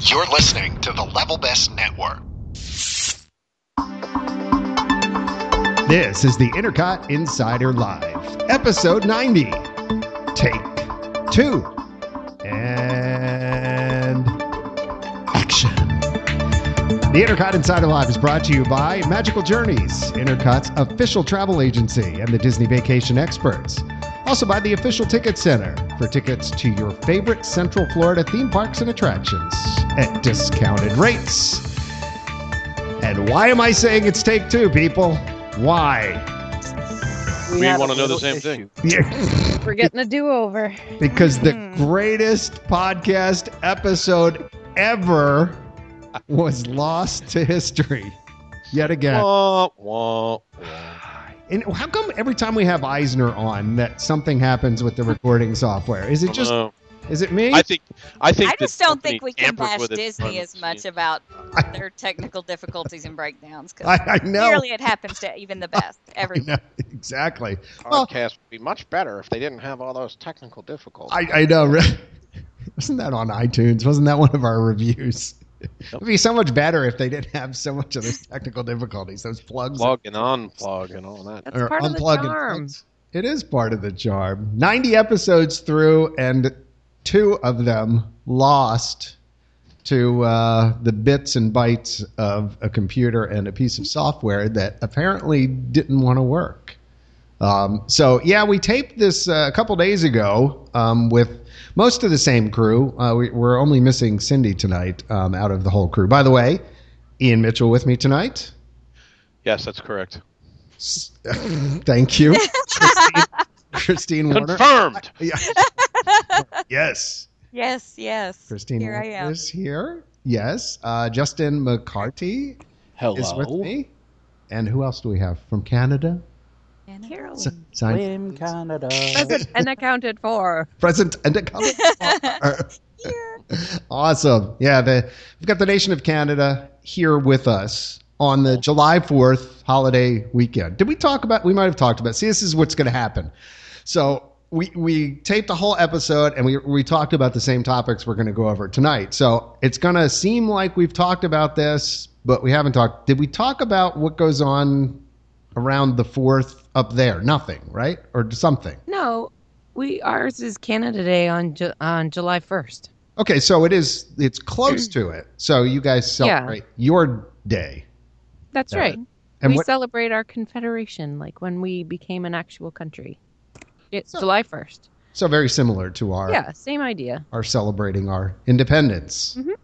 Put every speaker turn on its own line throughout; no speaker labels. You're listening to the Level Best Network.
This is the Intercot Insider Live, episode 90, take two, and action. The Intercot Insider Live is brought to you by Magical Journeys, Intercot's official travel agency, and the Disney Vacation Experts. Also by the Official Ticket Center for tickets to your favorite Central Florida theme parks and attractions at discounted rates. And why am I saying it's take two, people? Why?
We
had
wanna
a
know the
little
same thing.
We're getting a do-over.
because the
Hmm.
greatest podcast episode ever was lost to history yet again.
Wah, wah, wah.
and how come every time we have Eisner on that something happens with the recording software? Is it just
Uh,
is it me?
I think. I think.
I
the
just don't
company
think we can
tampered
bash
with it from
Disney
the
as much
beginning.
about
I-
their technical difficulties and breakdowns
I,
because
I know.
clearly it happens to even the best.
I
Every
know, Exactly. Well-
podcast would be much better if they didn't have all those technical difficulties.
I, I know. right? Wasn't that on iTunes? Wasn't that one of our reviews? It'd be so much better if they didn't have so much of those technical difficulties, those plugs.
Plug
and unplug and all that.
That's
or
part of the
unplug and
charm.
fix. It is part of the charm. 90 episodes through, and two of them lost to uh, the bits and bytes of a computer and a piece of software that apparently didn't want to work. Um, so, yeah, we taped this uh, a couple days ago um, with most of the same crew. Uh, we, we're only missing Cindy tonight um, out of the whole crew. By the way, Ian Mitchell with me tonight.
Yes, that's correct.
S- Thank you, Christine, Christine Warner.
Confirmed.
Yeah. yes,
yes, yes.
Christine
Here I
Warner
am.
is here. Yes, uh, Justin McCarty
Hello.
is with me. And who else do we have from Canada?
And
S-
Carolyn.
signed-
Slim Canada.
Present and accounted for.
present and a color.
Here.
awesome. Yeah, the, we've got the nation of Canada here with us on the July 4th holiday weekend. Did we talk about, we might have talked about, see, this is what's going to happen. So we, we taped a whole episode and we, we talked about the same topics we're going to go over tonight. So it's going to seem like we've talked about this, but we haven't talked. Did we talk about what goes on around the 4th up there? Nothing, right? Or something.
No, we ours is Canada Day on Ju- on July first.
Okay, so it is. It's close to it. So you guys
Yeah.
celebrate your day.
That's
Yeah.
right.
And
we
what,
celebrate our confederation, like when we became an actual country. It's
So-
July first.
so very similar to our
Yeah, same idea.
our celebrating our independence.
Mhm.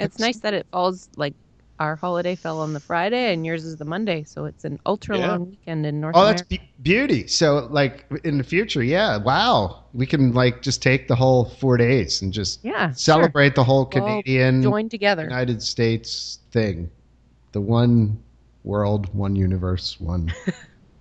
It's nice that it falls like our holiday fell on the Friday and yours is the Monday, so it's an ultra
Yeah.
long weekend in North
Oh, that's
America.
be- beauty. So like in the future, yeah. Wow, we can like just take the whole four days and just
yeah, sure.
celebrate the whole
We'll all
Canadian
Join together.
United States thing, the one world, one universe, one. flag.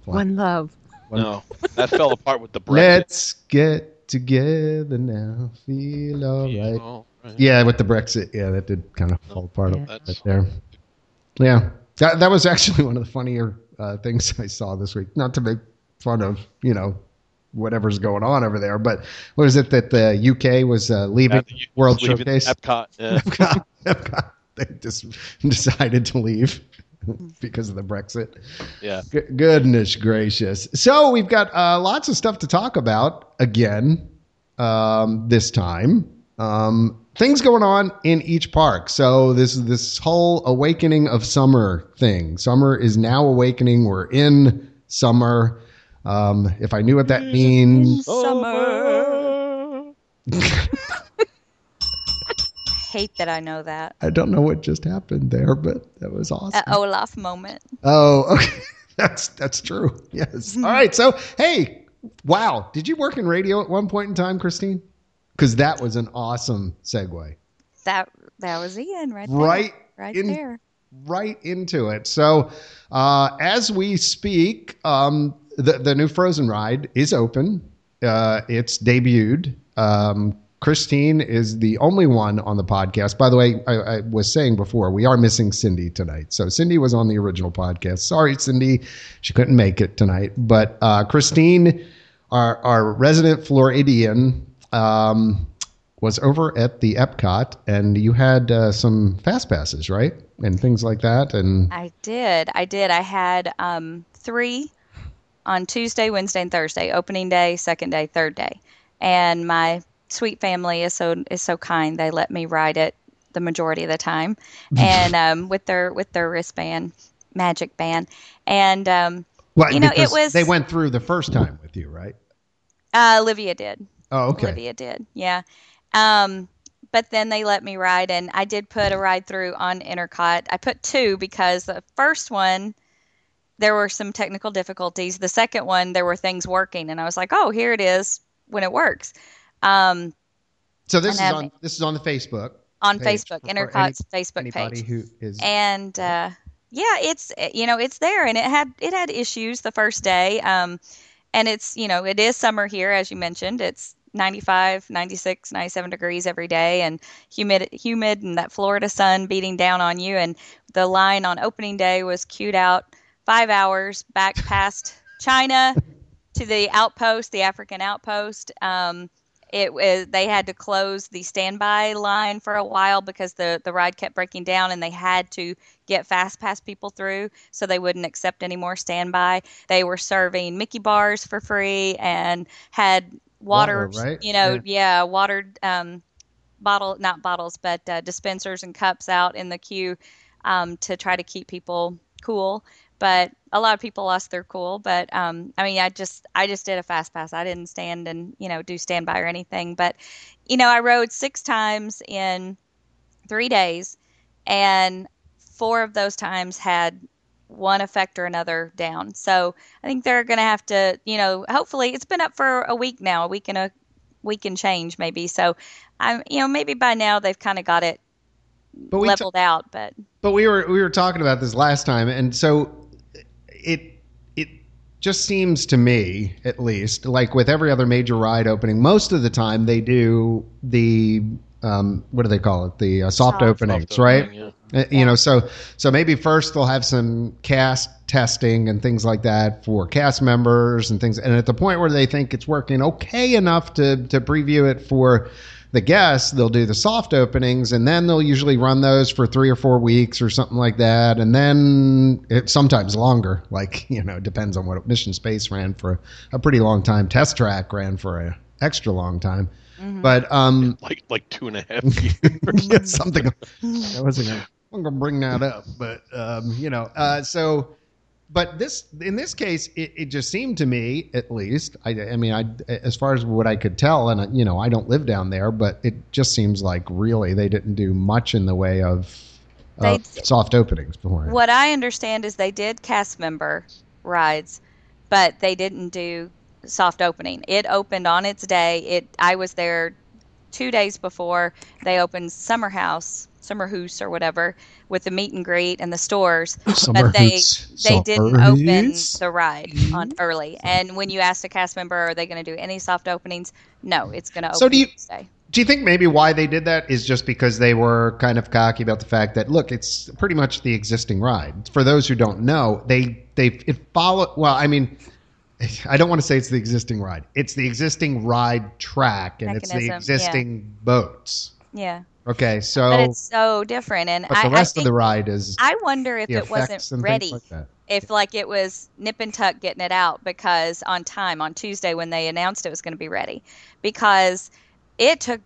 One love.
No, that fell apart with the Brexit.
Let's get together now. Feel alright.
Oh, right.
Yeah, with the Brexit, yeah, that did kind of fall apart
Yeah.
a bit there. Yeah, that that was actually one of the funnier uh, things I saw this week. Not to make fun of, you know, whatever's going on over there, but what is it that the UK was uh,
Now
leaving
that you-
World
leaving
Showcase?
Epcot. uh,
Epcot, Epcot, they just decided to leave because of the Brexit.
Yeah.
G- goodness gracious. So we've got uh, lots of stuff to talk about again um, this time. Um, things going on in each park. So this is this whole awakening of summer thing. Summer is now awakening. We're in summer. Um, if I knew what that means,
Summer. Hate that I know that.
I don't know what just happened there, but that was awesome.
That Olaf moment.
Oh, okay. That's that's true. Yes. All right. So, hey, wow. Did you work in radio at one point in time, Christine? Because that was an awesome segue.
That that was Ian right there.
Right
right
in-
there.
right into it. So, uh, as we speak, um, the the new Frozen ride is open. Uh, it's debuted. Um, Christine is the only one on the podcast. By the way, I, I was saying before we are missing Cindy tonight. So Cindy was on the original podcast. Sorry, Cindy, she couldn't make it tonight. But uh, Christine, our our resident Floridian. Um, was over at the Epcot, and you had uh, some fast passes, right, and things like that. And
I did. I did. I had um, three on Tuesday, Wednesday, and Thursday. Opening day, second day, third day. And my sweet family is so is so kind. They let me ride it the majority of the time, and um, with their with their wristband, magic band, and um,
well,
You know, it
because
was-
they went through the first time with you, right?
uh, Olivia did.
Oh, okay.
Olivia did. Yeah. Um, but then they let me ride, and I did put a ride through on Intercot. I put two because the first one, there were some technical difficulties. The second one, there were things working, and I was like, oh, here it is when it works. Um,
So this is
And, um,
on this is on the Facebook.
on
Page
Facebook,
for any-
Intercot's Facebook
Anybody
page.
who is
and uh, yeah, it's eh, you know it's there, and it had it had issues the first day, um, and it's you know it is summer here as you mentioned. It's 95, 96, 97 degrees every day, and humid, humid, and that Florida sun beating down on you. And the line on opening day was queued out five hours back past China to the outpost, the African outpost. Um, it was they had to close the standby line for a while because the the ride kept breaking down and they had to get fast pass people through so they wouldn't accept any more standby they were serving mickey bars for free and had water,
Water, right?
you know
Yeah.
yeah, watered um bottle not bottles but uh, dispensers and cups out in the queue um, to try to keep people cool but a lot of people lost their cool but um, i mean i just i just did a fast pass i didn't stand and you know do standby or anything but you know i rode six times in three days and four of those times had one effect or another down so i think they're going to have to you know hopefully it's been up for a week now a week and a week and change maybe so i'm you know maybe by now they've kind of got it
but we
leveled out but
But we were we were talking about this last time, and so it it just seems to me, at least, like with every other major ride opening, most of the time they do the um, what do they call it? The uh, soft,
Soft.
openings,
Soft
right?
opening, yeah.
Uh, You know, so so maybe first they'll have some cast testing and things like that for cast members and things. And at the point where they think it's working okay enough to to preview it for the guests, they'll do the soft openings, and then they'll usually run those for three or four weeks or something like that. And then it, sometimes longer, like you know, it depends on what Mission Space ran for a pretty long time. Test Track ran for a extra long time,
mm-hmm.
but um,
Like like two and a half years.
yeah, something. I wasn't. Gonna, I'm gonna bring that up, but um, you know, uh, so. But this, in this case, it, it just seemed to me, at least, I, I mean, I, as far as what I could tell, and uh, you know, I don't live down there, but it just seems like really they didn't do much in the way of,
They
of soft openings before.
What I understand is they did cast member rides, but they didn't do soft opening. It opened on its day. It I was there two days before they opened Summer House, Summer Hoose or whatever, with the meet and greet and the stores.
Summer
but they-
Hoots,
They
Summer
didn't open
Hoots.
the ride on early. And when you asked a cast member, are they going to do any soft openings? No, it's going to open
So do you-
Tuesday.
Do you think maybe why they did that is just because they were kind of cocky about the fact that look, it's pretty much the existing ride. For those who don't know, they they it follow. Well, I mean, I don't want to say it's the existing ride. It's the existing ride track, and it's the
Mechanism, yeah.
existing boats.
Yeah,
Okay, so
but
but,
it's so different, and I,
Oh. the
I
rest
think
of the ride is
I wonder if
the
it wasn't
effects and
ready.
things like that.
if like it was nip and tuck getting it out because on time on Tuesday when they announced it was going to be ready because it took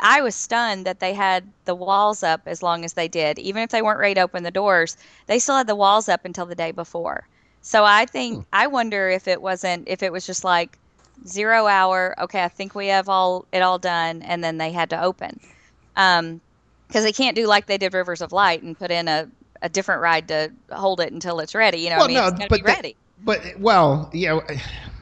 I was stunned that they had the walls up as long as they did even if they weren't ready to open the doors they still had the walls up until the day before so I
Hmm.
think I wonder if it wasn't if it was just like zero hour okay I think we have all it all done and then they had to open um because they can't do like they did Rivers of Light and put in a a different ride to hold it until it's ready. You know,
Well,
what I mean,
no,
it's gotta
but
be
they-
ready.
But well, yeah.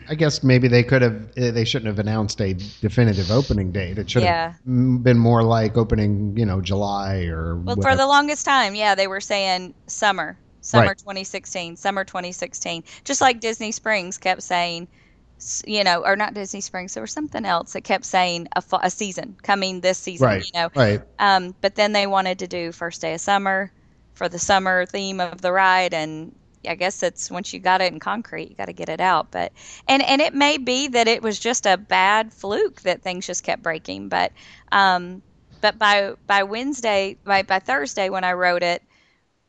I guess maybe they could have. eh, They shouldn't have announced a definitive opening date. It should
Yeah.
have m- been more like opening, you know, July or.
Well, for
whatever.
the longest time, yeah, they were saying summer, summer 2016, summer 2016. Just like Disney Springs kept saying, s- you know, or not Disney Springs, there was something else that kept saying a, fa- a season coming this season.
Right.
You know,
right.
um, but then they wanted to do first day of summer for the summer theme of the ride, and I guess it's once you got it in concrete, you got to get it out. But and and it may be that it was just a bad fluke that things just kept breaking. But um, but by by Wednesday, by by Thursday when I wrote it,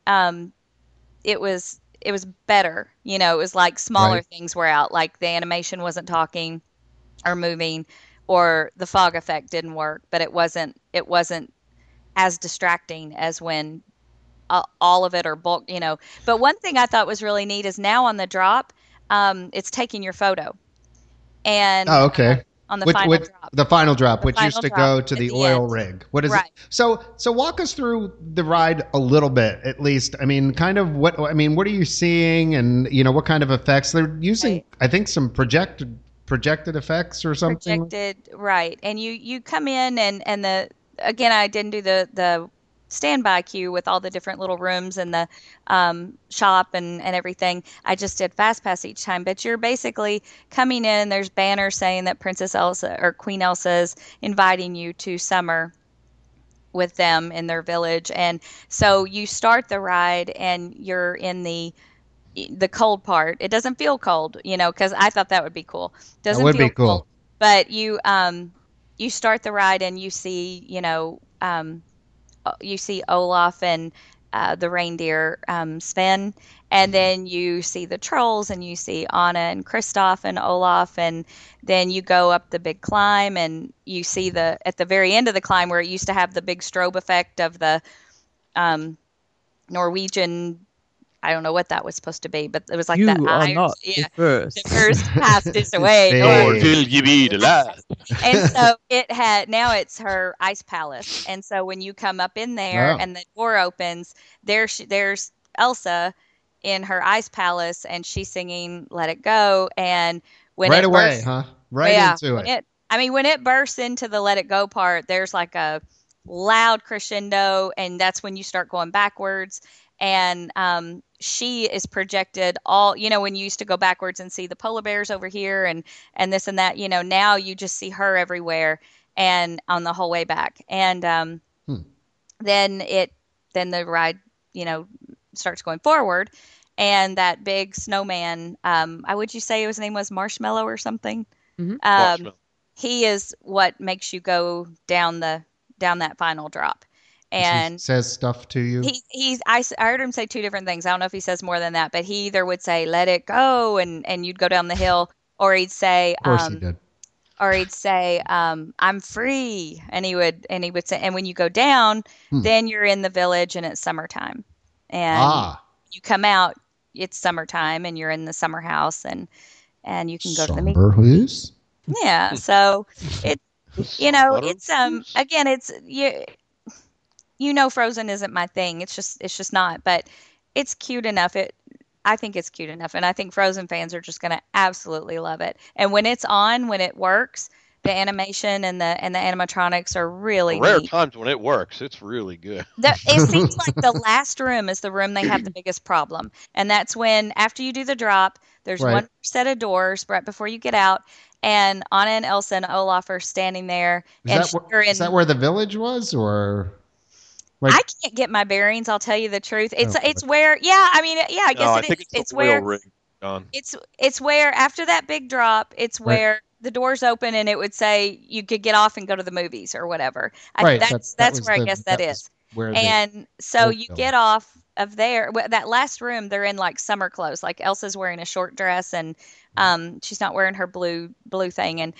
um, it was it was better. You know, it was like smaller
Right.
things were out, like the animation wasn't talking or moving, or the fog effect didn't work. But it wasn't it wasn't as distracting as when uh, all of it or bulk. You know, but one thing I thought was really neat is now on the drop, um, it's taking your photo, and
Oh, okay.
on the
Which-
final
which-
drop.
The final drop,
The
which used
final
to
drop
go to
at
the,
the
oil
end.
rig. What is
Right.
it? So, so walk us through the ride a little bit, at least. I mean, kind of what I mean. What are you seeing, and you know, what kind of effects they're using?
Right.
I think some projected projected effects or something.
projected right and you you come in and and the again i didn't do the the standby queue with all the different little rooms and the um, shop and and everything i just did fast pass each time but you're basically coming in there's banners saying that princess elsa or queen elsa's inviting you to summer with them in their village and so you start the ride and you're in the the cold part it doesn't feel cold you know because i thought that would be cool doesn't
would be
feel
cool.
cold, but you um you start the ride and you see you know um uh, you see olaf and uh, the reindeer um, Sven,
Mm-hmm.
and then you see the trolls, and you see Anna and Kristoff and Olaf, and then you go up the big climb, and you see the at the very end of the climb where it used to have the big strobe effect of the um, Norwegian. I don't know what that was supposed to be, but it was like that. eye or- yeah,
first.
the first passed is away.
Hey.
or-
Or will you be the last?
and so it had now it's her ice palace and so when you come up in there
Wow.
and the door opens there she, there's elsa in her ice palace and she's singing let it go and when
right
it
away,
bursts,
huh? Right
yeah,
into
when
it.
it i mean when it bursts into the let it go part there's like a loud crescendo and that's when you start going backwards and um, she is projected all you know when you used to go backwards and see the polar bears over here and and this and that you know now you just see her everywhere and on the whole way back and um,
Hmm.
then it then the ride you know starts going forward and that big snowman um, i would you say his name was marshmallow or something
Mhm.
um, he is what makes you go down the down that final drop
She
and
says stuff to you.
he he's I, s- I heard him say two different things i don't know if he says more than that but he either would say let it go and and you'd go down the hill or he'd say
of course,
um,
he did.
or he'd say um, i'm free and he would and he would say and when you go down
Hmm.
then you're in the village and it's summertime and
Ah,
you come out it's summertime and you're in the summer house and and you can go to the meet
Summer Hoos?
yeah so you know it's um again it's you you know frozen isn't my thing it's just it's just not but it's cute enough it i think it's cute enough and i think frozen fans are just going to absolutely love it and when it's on when it works the animation and the and the animatronics are really
Rare
neat.
times when it works, it's really good.
The, it seems like the last room is the room they have the biggest problem, and that's when after you do the drop, there's
Right.
one set of doors right before you get out, and Anna and Elsa and Olaf are standing there,
Is,
and
that, where,
you're in
is that where the village was, or
I
Like- Oh,
can't get my bearings. I'll tell you the truth. It's
boy.
it's where yeah. I mean yeah. I guess
no, Oh, I
it
think
is.
it's, the
It's where
oil rig, John.
it's it's where after that big drop, it's
Right.
where the doors open and it would say you could get off and go to the movies or whatever. I,
Right, that-
That's
that
that's
was
where
the-
I guess
that
that
was
is.
where? the-
And so
old
you
film.
get off of there. wh- That last room, they're in like summer clothes. Like Elsa's wearing a short dress, and
Mm-hmm.
um, she's not wearing her blue blue thing. And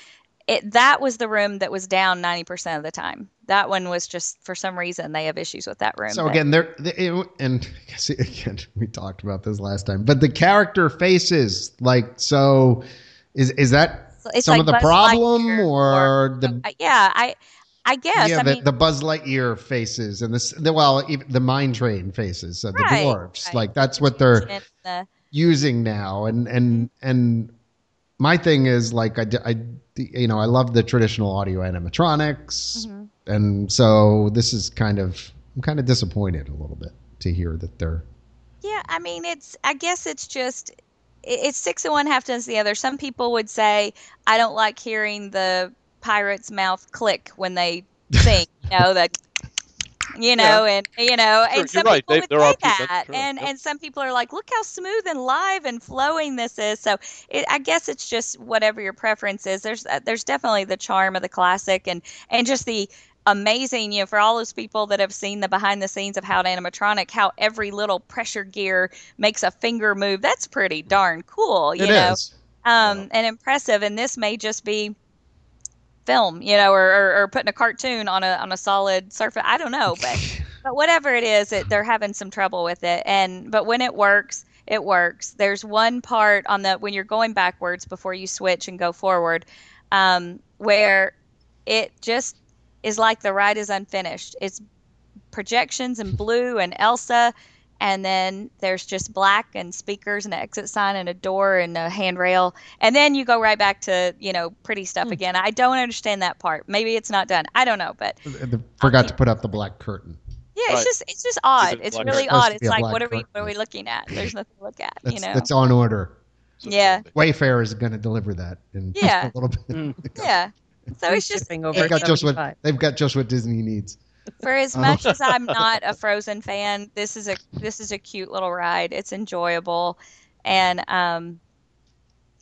it that was the room that was down ninety percent of the time. That one was just for some reason they have issues with that room.
So
but-
again, there the- it- and see, again, we talked about this last time, but the character faces like so. Is is that
So it's
some
like
of the
Buzz
problem,
Lightyear
or, the
Uh, yeah, I I guess
yeah
I
the,
mean
the Buzz Lightyear faces and this the, well even the mine train faces of the
Right,
dwarves
right.
like that's what they're
and the-
using now and and
Mm-hmm.
and my thing is like I, d- I d- you know I love the traditional audio animatronics
Mm-hmm.
mhm.
and so this is kind of I'm kind of disappointed a little bit to hear that they're
yeah, I mean it's I guess it's just it- it's six and one half dozen the other. Some people would say I don't like hearing the pirate's mouth click when they sing. you know that you know, and you know,
Sure,
and some
you're right.
people
They-
would
there
say
are people-
that,
sure,
and
yep.
and some people are like, look how smooth and live and flowing this is. So it, I guess it's just whatever your preference is. There's uh, there's definitely the charm of the classic, and and just the amazing, you know, for all those people that have seen the behind the scenes of how to animatronic, how every little pressure gear makes a finger move. That's pretty darn cool, you
It
know
is.
um, and impressive. And this may just be film, you know, or, or, or putting a cartoon on a on a solid surface. I don't know, but but whatever it is, it, they're having some trouble with it. And but when it works, it works. There's one part on the when you're going backwards before you switch and go forward, um, where it just is like the ride is unfinished. It's projections and blue and Elsa and then there's just black and speakers and an exit sign and a door and a handrail and then you go right back to you know pretty
Hmm.
stuff again i don't understand that part maybe it's not done i don't know but
They Forgot to put up the black curtain.
yeah
Right.
it's just it's just odd
it
it's
black
really
curtain? Supposed
odd
to
it's
be a
like
black
what are we
curtain.
what are we looking at there's nothing to look at
That's,
you know
that's on order.
So
Yeah.
something.
Wayfair is going to deliver that in just
Yeah.
a little bit.
Mm.
yeah so it's just
Shipping
it-
over
They've got just what
75.
they've got just what Disney needs.
for as
Oh.
much as I'm not a Frozen fan, this is a this is a cute little ride. It's enjoyable, and um,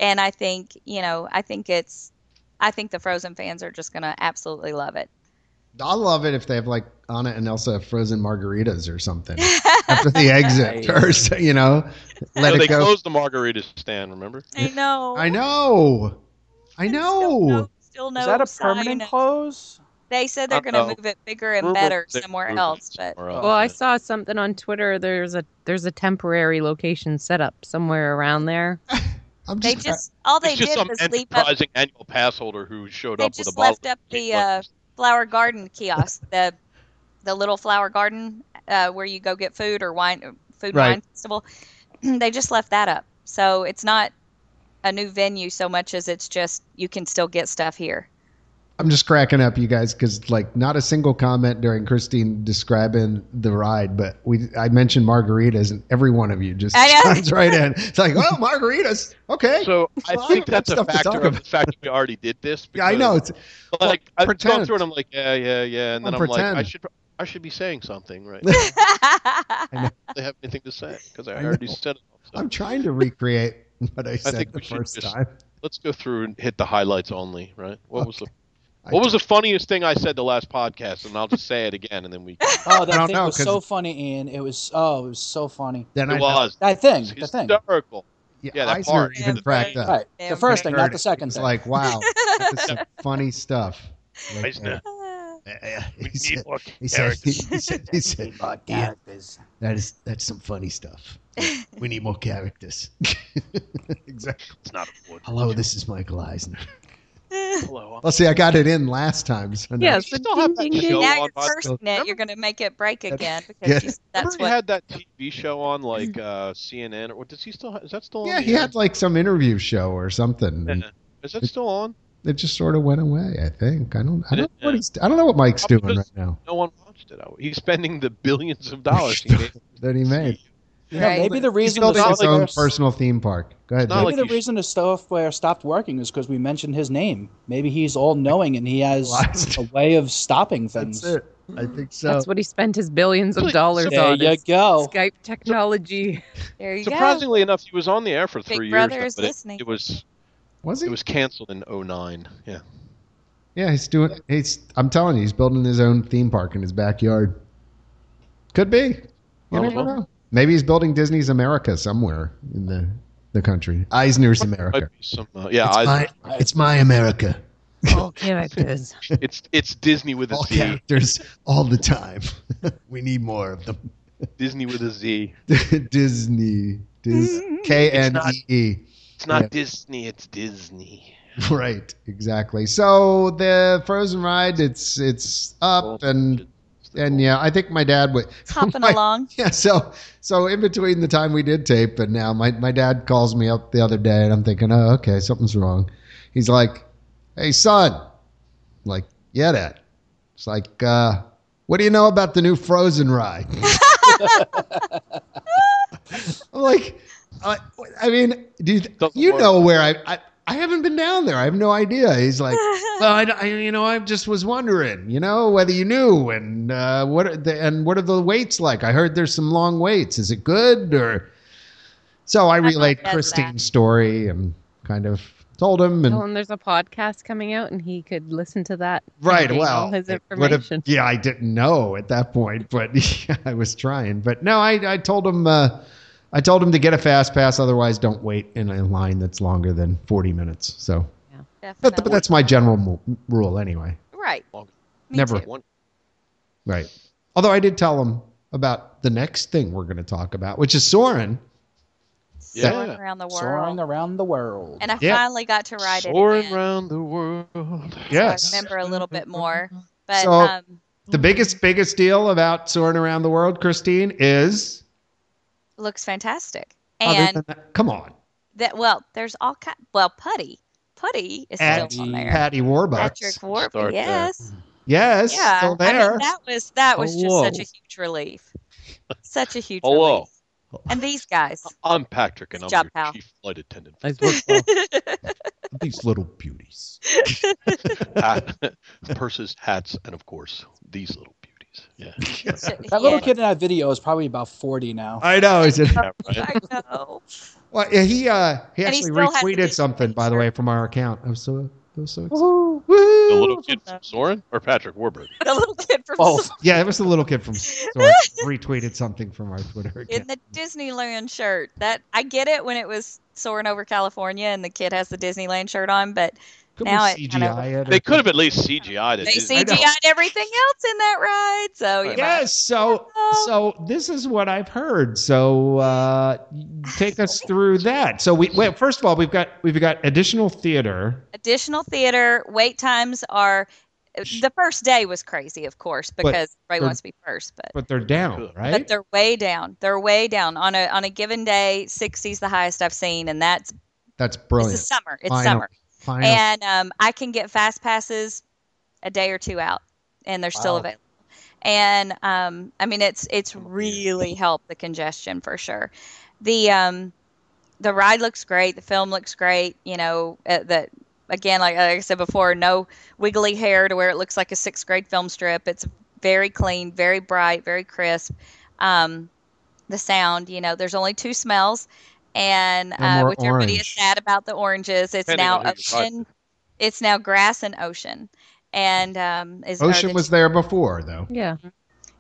and I think you know I think it's I think the Frozen fans are just gonna absolutely love it.
I love it if they have like Anna and Elsa frozen margaritas or something after the exit, or so- you know, let
No,
it
they
go.
closed the margarita stand. Remember?
I know.
I know, I
Still
know.
no- Still no.
Is that a
sign
permanent
of-
close?
They said they're
Uh,
gonna
no.
move it bigger and
Rumor-
better
they're
somewhere
moving
else, but
somewhere else,
Well, I
yeah.
saw something on Twitter. There's a there's a temporary location set up somewhere around there.
I'm
they
just,
just all they
it's just
did
some
was leave up
enterprising annual pass holder who showed
They
up with a
just
bottle.
left up
of Jake
the, uh,
Buckley's.
flower garden kiosk, the the little flower garden uh, where you go get food or wine, food and
Right.
wine festival. they just left that up, so it's not a new venue so much as it's just you can still get stuff here.
I'm just cracking up, you guys, because like not a single comment during Christine describing the ride, but we I mentioned margaritas, and every one of you just
I know.
chimes right in. It's like, oh, margaritas, okay.
So I
Well,
think
I've got
that's a
stuff to
factor
talk
of the
about.
fact that we already did this.
yeah, I know.
because,
It's
Like
Well,
I've gone
pretend.
through and I'm like, yeah, yeah, yeah, and then
Well,
I'm like, I
pretend.
should, pro- I should be saying something right now. they have anything to say because I
I
already
know.
said it. all. So
I'm trying to recreate what I said
think
the
we should
first
just-
time.
let's go through and hit the highlights only. Right? What was the
I
What was the funniest thing I said the last podcast? And I'll just say it again, and then we.
Oh, that
I don't
thing
know,
was
'cause-
so funny, Ian. It was oh, it was so funny.
Then I
It was
That thing,
It's
the thing.
hysterical.
yeah,
yeah, that
Eisner
part.
even cracked up.
Right, the first thing, not
Heard
the
it.
second
It's
thing.
like, wow, this is some funny stuff. Like,
Eisner.
uh, uh, he said-
more
he said- he said- he said,
But
"Yeah,
characters.
that is that's some funny stuff. We need more characters. exactly.
It's not a wood.
Hello, this is Michael Eisner.
Hello.
Well, see, I got it in last time. So now-
Yeah, so
You still have
ding, ding,
that show
ding.
now
on
you're
Fox.
cursing it. You're going to make it break again because
Yeah.
you, that's
Remember
what
he had that TV show on like uh, CNN or does he still? Ha- is that still on?
yeah,
the
he
air?
had like some interview show or something. And
Yeah. Is that still on?
It just sort of went away. I think. I don't. I
Did
don't
it?
know what
Yeah.
he's. I don't know what Mike's
Probably
doing right
just-
now.
No one watched it. He's spending the billions of dollars he made.
that he made.
You know,
Right.
maybe the
He's
reason the
building his
software,
own personal theme park. Go ahead.
not
Jeff.
maybe
like
the
you-
reason the software stopped working is because we mentioned his name. Maybe he's all knowing and he has
Lies.
a way way of stopping things.
That's it. I think so.
That's what he spent his billions of
Like,
dollars
There
on.
you
is
go.
Skype technology.
there you go.
Surprisingly enough, he was on the air for
Big
three years.
Brother
though,
is
but it-
listening.
It, was
Was he?
it was canceled in 09. Yeah.
yeah, he's doing. He's. I'm telling you, he's building his own theme park in his backyard. Could be. You
Well,
never
Oh, well.
know. Maybe he's building Disney's America somewhere in the the country. Eisner's America.
Might be some, uh, yeah,
It's
I,
my, it's my America.
All characters.
it's it's Disney with a
All
Z.
characters, all the time. we need more of them.
Disney with a Z.
Disney. Dis- K N
not-
E E.
It's not
Yeah.
Disney. It's Disney.
Right, exactly. So the Frozen ride, it's it's up and and yeah, I think my dad would
Hopping
my-
along.
Yeah, so so in between the time we did tape and now my, my dad calls me up the other day and I'm thinking, Oh, okay, something's wrong. He's like, Hey son I'm like, yeah dad. It's like, uh, what do you know about the new frozen ride? I'm like, I I mean, do you,
Doesn't
you
work.
know where I, I I haven't been down there. I have no idea. He's like, well, I, I- you know, I just was wondering, you know, whether you knew and uh, what are the, and what are the waits like? I heard there's some long waits. Is it good or? So I
not
relayed
bad,
Christine's story and kind of told him and
Tell him there's a podcast coming out and he could listen to that. and
Right.
gain
Well,
all his
it would have-
information.
yeah, I didn't know at that point, but I was trying. But no, I, I told him, uh, I told him to get a fast pass. Otherwise, don't wait in a line that's longer than forty minutes. So, but, but
Definitely.
that's my general mo- rule anyway.
Right.
Long-
Me
Never.
too.
One,
Right. Although I did tell him about the next thing we're going to talk about, which is Soren.
Yeah.
Soaring around the world.
Soaring around the world.
and I
Yeah.
finally got to ride it.
soaring
again,
around the world.
Yes.
So I remember a little bit more. But
So-
um,
The biggest biggest deal about Soren around the world, Christine, is
looks fantastic.
other
And
than that, come on,
that well, there's all kind well, putty. Putty is
At
still on there.
Patty Warbucks.
Patrick Warp,
Start there.
yes.
Yes,
Yeah.
still
I mean,
there.
that was that was just such
Hello.
a huge relief. Such a huge
Hello.
relief. And these guys.
I'm Patrick, and
Good
I'm
job,
your
pal.
chief flight attendant.
Nice work, Paul.
These little beauties.
Hat- purses, hats, and of course these little beauties. Yeah,
So-
That little
yeah.
kid in that video is probably about 40 now.
I know. Is it?
yeah right.
I know.
Well, yeah, he uh, he
And he
actually
still has the
retweeted
digital
something, by the
picture.
way, from our account. I was so I was so excited.
Woohoo.
The
Woo!
little kid from Soren or Patrick Warburg.
The little kid from
Oh.
Both.
Yeah, it was the little kid from so retweeted something from our Twitter
in
account.
the Disneyland shirt. That I get it when it was soaring over California and the kid has the Disneyland shirt on, but
Could
now
we
it
CGI
kind of-
it? or-
They could have at least CGI'd it.
they
didn't they?
CGI'd everything else in that ride. So you might
Yes. So so this is what I've heard. So uh, take us through that. So we well, first of all, we've got we've got additional theater.
additional theater wait times are. The first day was crazy, of course, because Ray
they're-
wants to be first, but
But they're down,
But
right?
they're way down. They're way down on a on a given day. Sixty's the highest I've seen, and that's
That's
it's a
brilliant.
summer. It's
Final-
summer,
Final
and um, I can get fast passes a day or two out, and they're still
Wow.
available. And um, I mean, it's it's really helped the congestion for sure. The um, the ride looks great. The film looks great. You know uh, the again, like, like I said before, no wiggly hair to where it looks like a sixth grade film strip. It's very clean, very bright, very crisp. Um, the sound, you know, there's only two smells, and
No
uh,
more
which everybody is
orange.
sad about the oranges. It's
Depending
now
on who you ride
ocean. It's now grass and ocean, and um, is are
Ocean
the
was there before, though.
yeah.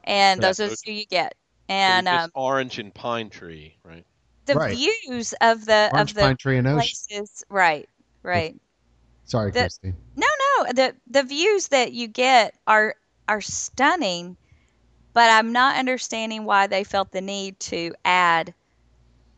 and
Yeah,
those are the
those-
two you get.
So
And
it's
um,
orange and pine tree, right?
the
Right.
views of the
Orange
of the
Pine Tree and Ocean.
places, right, right.
Sorry,
The-
Christine.
No, no, the the views that you get are are stunning, but I'm not understanding why they felt the need to add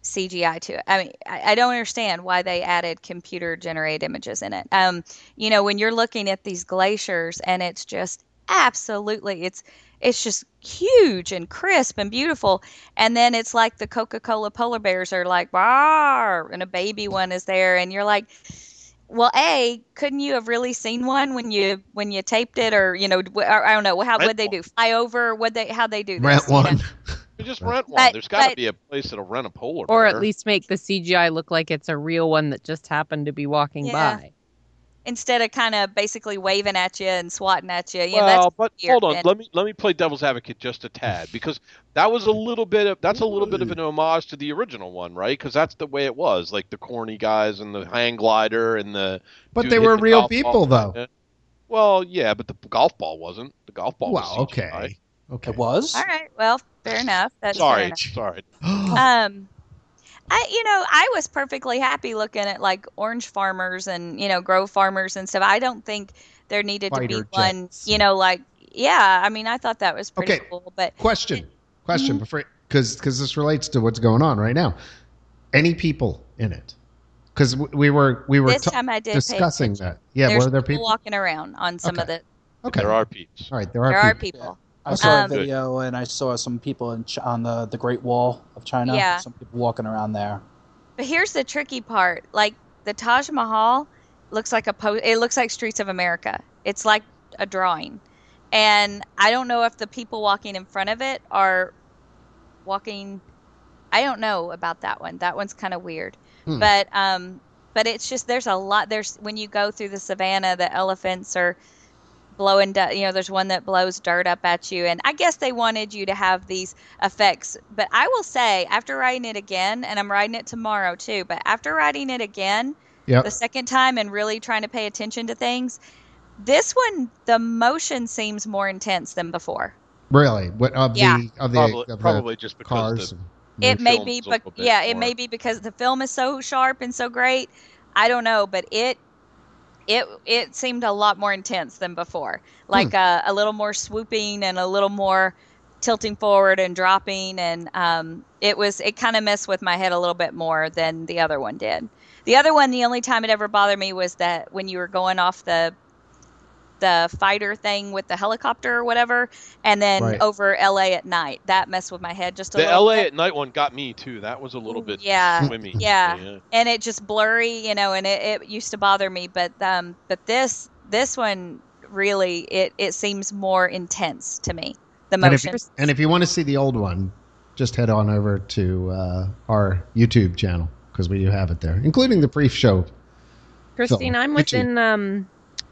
CGI to it. I mean, I, I don't understand why they added computer generated images in it. Um, you know, when you're looking at these glaciers and it's just absolutely it's it's just huge and crisp and beautiful and then it's like the coca-cola polar bears are like "Barrr," and a baby one is there and you're like well a couldn't you have really seen one when you when you taped it or you know wh- or, i don't know how
Rent
would they
one.
do fly over what they how they do this,
Rent
you know?
one.
We just
Right.
rent one.
But-
There's got to
but-
be a place that'll rent a polar bear.
Or at least make the CGI look like it's a real one that just happened to be walking
Yeah.
by.
instead of kind of basically waving at you and swatting at you you know, that's
well, but
weird,
hold on.
man.
Let me let me play devil's advocate just a tad because that was a little bit of that's a little bit of an homage to the original one, right? Because that's the way it was, like the corny guys and the hang glider and the.
But
dude
they
hit
were
the
real
golf
people,
ball.
though.
Well, yeah, but the golf ball wasn't. The golf ball.
Well,
was CGI.
okay. Okay.
It was?
all right well fair enough that's fair
Sorry,
enough.
sorry.
um I you know I was perfectly happy looking at like orange farmers and you know grove farmers and stuff. I don't think there needed to be
Fighter
one
jets.
you know like yeah. I mean I thought that was pretty
Okay.
cool, but
question. Question before because because this relates to what's going on right now. Any people in it? Because we were we were
this
ta-
time I did pay
discussing
attention.
that. Yeah,
There's
were there people?
walking around on some of the.
Okay.
There are peeps.
All right, there are.
There are
people.
people.
I saw
Um,
a video and I saw some people in Ch- on the, the Great Wall of China.
Yeah.
Some people walking around there.
But here's the tricky part: like the Taj Mahal looks like a po- it looks like Streets of America. It's like a drawing, and I don't know if the people walking in front of it are walking. I don't know about that one. That one's kind of weird.
Hmm.
But um, But it's just there's a lot. There's when you go through the savannah, the elephants are blowing. Du- you know, there's one that blows dirt up at you, and I guess they wanted you to have these effects. But I will say, after riding it again, and I'm riding it tomorrow too. But after riding it again,
Yep.
the second time, and really trying to pay attention to things, this one the motion seems more intense than before.
Really? What of
Yeah.
the of the,
Probably,
of the
probably just because
cars?
the
it
the
may
film
be
is a little
bec-
bit
yeah it
more-
may be because the film is so sharp and so great i don't know but it it it seemed a lot more intense than before like
Hmm.
uh, a little more swooping and a little more tilting forward and dropping and um, it was it kind of messed with my head a little bit more than the other one did the other one the only time it ever bothered me was that when you were going off the the fighter thing with the helicopter or whatever and then
Right.
over la at night that messed with my head just a
the
little
LA
bit Mm,
at night one got me too. That was a little bit
yeah
Mm.
swimmy.
Yeah. and it just blurry, you know, and it, it used to bother me, but um, but this this one really it it seems more intense to me. The
And if,
motion.
and if you want to see the old one, just head on over to uh, our YouTube channel because we do have it there, including the brief show.
Christine, I'm
Thank you.
within um,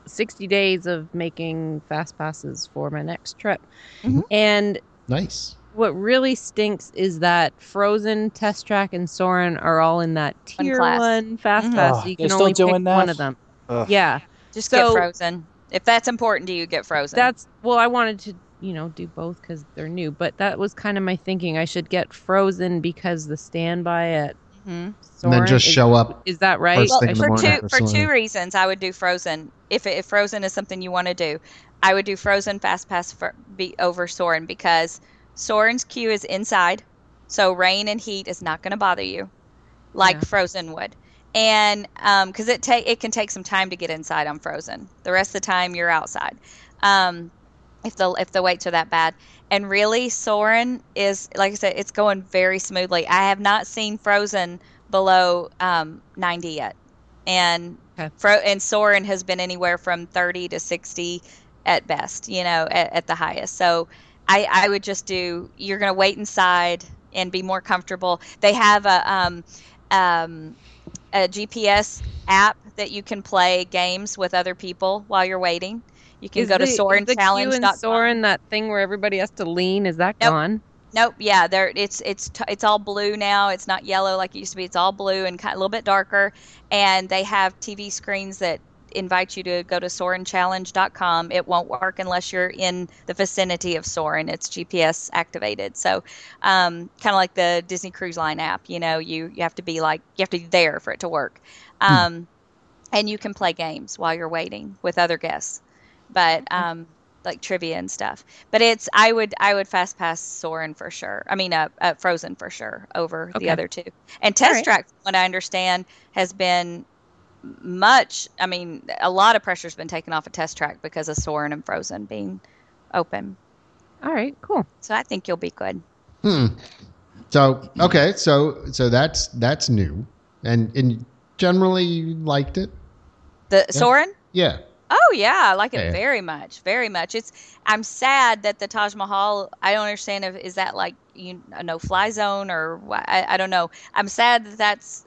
60 days of making fast passes for my next trip.
Mhm.
And
Nice.
what really stinks is that Frozen, Test Track, and Soren are all in that
One
tier
class.
one fast
Mhm.
pass.
Ugh,
so you
they're
can
still
only pick
doing that?
one of them.
Ugh.
Yeah.
just
so-
get frozen. If that's important to you, get frozen.
That's well, I wanted to, you know, do both because they're new, but that was kind of my thinking. I should get Frozen because the standby at
Mhm.
And
Soren
then just
is,
show up.
is that right?
First
Well,
thing
I
in the
should-
for
morning
two
after
for
swimming.
two reasons, I would do frozen. If if frozen is something you want to do, I would do frozen fast pass for, be over Soren because Soren's queue is inside, so rain and heat is not going to bother you, like
Yeah.
frozen would. And because it take it can take some time to get inside on frozen. The rest of the time you're outside. Um, if the if the weights are that bad. And really, Soren is like I said, it's going very smoothly. I have not seen Frozen below um, 90 yet, and
Okay.
Fro- and Soren has been anywhere from 30 to 60 at best, you know, at, at the highest. So I I would just do you're gonna wait inside and be more comfortable. They have a um, um, a GPS app that you can play games with other people while you're waiting. You can
Is
go to
the- is
Soren
the queue in
Challenge.
Soren, that thing where everybody has to lean, is that
Nope.
gone?
Nope. Yeah, there. It's it's t- it's all blue now. It's not yellow like it used to be. It's all blue and kind, a little bit darker. And they have TV screens that invite you to go to sorenchallenge.com. It won't work unless you're in the vicinity of Soren. It's GPS activated. So, um, kind of like the Disney Cruise Line app. You know, you you have to be like you have to be there for it to work. Um, and you can play games while you're waiting with other guests, but um, like trivia and stuff. But it's I would I would fast pass Soren for sure. I mean, uh, uh, Frozen for sure over
Okay.
the other two. And Test
right.
Track, from what I understand, has been much. I mean, a lot of pressure's been taken off of Test Track because of Soren and Frozen being open.
All right, cool.
So I think you'll be good.
Hmm. So okay, so so that's that's new, and and generally you liked it.
The
Yeah.
Soren.
Yeah.
Oh yeah, I like it
Yeah.
very much, very much. It's I'm sad that the Taj Mahal. I don't understand if is that like you a no fly zone or why, I, I don't know. I'm sad that that's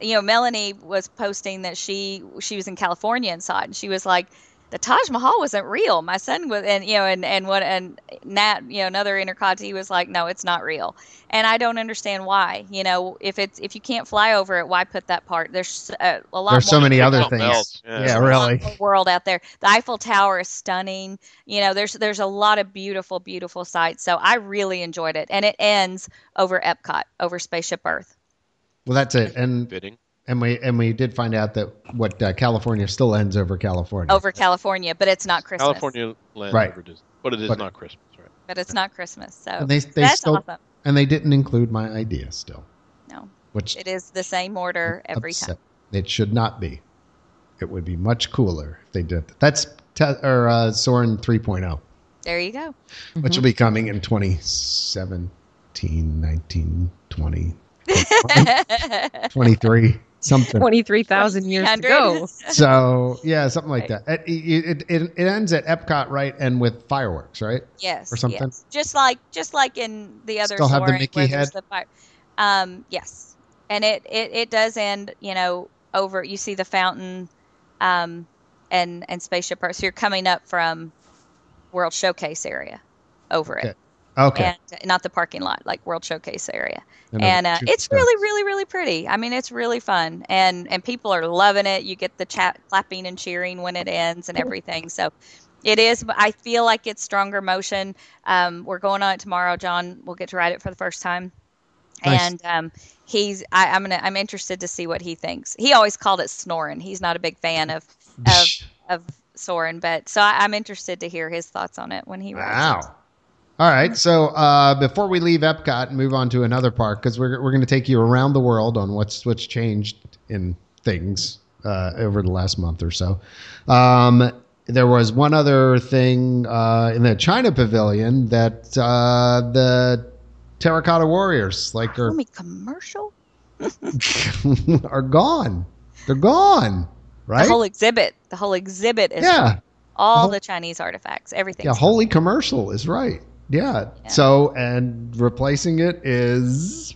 you know Melanie was posting that she she was in California and saw it and she was like the Taj Mahal wasn't real. My son was and you know and and what and Nat you know another interconti was like no it's not real and I don't understand why you know if it's if you can't fly over it why put that part there's uh, a lot
There's so
more
many other
Something
things.
else,
Yeah,
yeah.
really.
whole world out there. The Eiffel Tower is stunning. You know, there's there's a lot of beautiful, beautiful sights. So I really enjoyed it, and it ends over Epcot, over Spaceship Earth.
Well, that's it, and
Fitting.
and we and we did find out that what uh, California still ends over California.
Over California, but it's not Christmas.
California land
Right.
over Disney. But it is
But-
not Christmas, right?
but it's not Christmas. So
and they they
that's
still
awesome.
and they didn't include my idea still.
No.
Which
It is the same order every time.
upset. It should not be. It would be much cooler if they did. that. That's te- or uh, Soren 3.0.
There you go.
which will
Mm-hmm.
be coming in 2017, 19, 20, 21, 23, something.
23,000 years to
2300.
go.
So, yeah, something like that. It, it, it, it ends at Epcot, right? And with fireworks, right?
Yes.
Or something?
yes. Just like just like in the other
Still have the
Soaring
Mickey
where there's
head?
the fire. Um, yes. And it, it it does end, you know, over. You see the fountain, um, and and spaceship Earth. So you're coming up from World Showcase area, over it,
Okay.
and not the parking lot, like World Showcase area
I
and uh,
shoot
it's
the
really
guns.
really really pretty i mean it's really fun and and people are loving it you get the chat clapping and cheering when it ends and everything so it is but i feel like it's stronger motion um, we're going on it tomorrow john will get to ride it for the first time
Nice.
and um, he's I, i'm gonna i'm interested to see what he thinks he always called it snoring he's not a big fan of of of soaring but so I, i'm interested to hear his thoughts on it when he rides it.
Wow. All right. So uh, before we leave Epcot and move on to another park, because we're, we're going to take you around the world on what's what's changed in things uh, over the last month or so. Um, there was one other thing uh, in the China Pavilion that uh, the Terracotta Warriors like are
Homie, commercial
are gone. They're gone. Right?
the whole exhibit the whole exhibit is
yeah.
all
whole-
the Chinese artifacts, everything.
Yeah, holy commercial is right. Yeah. So and replacing it is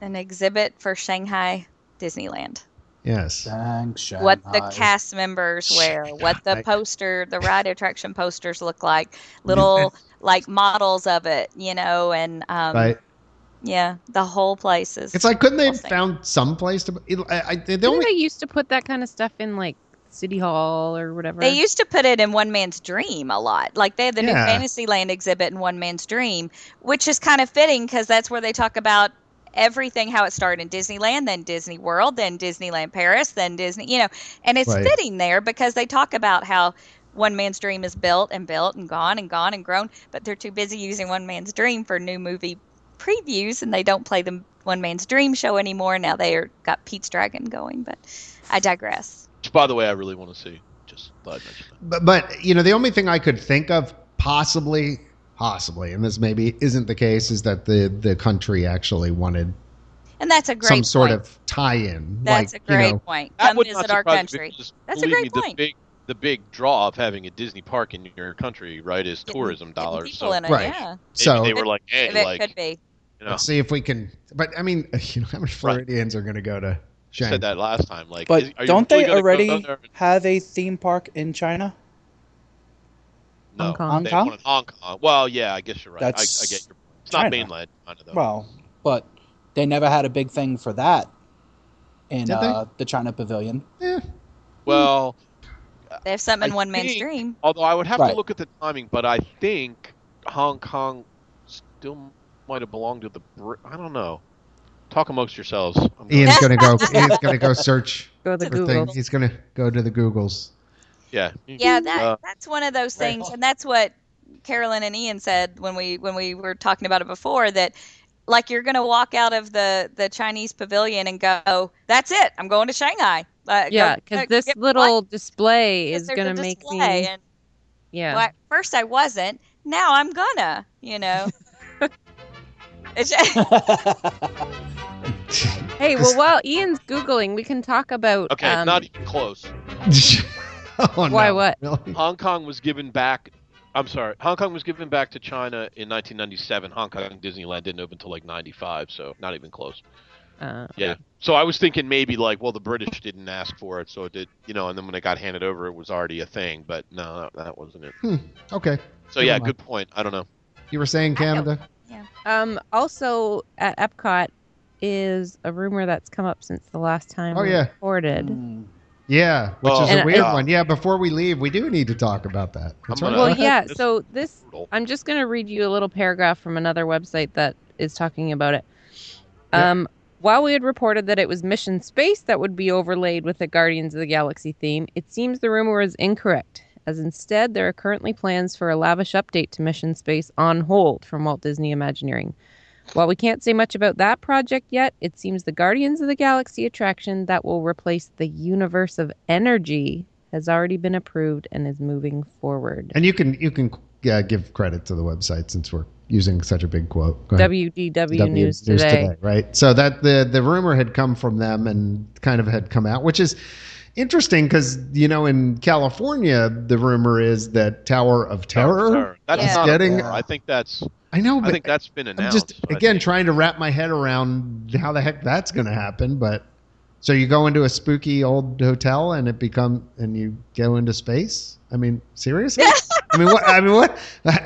An exhibit for Shanghai Disneyland.
yes.
Thanks, Shanghai.
What the cast members wear, what the
Shanghai.
poster, the ride attraction posters look like, little like models of it, you know, and um,
right.
yeah, the whole place is.
It's like couldn't they have
Awesome.
found some place to? It, I, I, the
Didn't
only
they used to put that kind of stuff in like City Hall or whatever?
They used to put it in One Man's Dream a lot. Like they had the new
Yeah.
Fantasyland exhibit in One Man's Dream, which is kind of fitting because that's where they talk about everything how it started in Disneyland, then Disney World, then Disneyland Paris, then Disney, you know. And it's
Right.
fitting there because they talk about how One Man's Dream is built and built and gone and gone and grown, but they're too busy using One Man's Dream for new movie previews and they don't play the One Man's Dream show anymore. Now they are got Pete's Dragon going, but I digress.
Which, by the way, I really want to see. Just thought I'd mention that.
but, but you know the only thing I could think of possibly possibly and this maybe isn't the case is that the the country actually wanted
And that's a great
some sort
point.
of tie-in
That's
like
a great
you know
point.
That
Come
would not
visit our
surprise me
country.
because,
That's a
believe
great
me,
point.
The big, the big draw of having a Disney park in your country, right, is
Getting-
tourism
getting
dollars.
people
So
in it,
Right.
yeah.
maybe
so
they were like,
If
hey,
it
like,
could be.
you know,
let's see if we can but I mean you know how many Floridians are going to go to Shanghai
said that last time. Like,
But
is- are you
don't
really
they
gonna go
already
down there?
have a theme park in China?
No,
Hong Kong.
Hong
they
Kong?
wanted Hong Kong. Well, yeah, I guess you're right. I, I get
That's
your point. It's
China.
not mainland China, though.
Well, but they never had a big thing for that in
Did they?
uh, the China Pavilion.
Eh,
well
They have something in
I
one man's
think-
dream.
Although I would have
Right.
to look at the timing, but I think Hong Kong still might have belonged to the Brit. I don't know. Talk amongst yourselves. I'm going-
Ian's going to go Ian's going to go search
Go to
To
for things.
Google.
He's going to go to the Googles.
yeah.
Yeah, that
Uh,
that's one of those
Right.
things, and that's what Carolyn and Ian said when we when we were talking about it before that like you're gonna walk out of the the Chinese pavilion and go, that's it, I'm going to Shanghai. Uh,
Yeah,
go-
because
go
this
get
little
blind-
display
because
is
there's a
gonna make
display,
me.
And,
Yeah.
well, at first I wasn't. Now I'm gonna. You know. it's
Hey,
This-
well, while Ian's googling, we can talk about.
Okay,
um,
not even close.
oh,
Why
no,
what?
really?
Hong Kong was given back. I'm sorry. Hong Kong was given back to China in 1997. Hong Kong Disneyland didn't open until like 95, so not even close.
uh,
Yeah. So I was thinking maybe like, well, the British didn't ask for it, so it did, you know, and then when it got handed over, it was already a thing, but no, that, that wasn't it.
Okay.
So
Never
yeah,
mind.
good point. I don't know.
You were saying
I don't-
Canada?
Um, also at Epcot is a rumor that's come up since the last time
Oh,
we
yeah.
recorded.
Hmm.
Yeah, which
Oh,
is a
And-
weird
and-
one. Yeah, before we leave, we do need to talk about that. That's
I'm
right.
gonna-
Well,
Uh,
yeah.
this-
So this,
Brutal.
I'm just going to read you a little paragraph from another website that is talking about it.
Yeah.
Um, while we had reported that it was Mission Space that would be overlaid with the Guardians of the Galaxy theme, it seems the rumor is incorrect, as instead there are currently plans for a lavish update to Mission Space on hold from Walt Disney Imagineering. While we can't say much about that project yet, it seems the Guardians of the Galaxy attraction that will replace the Universe of Energy has already been approved and is moving forward.
And you can you can uh, give credit to the website since we're using such a big quote. Go ahead.
WDW
W
E
E
News Today.
right? So that the the rumor had come from them and kind of had come out, which is interesting because you know in California the rumor is that Tower of Terror.
That's
Yeah.
not
Getting-
getting. I think that's.
I know,
I
but
think that's been
I'm
announced.
just
I
again
think.
trying to wrap my head around how the heck that's going to happen, but So you go into a spooky old hotel and it become and you go into space. I mean, seriously? I mean, what? I mean, what?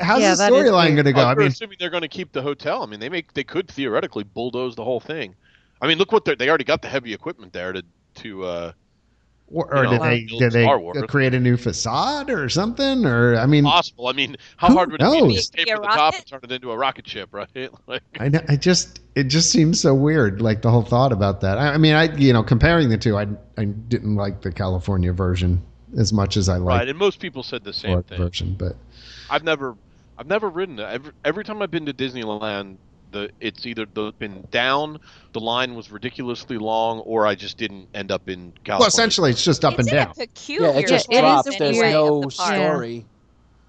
How's
Yeah,
the
that is
storyline going to go?
Well,
I
they're
mean,
assuming they're going to keep the hotel. I mean, they make they could theoretically bulldoze the whole thing. I mean, look what they they already got the heavy equipment there to to. Uh,
or, or
you know,
did they
like
did they
Star Wars.
create a new facade or something? Or I mean,
possible. I mean, how
Who
hard would it be
knows?
to tape
Be a
the top
rocket?
and turn it into a rocket ship, right? Like,
I, know- I just it just seems so weird, like the whole thought about that. I, I mean, I you know comparing the two, I I didn't like the California version as much as I
right.
liked
And most people said the
the
same
Florida
thing.
version, but
I've never, I've never ridden. it. Every, every time I've been to Disneyland, the it's either the, been down, the line was ridiculously long, or I just didn't end up in California.
well, essentially it's just up and
it's in
down.
a peculiar
Yeah, it just
it is
place
drops.
in
There's
anyway, of
no
the park.
Yeah.
story.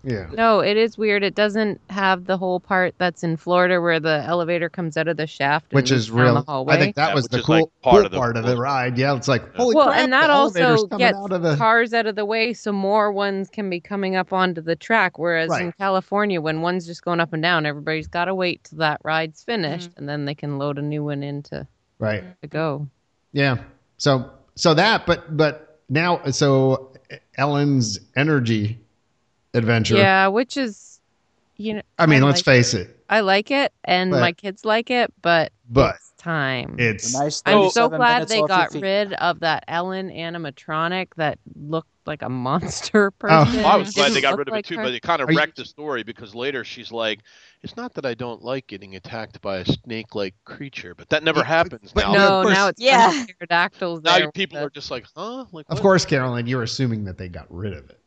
Yeah,
No, it is weird. It doesn't have the whole part that's in Florida where the elevator comes out of the shaft,
which
and
is
down
real.
The hallway.
I think that
Yeah,
was
which
the
is,
cool,
like, part
cool
of the-
part of the ride. Yeah, it's like holy
well,
crap,
and that
the elevator's
also
coming
gets
out of the
cars out of the way, so more ones can be coming up onto the track. Whereas in
Right.
California, when one's just going up and down, everybody's got to wait till that ride's finished, and then they can load a new one in to,
right.
to go.
Yeah. So so that, but but now so Ellen's energy adventure.
Yeah, which is, you know,
I mean,
I
let's
like-
face it,
I like it, and
But-
my kids like it, but
but
it's time.
it's
A nice
I'm so
37
glad
minutes
they
off your
got
feet.
rid of that Ellen animatronic that looked like a monster
Oh.
person.
Well, I was glad
Didn't
they got
look
rid of
like
it too,
her.
but it kind of
Are you-
wrecked the story because later she's like, "It's not that I don't like getting attacked by a snake-like creature, but that never
Yeah,
happens
but
now."
of
no,
course-
now it's
Yeah.
yeah. pterodactyls.
Now
there
you-
with
people
the-
are just like, "Huh?" Like,
Of
what?
course, Carolyn, you're assuming that they got rid of it,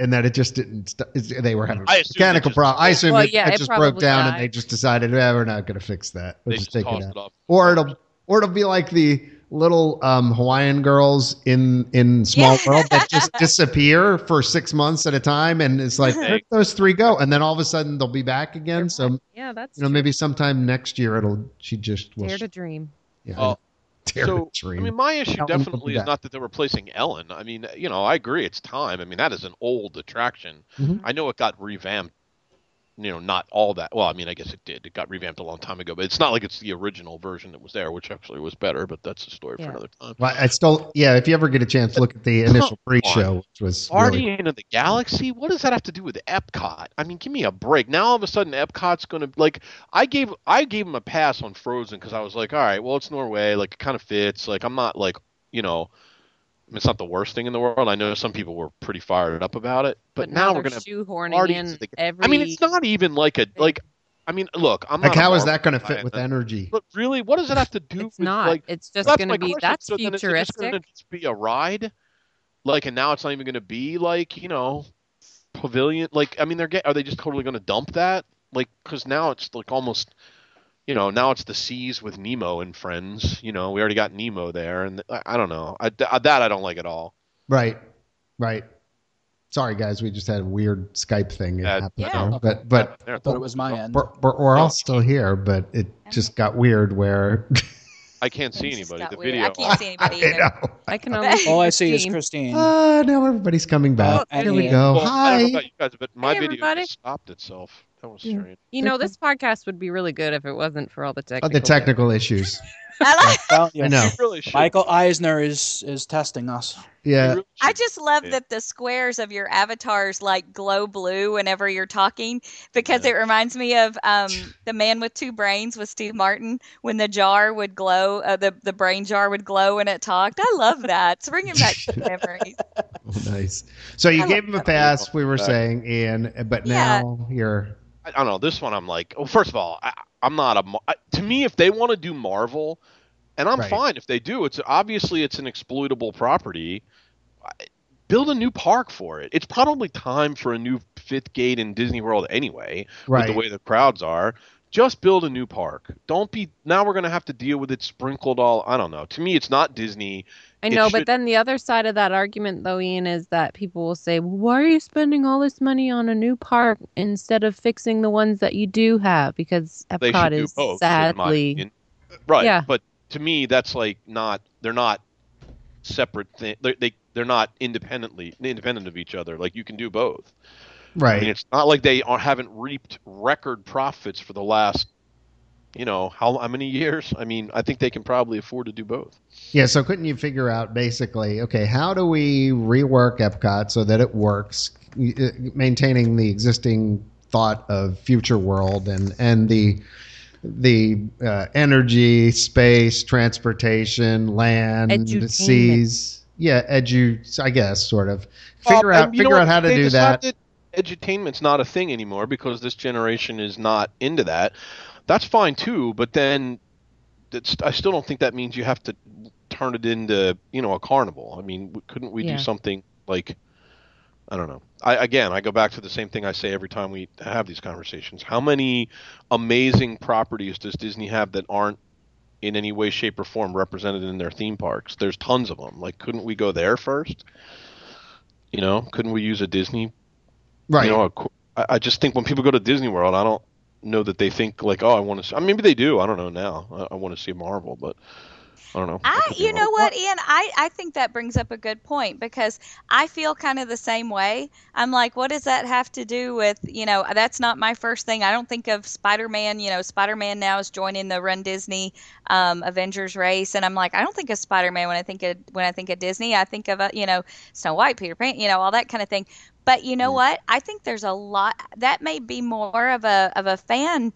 and that it just didn't. St- is- they were having
I assume they
mechanical
just-
problem. I assume
Well,
it,
yeah,
it
it
just broke
probably
down,
died.
and they just decided, eh, we're not going to fix that. We'll
They
just,
just
take it
tossed
out.
it off.
Or it'll, or it'll be like the little um, Hawaiian girls in in Small
Yeah.
World that just disappear for six months at a time, and it's like
Hey.
where did those three go, and then all of a sudden they'll be back again.
They're
So
back. yeah, that's
you know,
true.
maybe sometime next year it'll. She just will.
dare to dream.
yeah,
Oh,
dare
so,
to dream.
I mean, my issue
Ellen will be
definitely is
back.
not that they're replacing Ellen. I mean, you know, I agree it's time. I mean, that is an old attraction.
Mhm.
I know it got revamped. You know, not all that. Well, I mean, I guess it did. It got revamped a long time ago, but it's not like it's the original version that was there, which actually was better. But that's a story
Yeah.
for another time.
Well, I still, yeah. If you ever get a chance, look at the initial pre-show, which was really,
Guardian of the Galaxy? What does that have to do with Epcot? I mean, give me a break. Now all of a sudden Epcot's going to like I gave I gave him a pass on Frozen cuz I was like, all right, well it's Norway, like it kind of fits. Like I'm not like, you know, it's not the worst thing in the world. I know some people were pretty fired up about it, but, now, we're going
they're
to
shoehorning
Guardians
in
of the Ga-
every.
I mean, it's not even like a like I mean, look, I'm
like,
not a
how is
Marvel
that going to
guy,
fit with
but-
energy?
But really, what does it have to do
It's
with
not.
like
it's just
that's
going
my
to be
question.
that's
So then is it just
futuristic.
gonna just be a ride, like, and now it's not even going to be like you know, pavilion. Like, I mean, they're get, are they just totally going to dump that? Like, because now it's like almost, you know, now it's the seas with Nemo and friends. You know, we already got Nemo there, and I, I don't know. I, th- that I don't like at all.
Right, right. Sorry, guys, we just had a weird Skype thing. that
Yeah.
happened,
Yeah.
though. but but
There.
Thought it was my end.
we're, we're, we're all still here, but it just got weird. Where
I can't see
Things just
anybody.
got
The
weird.
video.
I can't see anybody
I
either.
know.
I can only. see
All I see is
Christine.
Christine.
Ah, now everybody's coming back.
Oh,
Here we
yeah.
go.
Well, I don't
Hi.
know about you guys, but my
Hey,
video
everybody.
just stopped itself. That was
Yeah.
strange.
You know, this podcast would be really good if it wasn't for all the
Oh,
technical.
the technical issues.
I, like,
Well, yeah.
I know.
Really should.
Michael Eisner is is testing us.
You
Yeah.
really
I
should.
just love
Yeah.
that the squares of your avatars like glow blue whenever you're talking because
Yeah.
it reminds me of um, the man with two brains with Steve Martin when the jar would glow, uh, the the brain jar would glow when it talked. I love that. It's bringing back some memories.
Oh, nice. So you
I
gave
like
him a
that.
pass. We were
Back.
saying, and but
Yeah.
now you're
I I don't know. This one, I'm like, well, first of all, I, I'm not a. Mar- I- To me, if they want to do Marvel, and I'm
Right.
fine if they do. It's obviously it's an exploitable property. I- Build a new park for it. It's probably time for a new fifth gate in Disney World anyway,
right.
with the way the crowds are. Just build a new park. Don't be now we're going to have to deal with it sprinkled all. I don't know. To me, it's not Disney.
I
It
know, but
should-
then the other side of that argument, though, Ian, is that people will say, well, "Why are you spending all this money on a new park instead of fixing the ones that you do have?" Because
They
Epcot
should
is
do both. in my
sadly
opinion. right.
Yeah.
But to me, that's like not. They're not separate thing. They, they they're not independently independent of each other. Like you can do both. I mean,
Right.
it's not like they are, haven't reaped record profits for the last you know, how, how many years? I mean, I think they can probably afford to do both.
Yeah, so couldn't you figure out basically, okay, how do we rework Epcot so that it works, y- uh, maintaining the existing thought of future world and and the the uh, energy, space, transportation, land,
Edutainment.
seas. Yeah, edu. I guess sort of figure
Well,
out
and you know
figure out
what?
how to
They
do that.
decided Edutainment's not a thing anymore because this generation is not into that. That's fine too, but then it's, I still don't think that means you have to turn it into you know a carnival. I mean, w- couldn't we
Yeah.
do something like I don't know. I again, I go back to the same thing I say every time we have these conversations. How many amazing properties does Disney have that aren't in any way, shape, or form represented in their theme parks? There's tons of them. Like, couldn't we go there first? You know, couldn't we use a Disney
Right.
you know, a qu- I I just think when people go to Disney World, I don't know that they think like, oh, I want to. See, I mean, maybe they do. I don't know now. I, I want to see Marvel, but I don't know.
I,
could be
you
wrong.
know what, Ian? I, I think that brings up a good point because I feel kind of the same way. I'm like, what does that have to do with, you know, that's not my first thing. I don't think of Spider Man, you know, Spider Man now is joining the Run Disney um, Avengers race. And I'm like, I don't think of Spider Man when I think of, when I think of Disney. I think of, uh, you know, Snow White, Peter Pan, you know, all that kind of thing. But you know what? I think there's a lot that may be more of a, of a fan,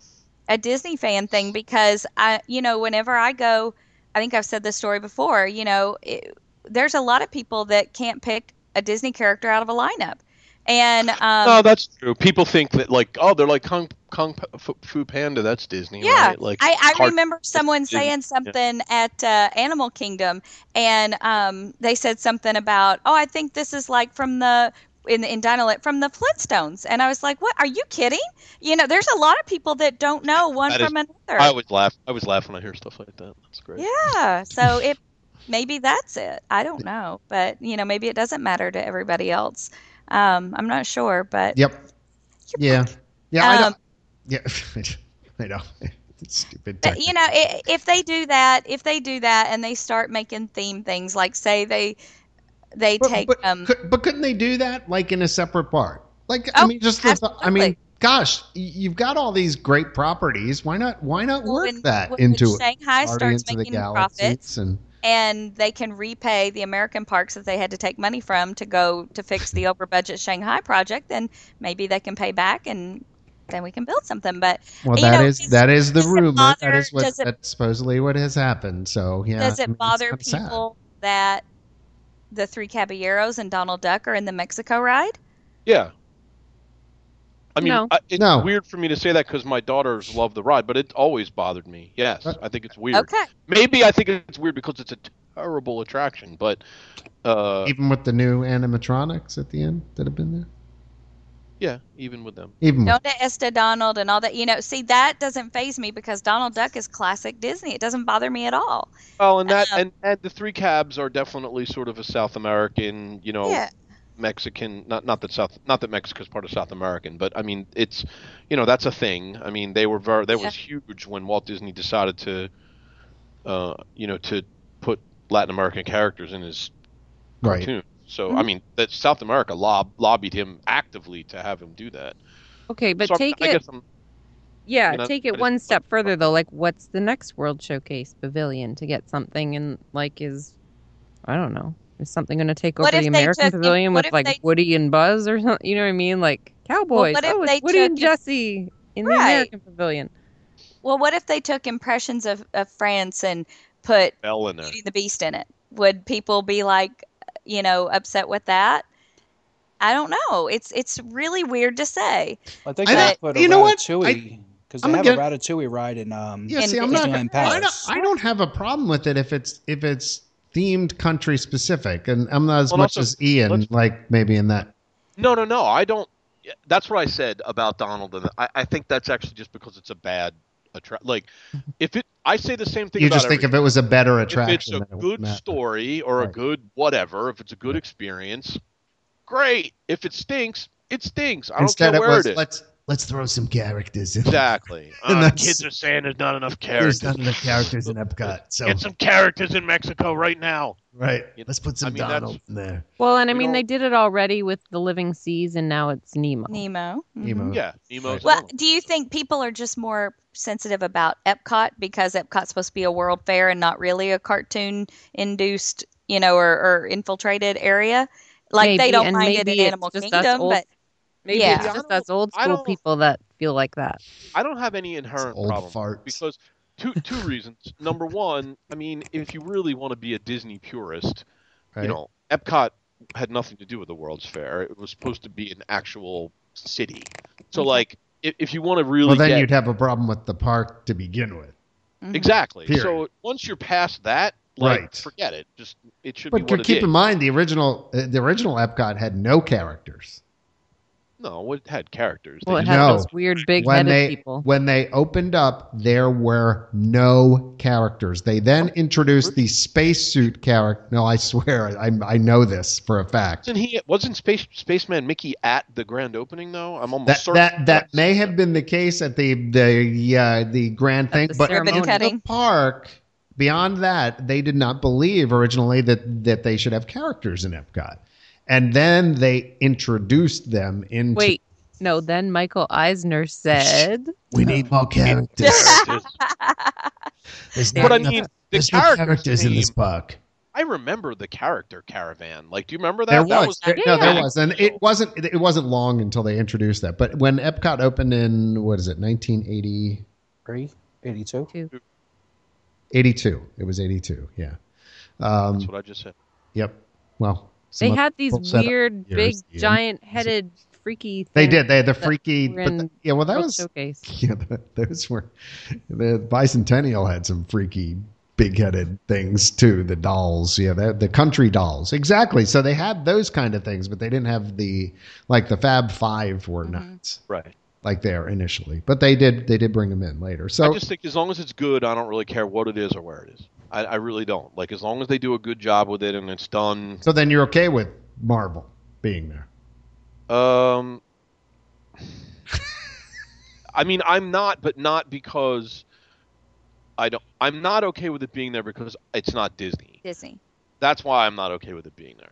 a Disney fan thing because I, you know, whenever I go, I think I've said this story before. You know, it, there's a lot of people that can't pick a Disney character out of a lineup, and um,
No, Oh, that's true. People think that like, oh, they're like Kung Kung P- F- Fu Panda. That's Disney.
Yeah,
right? like
I, I
cart-
remember someone
Disney,
saying something at uh, Animal Kingdom, and um, they said something about, "Oh, I think this is like from the." In, in Dinolet from the Flintstones, and I was like, "What? Are you kidding? You know, there's a lot of people that don't know one
That is-
from another."
I always laugh. I always laugh when I hear stuff like that. That's great.
Yeah. So it maybe that's it. I don't know, but you know, maybe it doesn't matter to everybody else. Um, I'm not sure, but
Yep. Yeah. Yeah. I
Um,
don't. Yeah. I know. Stupid.
But, you know, i if they do that, if they do that, and they start making theme things, like say they they
But,
take
but,
um,
could, but couldn't they do that like in a separate park? Like I
Oh,
mean, just the thought- I mean,
absolutely.
gosh, y- you've got all these great properties. Why not? Why not work
when-
that
when
into it?
Shanghai
Guardians
starts
of
making
Galaxies
profits,
and
and they can repay the American parks that they had to take money from to go to fix the over budget Shanghai project, then maybe they can pay back and then we can build something. But
well,
you
that
know,
is
does-
that is the
does it
rumor. that
bother-
is what
does it-
that's supposedly what has happened. So yeah,
does
I
it
mean, it's
bother
kinda sad.
people that the three caballeros and Donald Duck are in the Mexico ride?
Yeah. I mean,
No.
I, it's
No.
weird for me to say that because my daughters love the ride, but it always bothered me. Yes,
Uh,
I think it's weird.
Okay.
Maybe I think it's weird because it's a terrible attraction, but uh,
Even with the new animatronics at the end that have been there,
yeah, even with them.
even with,
Donde Esta Donald and all that. You know, see, that doesn't phase me because Donald Duck is classic Disney. It doesn't bother me at all.
Well, and that
Um,
and, and the three cabs are definitely sort of a South American, you know,
Yeah.
Mexican. Not not that South, not that Mexico's part of South American, but I mean, it's, you know, that's a thing. I mean, they were very, that
Yeah.
was huge when Walt Disney decided to, uh, you know, to put Latin American characters in his
right.
cartoon. So I mean, that South America lob, lobbied him actively to have him do that.
Okay, but
So I-
take
I
it.
guess I'm-
Yeah,
you know,
take
I
it
just-
one step further though. Like, what's the next World Showcase Pavilion to get something in? Like, is I don't know, is something going to take over
What if
the
they
American
took-
Pavilion
what
with
if
like
they-
Woody and Buzz or something? You know what I mean? Like cowboys.
what if
oh,
they
it's Woody and
took and-
Jesse in the
Right.
American Pavilion.
Well, what if they took impressions of, of France and put
Bell in there.
Beauty and the Beast in it? Would people be like, you know, upset with that? I don't know. It's it's really weird to say.
I think
I
they
don't-
put
you
a
know what?
Ratatouille because they
I'm
have a
again-
Ratatouille ride in um
Yeah,
And-
see, I'm
and-
not.
Disneyland
I don't,
Paris.
I don't have a problem with it if it's if it's themed country specific, and I'm not as
Well,
much
also,
as Ian
let's-
like maybe in that.
No, no, no. I don't. yeah, That's what I said about Donald, and I, I think that's actually just because it's a bad attract. Like, if it, I say the same thing.
You
about
just think
every-
if it was a better
if
attraction.
it's a
then it wouldn't
good
matter.
story or a
Right.
good whatever, if it's a good experience, great. If it stinks, it stinks. I don't
Instead,
care
it
where
was
it is.
let's let's throw some characters in.
Exactly.
And
Uh,
that's-
kids are saying there's not enough
There's
characters.
not enough characters in Epcot, so
Get some characters in Mexico right now.
right.
You-
Let's put some
I mean, that's-
Donald in there.
Well, and I
We
mean,
don't-
they did it already with the Living Seas, and now it's Nemo.
Nemo. Mhm.
Nemo.
Yeah, Nemo's
Well,
another one.
do you think people are just more sensitive about Epcot because Epcot's supposed to be a world fair and not really a cartoon induced, you know, or, or infiltrated area? Like they
Maybe,
don't
and
mind it in
maybe it's
Animal
just us
Kingdom,
old-
but
Maybe
Yeah.
it's
Yeah, I
just
don't-
us old
I
school
don't-
people that feel like that.
I don't have any inherent
old
problem
farts.
because two two reasons. Number one, I mean, if you really want to be a Disney purist,
Right.
you know, Epcot had nothing to do with the World's Fair. It was supposed to be an actual city. So, like, if, if you want to really
well, then
get
you'd have a problem with the park to begin with.
Mm-hmm.
exactly,
Period.
so once you're past that, like,
Right.
forget it. Just it should
But
be what
keep
it is.
in mind, the original uh, the original Epcot had no characters.
No, it had characters. They
Well, it
just-
had
No.
those weird
when
big-headed
they
people.
when they opened up, there were no characters. They then introduced the spacesuit character. No, I swear, I, I know this for a fact.
wasn't he? Wasn't Space Spaceman Mickey at the grand opening though? I'm almost
That
certain
that that
that's-
may have been the case at the the uh, the grand thing,
the
but
ceremony.
in the
Ribbon-cutting.
park. Beyond that, they did not believe originally that that they should have characters in Epcot, and then they introduced them into.
Wait, no. Then Michael Eisner said,
we need more characters. There's
But
not
I
enough-
mean, the
there's no
characters,
characters in this
came-
park.
I remember the character caravan. Like, do you remember that?
There
that
was, there- no,
Yeah.
there was, and it wasn't. It wasn't long until they introduced that. But when Epcot opened in what is it, 1980,
Three, 82.
82. It was 82. Yeah. Um,
That's what I just said.
Yep. Well, some
they
other
had these
people set up
weird, big,
years, Ian.
giant-headed, freaky.
They
things
did. They had the
that
freaky.
were
But
in
yeah, well, that
World
was.
showcase.
Yeah, that- those were. The bicentennial had some freaky, big-headed things too. The dolls, yeah, the, the country dolls, exactly. So they had those kind of things, but they didn't have the like the Fab Five were
Mhm.
Mm-hmm.
nuts
Right.
like there initially, but they did they did bring them in later.
I
So
just think as long as it's good, I don't really care what it is or where it is. I, I really don't. Like, as long as they do a good job with it and it's done.
so then you're okay with Marvel being there.
Um, I mean, I'm not, but not because I don't. I'm not okay with it being there because it's not Disney.
Disney.
That's why I'm not okay with it being there.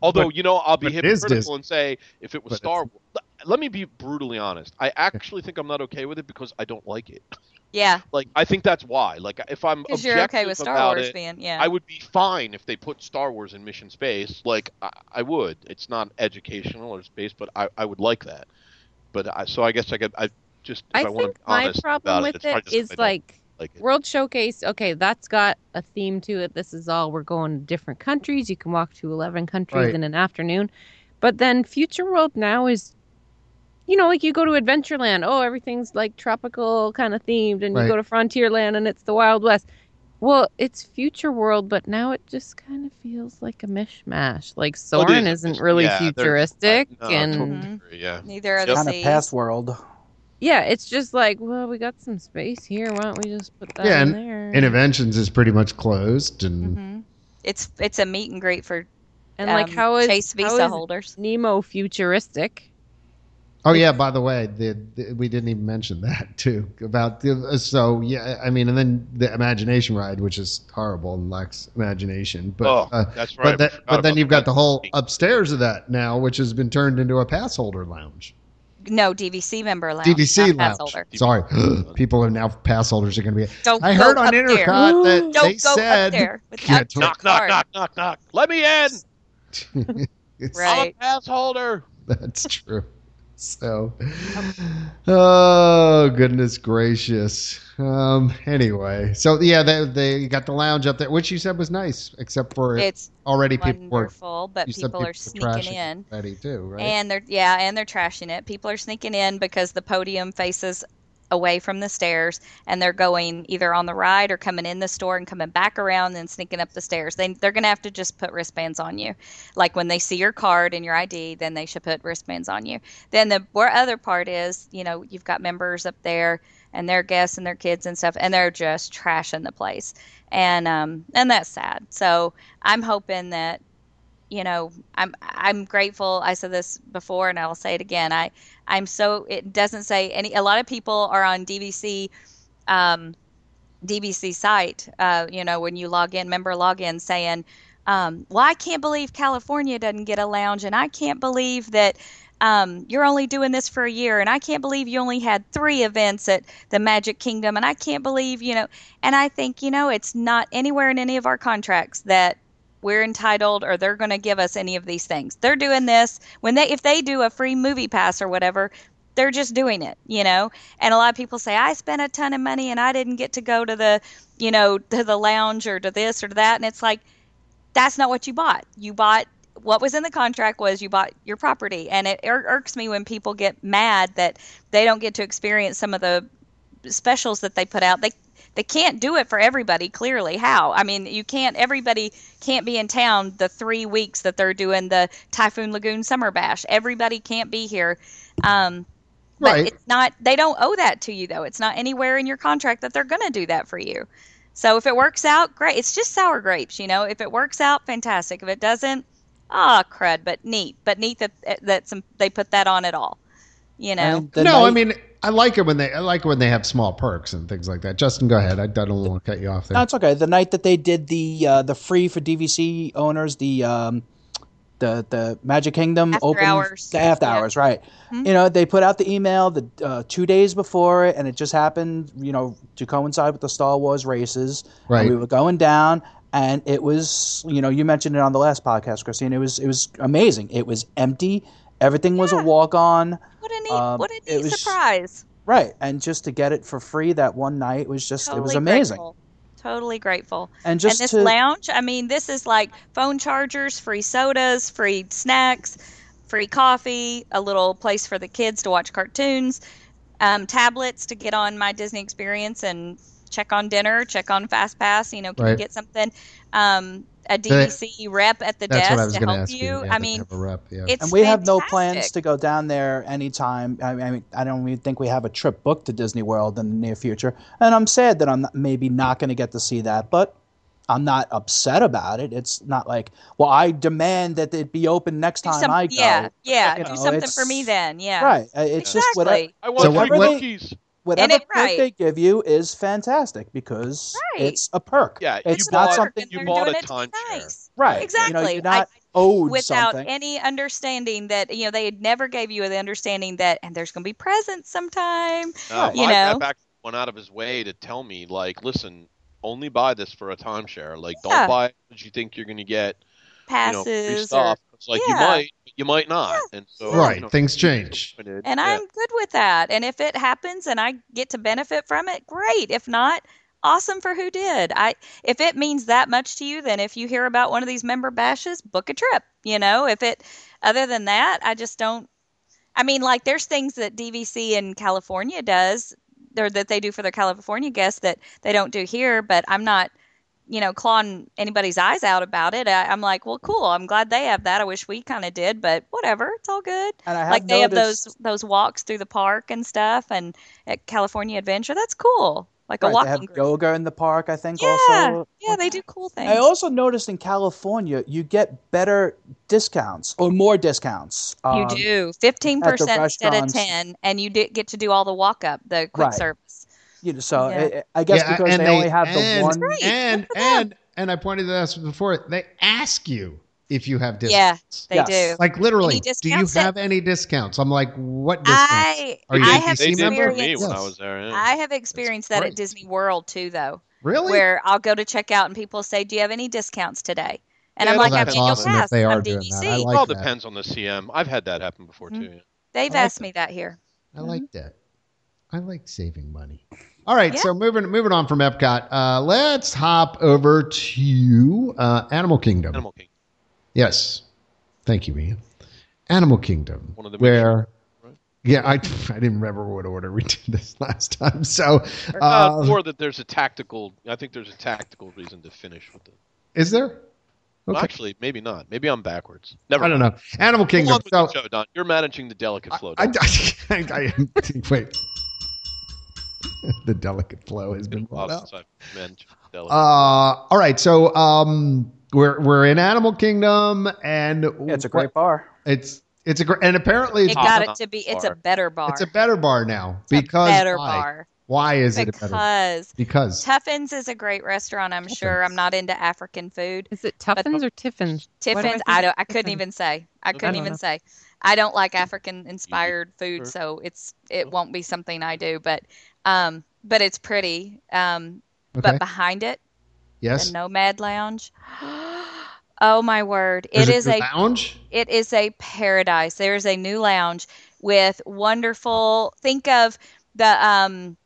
Although, you know, I'll be
but it is Disney.
hypocritical and say if it was
But it's-
Star Wars. Let me be brutally honest. I actually think I'm not okay with it because I don't like it.
Yeah,
Like, I think that's why. Like, if I'm
because you're okay
objective
with Star
about
Wars
it,
being yeah.
I would be fine if they put Star Wars in Mission Space. Like, I, I would. It's not educational or space, but I, I would like that. But I, so I guess I could. I just. If I,
I
want
think
to be
my
honest
problem
about
with
it's probably
it
just 'cause
is
I don't
like
like it.
World Showcase, okay, that's got a theme to it. This is all we're going to different countries. You can walk to 11 countries
Right.
in an afternoon. But then Future World now is you know, like you go to Adventureland, oh, everything's like tropical kind of themed and
Right.
you go to Frontierland and it's the Wild West. Well, it's Future World, but now it just kind of feels like a mishmash. Like
Well, Oh, it
Soren
is-
isn't
it's-
really
yeah, there's-
futuristic
I- no, I
and
totally agree, yeah.
Neither are
Yep.
the
Kind of
seas.
past world.
yeah, it's just like, well, we got some space here. Why don't we just put that
Yeah,
in
Mm-hmm.
there?
Interventions is pretty much closed, and
Mhm. It's it's a meet and greet for
Mm-hmm. and like
um,
how is
Chase
how
Visa
is
holders.
Nemo futuristic.
Oh yeah, by the way, the, the, we didn't even mention that too about the, uh, so yeah, I mean, and then the imagination ride, which is horrible and lacks imagination. But
oh,
uh,
that's right. I
but, that,
forgot
but then
about
you've got the whole
Disney.
upstairs of that now, which has been turned into a pass holder lounge,
No, DVC member lounge.
DVC
not pass
lounge.
holder.
Sorry, people are now pass holders are going to be.
Don't
I
go
heard on
up there.
Intercot that
Don't
they
go up
said
there without
Yeah,
your
Knock, knock,
card.
knock, knock, knock. Let me in. I'm a
Right.
pass holder.
That's true. So, oh goodness gracious. Um. Anyway, so yeah, they they got the lounge up there, which you said was nice, except for
It's
already people were
wonderful, but
you said
people are
were
sneaking
trashing
in.
it already too, right?
And they're yeah, and they're trashing it. People are sneaking in because the podium faces away from the stairs and they're going either on the ride or coming in the store and coming back around and sneaking up the stairs. They they're going to have to just put wristbands on you. Like when they see your card and your ID, then they should put wristbands on you. Then the where other part is, you know, you've got members up there and their guests and their kids and stuff and they're just trashing the place. And um and that's sad. So I'm hoping that you know, I'm I'm grateful. I said this before, and I'll say it again. I I'm so it doesn't say any. A lot of people are on DVC, um, DVC site. Uh, you know, when you log in, member login, saying, um, "Well, I can't believe California doesn't get a lounge, and I can't believe that." Um, you're only doing this for a year, and I can't believe you only had three events at the Magic Kingdom, and I can't believe, you know, and I think, you know, it's not anywhere in any of our contracts that we're entitled or they're going to give us any of these things. They're doing this when they if they do a free movie pass or whatever, they're just doing it, you know. And a lot of people say I spent a ton of money and I didn't get to go to the, you know, to the lounge or to this or to that and it's like that's not what you bought. You bought what was in the contract was you bought your property and it ir- irks me when people get mad that they don't get to experience some of the specials that they put out. They they can't do it for everybody clearly how i mean you can't everybody can't be in town the three weeks that they're doing the typhoon lagoon summer bash everybody can't be here um, but
Right.
it's not they don't owe that to you though it's not anywhere in your contract that they're going to do that for you so if it works out great it's just sour grapes you know if it works out fantastic if it doesn't ah crud but neat but neat that eh, that some they put that on at all you know
And the
no, I
night-
mean, I like it when they I like it when they have small perks and things like that. Justin, go ahead. I don't want to cut you off there.
No, it's okay. The night that they did the uh, the free for DVC owners, the um, the the Magic Kingdom
After
open
hours.
the after
Yeah.
hours, right?
Mhm.
You know, they put out the email the uh, two days before it, and it just happened, you know, to coincide with the Star Wars races. And
Right.
we were going down, and it was, you know, you mentioned it on the last podcast, Christine. It was it was amazing. It was empty. Everything was a
Yeah.
walk on.
what a neat
um,
what a
it
neat
was-
surprise
Right, and just to get it for free that one night was just it was
Totally
amazing.
Grateful. Totally grateful.
And just
and this
to
lounge, I mean, this is like phone chargers, free sodas, free snacks, free coffee, a little place for the kids to watch cartoons, um, tablets to get on my Disney experience and check on dinner, check on Fast Pass. You know, can you
Right.
get something? Um, a DVC rep at the
That's
desk
what I was
to
going to
help
ask
you.
you. Yeah,
I
that they
mean,
have a rep, yeah.
it's
and we have no
fantastic.
plans to go down there anytime. I mean, I mean, I don't even think we have a trip booked to Disney World in the near future. And I'm sad that I'm not, maybe not going to get to see that, but I'm not upset about it. It's not like, well, I demand that it be open next
Do
time
some-
I go.
yeah, yeah.
You
Do
know,
something for
it's-
me then. Yeah.
Right. Uh, It's
exactly.
just whatever,
I want
what-
three
what-
cookies.
whatever
it-
perk
right.
they give you is fantastic because
Right.
it's a perk.
Yeah,
it's
you
not
bought
something
and
you
they're
bought
doing
a
it to be
timeshare.
nice.
Right. You know,
Exactly.
you're
I-
not owed
without
something.
any understanding that you know they never gave you the understanding that and there's going to be presents sometime.
Uh,
You
my
know?
rep actually went out of his way to tell me, like, listen, only buy this for a timeshare. Like,
Yeah.
don't buy what you think you're going to get. You know, free
Passes or,
stuff. It's like you
Yeah.
might, but you might not. And so,
Right,
you know,
things
you're
change.
disappointed.
and
Yeah.
I'm good with that. And if it happens and I get to benefit from it, great. If not, awesome for who did. I if it means that much to you, then if you hear about one of these member bashes, book a trip, you know. If it other than that, I just don't I mean, like there's things that DVC in California does or that they do for their California guests that they don't do here, but I'm not, you know, clawing anybody's eyes out about it. I, I'm like, well, cool. I'm glad they have that. I wish we kind of did, but whatever. It's all good.
And I have
Like they have
noticed-
those those walks through the park and stuff, and at California Adventure, that's cool. Like a
Right, they
walking
have
group.
yoga in the park, I think.
yeah,
also.
yeah, they do cool things.
I also noticed in California, you get better discounts or more discounts.
you
um,
do fifteen percent instead of
restaurants.
ten, and you did get to do all the walk up, the quick
Right.
service.
You know, so
Yeah.
I- I I guess
Yeah,
because
and
they, only have
and,
the one.
Right, good
And
for them.
and and I pointed this before. They ask you if you have
Yeah,
discounts.
They
Yes.
do.
Like literally,
Any
do you
discounts that-
have any discounts? I'm like, what discounts?
I
Are you
I
a
have
they
DVC
did for
member?
me
experienced
when
Yes.
I was there. yeah.
I have experienced that
great.
at Disney World too, though,
really?
where I'll go to check out and people say, "Do you have any discounts today?" And
Yeah,
I'm
well,
like, "I've
that's
annual
awesome if
pass.
they are
I'm
doing
DVC."
that. I
it
like
all
that.
depends on the CM. I've had that happen before
Mm-hmm.
too. yeah.
They've
I like
asked me that here.
I like that. I like saving money. All right,
Mm-hmm. Yeah.
so moving moving on from Epcot, uh, let's hop over to uh, Animal Kingdom.
Animal Kingdom.
Yes, thank you, Ian. Animal Kingdom,
One of the
where,
right?
yeah, I I didn't remember what order we did this last time. So,
Uh,
uh,
or that there's a tactical. I think there's a tactical reason to finish with it.
is there?
Well,
Okay.
Actually, maybe not. Maybe I'm backwards. Never.
I don't know. Animal
Go
Kingdom.
on with
So,
the show, Don. You're managing the delicate flow.
I,
Don.
I, I, wait. the delicate flow has been
Well,
brought up.
since I've managed the delicate.
Uh, all right. So, um, We're we're in Animal Kingdom, and
Yeah, it's a great bar.
It's it's a great, and apparently
It
it's,
got
awesome
it to be. It's a
bar.
better bar.
it's a better bar now because
better
why?
bar
Why is it a better? bar?
because
Because
Tuffins is a great restaurant. I'm sure. I'm not into African food.
Is it Tuffins or Tiffins? do I
Tiffin's.
think
I
it's
don't. I couldn't
Tiffin's?
even say. I couldn't
don't
even
know.
say. I don't like African inspired
Sure.
food, so it's it won't be something I do. But um, but it's pretty. Um,
okay,
but behind it, the
yes,
Nomad Lounge. Oh my word!
There's
it is
new
a
lounge.
it is a paradise. There is a new lounge with wonderful. Think of the um,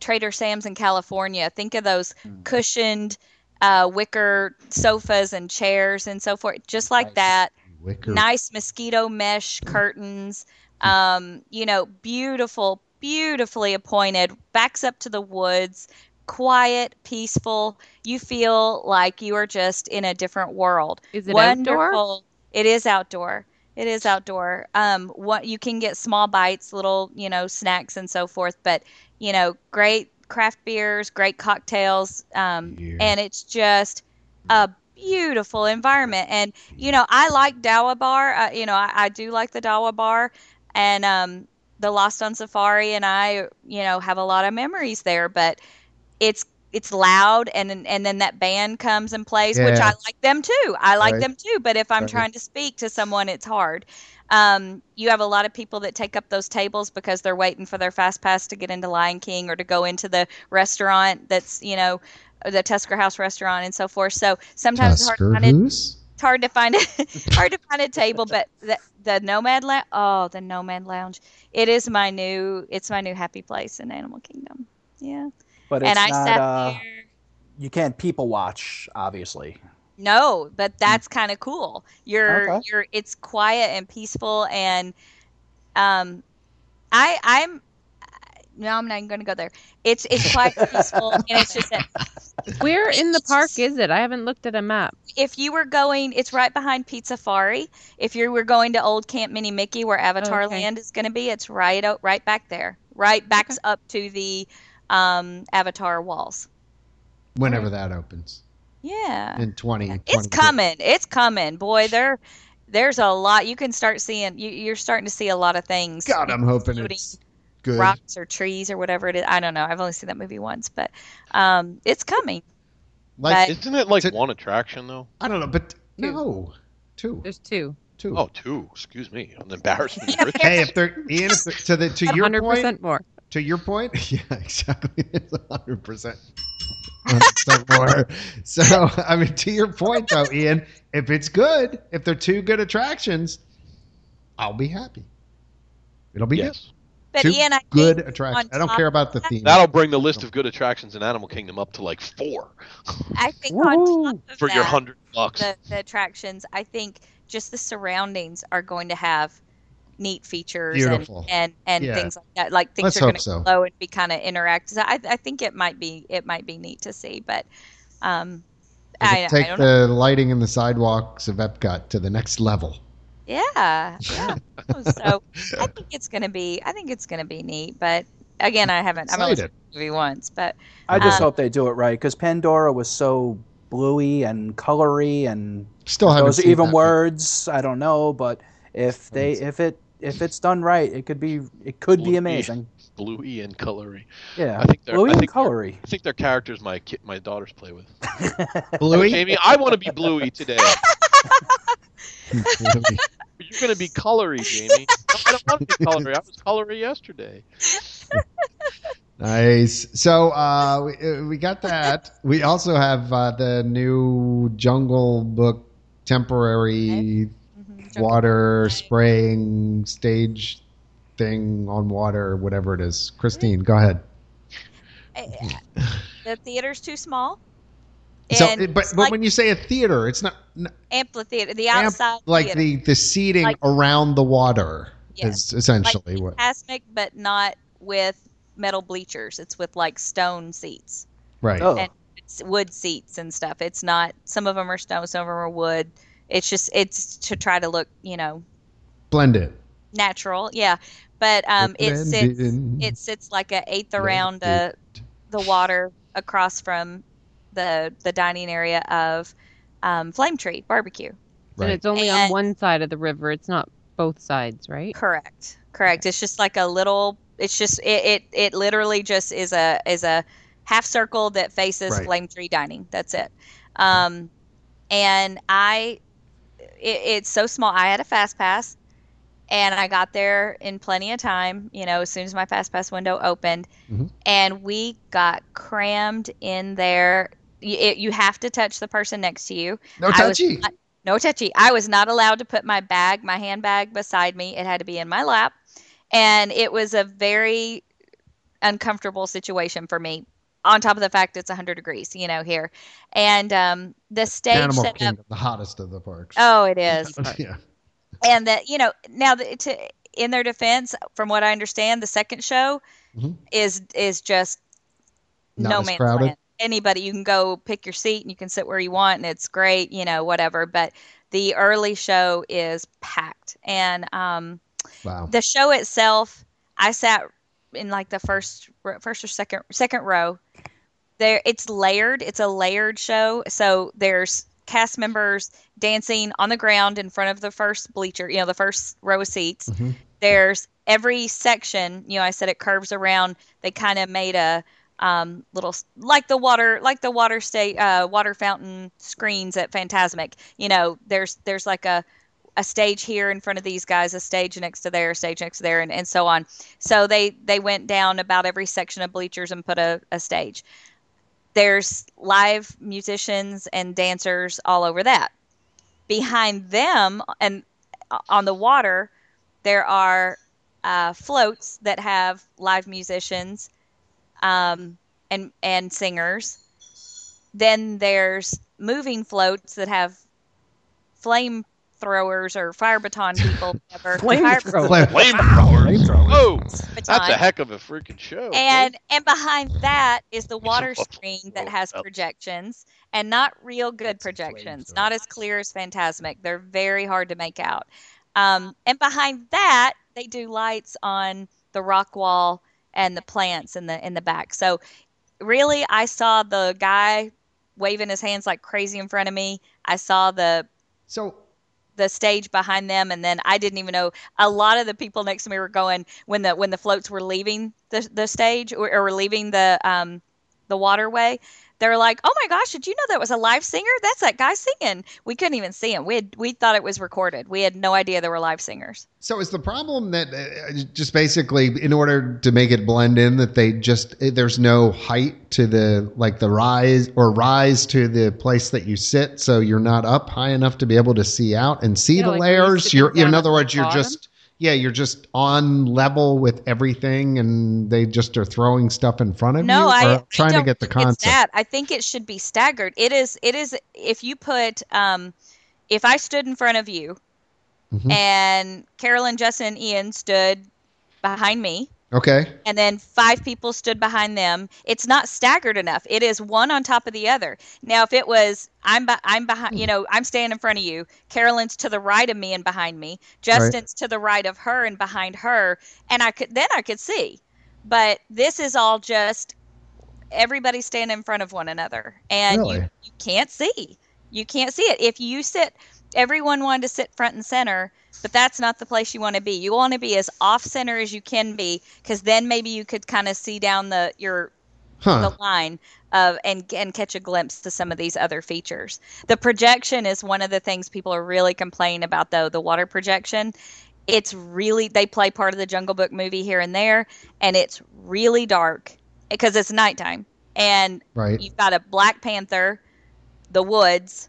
Trader Sam's in California. Think of those cushioned uh, wicker sofas and chairs and so forth, just like
Nice.
that.
Wicker.
Nice mosquito mesh curtains. Um, you know, beautiful, beautifully appointed. Backs up to the woods. Quiet, peaceful. You feel like you are just in a different world.
Is it outdoor?
Wonderful. It is outdoor. It is outdoor. Um, what you can get small bites, little you know snacks and so forth, but you know great craft beers, great cocktails, um,
Yeah.
and it's just a beautiful environment. And you know I like Dawa Bar. Uh, you know I, I do like the Dawa Bar, and um, the Lost on Safari, and I you know have a lot of memories there, but it's it's loud and and then that band comes and plays which
Yeah.
i like them too i like
Right.
them too but if i'm
Right.
trying to speak to someone it's hard um, you have a lot of people that take up those tables because they're waiting for their fast pass to get into lion king or to go into the restaurant that's you know the tusker house restaurant and so forth so sometimes it's hard to
Tusker
find a-
Hoose.
it's hard to find a hard to find a table, but the, the Nomad Lounge. Oh, the Nomad Lounge. It is my new. It's my new happy place in Animal Kingdom. Yeah,
But it's
and I
not.
sat
uh,
there.
you can't people watch, obviously.
No, but that's kind of cool. You're
Hmm. Okay.
you're. It's quiet and peaceful, and um, I I'm. No, I'm not even going to go there. It's it's quiet, and peaceful, and it's just that
Where in the park is it? I haven't looked at a map.
if you were going, it's right behind Pizza Fari. If you were going to Old Camp Mini Mickey, where Avatar
Okay.
Land is going to be, it's right out, right back there. Right backs up to the um, Avatar walls.
Whenever that opens
Uh, Yeah,
in twenty,
it's
22.
coming. It's coming, boy. There, there's a lot. You can start seeing. You, you're starting to see a lot of things.
God, I'm hoping it's good.
rocks or trees or whatever it is. I don't know. I've only seen that movie once, but um, it's coming.
Like
Isn't it like
Is it-
one attraction though?
I don't know, but no, two,
There's two.
two.
Oh, two. Excuse me. An embarrassment. of riches.
Hey, if they're Ian, if they're, to the to your
100%
point,
more.
to your point, yeah, exactly. It's hundred percent. so more. So I mean, to your point though, Ian, if it's good, if they're two good attractions, I'll be happy. It'll be
yes.
But
Two
Ian, I think
good
on
attraction. I don't
top
care about the
of that-
theme.
That'll bring the list of good attractions in Animal Kingdom up to like four
I think on top of
for your
that-
hundred bucks.
the, the attractions, I think just the surroundings are going to have neat features
Beautiful.
and and, and
Yeah.
things like that. Like things
Let's
are going
hope
to
so.
flow and be kind of interactive. So I, I think it might be it might be neat to see, but um,
It'll
I, I
take
don't know.
the lighting and the sidewalks of Epcot to the next level.
Yeah, yeah. so I think it's going to be I think it's going to be neat, but again, I haven't I've only seen
Excited.
the movie once, but
I just
Um,
hope they do it right because Pandora was so bluey and colory and
Still haven't
those
seen
even
that one.
words. I don't know, but if they if it if it's done right, it could be it could be
Bluey.
amazing.
Bluey and colory.
Yeah,
I think they're-
bluey
I
and
think they're-
colory.
I think they're characters my ki- my daughters play with.
Bluey.
Jamie, I want to be Bluey today.
Bluey.
You're gonna be colory, Jamie. No, I don't want to be colory. I was colory yesterday.
Nice. So uh, we, uh, we got that. We also have uh, the new Jungle Book temporary
mhm, joking.
water spraying stage thing on water, whatever it is. Christine, go ahead.
I- I- Eh, the theater's too small.
so,
And
it- but
it's
but
like
when you say a theater, it's not n-
amphitheater, the
amp-
outside
like
theater.
the the seating
Like-
around the water is
Yes.
essentially
like
what.
Fantasmic, but not with metal bleachers. It's with like stone seats,
Right.
Oh,
and- it's wood seats and stuff. It's not. Some of them are stone, some of them are wood. It's just it's to try to look, you know,
Blend it.
natural. Yeah, but um, it
Blend
sits
in.
it sits like a eighth
Blend
around uh,
it.
the water across from the the dining area of um, Flame Tree Barbecue.
And
Right.
it's only on
And-
one side of the river. It's not both sides, right?
Correct. Correct. It's just like a little. It's just it. It, it literally just is a is a half circle that faces
Right.
Flame Tree Dining. That's it. Um, and I, it, it's so small. I had a fast pass, and I got there in plenty of time. You know, as soon as my fast pass window opened,
Mhm.
and we got crammed in there. You, it, you have to touch the person next to you.
No
I was
touchy.
not- no touchy. I was not allowed to put my bag, my handbag beside me. It had to be in my lap. And it was a very uncomfortable situation for me. On top of the fact it's 100 degrees, you know, here. And um, the stage
Animal
set up.
Kingdom, the hottest of the parks.
Oh, it is
yeah.
and that you know now the, to in their defense from what i understand the second show
Mhm.
is is just
Not
no
as
man's
crowded?
land anybody you can go pick your seat and you can sit where you want and it's great you know whatever but the early show is packed and um
Wow.
the show itself i sat in like the first r- first or second second row there it's layered it's a layered show so there's cast members dancing on the ground in front of the first bleacher you know the first row of seats
Mhm.
there's every section you know i said it curves around they kind of made a um, little s- like the water like the water state uh, water fountain screens at phantasmic you know there's there's like a a stage here in front of these guys, a stage next to there, a stage next to there, and, and so on. So they they went down about every section of bleachers and put a, a stage. There's live musicians and dancers all over that. Behind them and uh, on the water, there are uh, floats that have live musicians um, and and singers. Then there's moving floats that have flame throwers or fire baton people, whatever. fire
Flamethrower.
Flame-
Flamethrowers. Whoa, that's
baton.
a heck of a freaking show.
and and behind that is the
Oh, It's a
water
buffalo
screen that has
belt.
projections and not real good
It's a
projections,
flamethrower.
not as clear as Fantasmic. They're very hard to make out. Um, and behind that, they do lights on the rock wall and the plants in the in the back. So really, I saw the guy waving his hands like crazy in front of me. I saw the
So
the stage behind them and then I didn't even know a lot of the people next to me were going when the when the floats were leaving the the stage or, or were leaving the um the waterway they were like oh my gosh did you know that was a live singer that's that guy singing we couldn't even see him we had, we thought it was recorded we had no idea there were live singers
So is the problem that uh, just basically in order to make it blend in that they just eh, there's no height to the like the rise or rise to the place that you sit so you're not up high enough to be able to see out and see
Yeah,
the
like when you
layers
sit
you're in
down at
other
the
words you're
bottom?
just yeah you're just on level with everything and they just are throwing stuff in front of you
no I,
or
I
trying to
don't
get the
think it's
concept
that I think it should be staggered it is it is if you put um if I stood in front of you
Mhm.
and Carolyn Justin and Ian stood behind me
okay
and then five people stood behind them. It's not staggered enough. It is one on top of the other. Now, if it was I'm be- I'm behind, you know, I'm standing in front of you. Carolyn's to the right of me and behind me. Justin's to the right of her and behind her, and I could then I could see. But this is all just everybody standing in front of one another, and you,
Really?
you can't see. You can't see it if you sit. Everyone wanted to sit front and center, but that's not the place you want to be. You want to be as off center as you can be, because then maybe you could kind of see down the your
huh
the line of and and catch a glimpse to some of these other features. The projection is one of the things people are really complaining about, though the water projection. It's really they play part of the Jungle Book movie here and there, and it's really dark because it's nighttime, and
right
you've got a Black Panther, the woods,